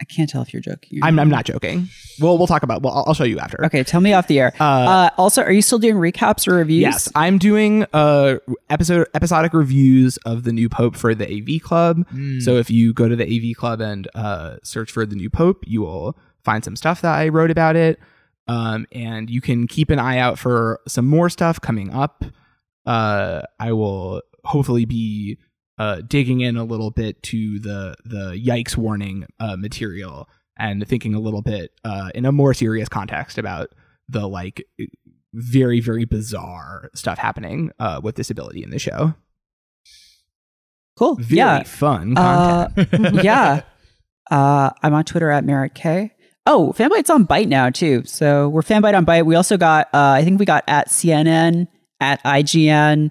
Speaker 3: i can't tell if you're joking
Speaker 4: I'm I'm not joking. We'll we'll talk about. Well, I'll, I'll show you after.
Speaker 3: okay tell me off the air
Speaker 4: Uh,
Speaker 3: Uh, also, are you still doing recaps or reviews?
Speaker 4: yes, I'm doing uh episode episodic reviews of the new pope for the AV Club. So if you go to the AV Club and uh search for the new pope, you will find some stuff that I wrote about it. Um, and you can keep an eye out for some more stuff coming up. Uh, I will hopefully be uh digging in a little bit to the the yikes warning uh material and thinking a little bit uh in a more serious context about the like very very bizarre stuff happening uh, with disability in the show.
Speaker 3: Cool.
Speaker 4: Very
Speaker 3: yeah.
Speaker 4: fun
Speaker 3: Uh,
Speaker 4: content.
Speaker 3: yeah. Uh, I'm on Twitter at Merritt K. Oh, Fanbite's on Byte now too. So we're Fanbite on Byte. We also got, uh, I think we got at CNN, at IGN.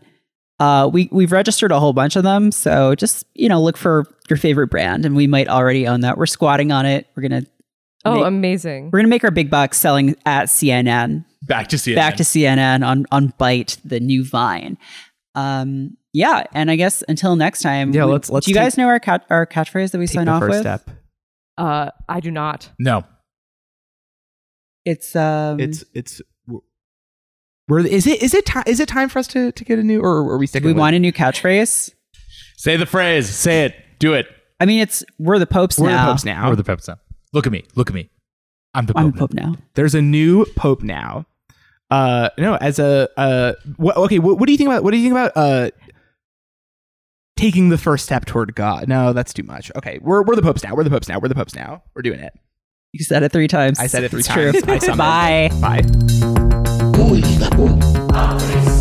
Speaker 3: Uh, we we've registered a whole bunch of them. So just you know, look for your favorite brand, and we might already own that. We're squatting on it. We're gonna
Speaker 5: Oh,
Speaker 3: Make-
Speaker 5: amazing.
Speaker 3: We're going to make our big bucks selling at CNN.
Speaker 6: Back to CNN.
Speaker 3: Back to CNN on on Byte, the new Vine. Um, yeah, and I guess until next time.
Speaker 4: Yeah,
Speaker 3: we-
Speaker 4: let's- let's
Speaker 3: Do you guys know our cat, our catchphrase that we sign off with?
Speaker 5: Uh, I do not.
Speaker 6: no.
Speaker 3: It's um.
Speaker 4: It's it's. We're, is it is it time is it time for us to, to get a new or are we sticking?
Speaker 3: we
Speaker 4: with-
Speaker 3: want a new catchphrase.
Speaker 6: Say the phrase. Say it. Do it.
Speaker 3: I mean, it's we're the popes
Speaker 4: We're
Speaker 3: now.
Speaker 4: the popes now.
Speaker 6: Or the Pope's now. Look at me. Look at me. I'm the Pope.
Speaker 3: I'm the
Speaker 6: now.
Speaker 3: pope now.
Speaker 4: There's a new pope now. Uh, no, as a uh, wh- okay. What, what do you think about what do you think about uh, taking the first step toward God? No, that's too much. Okay, we're we're the popes now. We're the popes now. We're the popes now. We're doing it.
Speaker 3: You said it three times.
Speaker 4: I said it three
Speaker 3: It's
Speaker 4: times.
Speaker 3: True.
Speaker 4: I summoned.
Speaker 3: Bye.
Speaker 4: Bye.
Speaker 2: Boom, boom.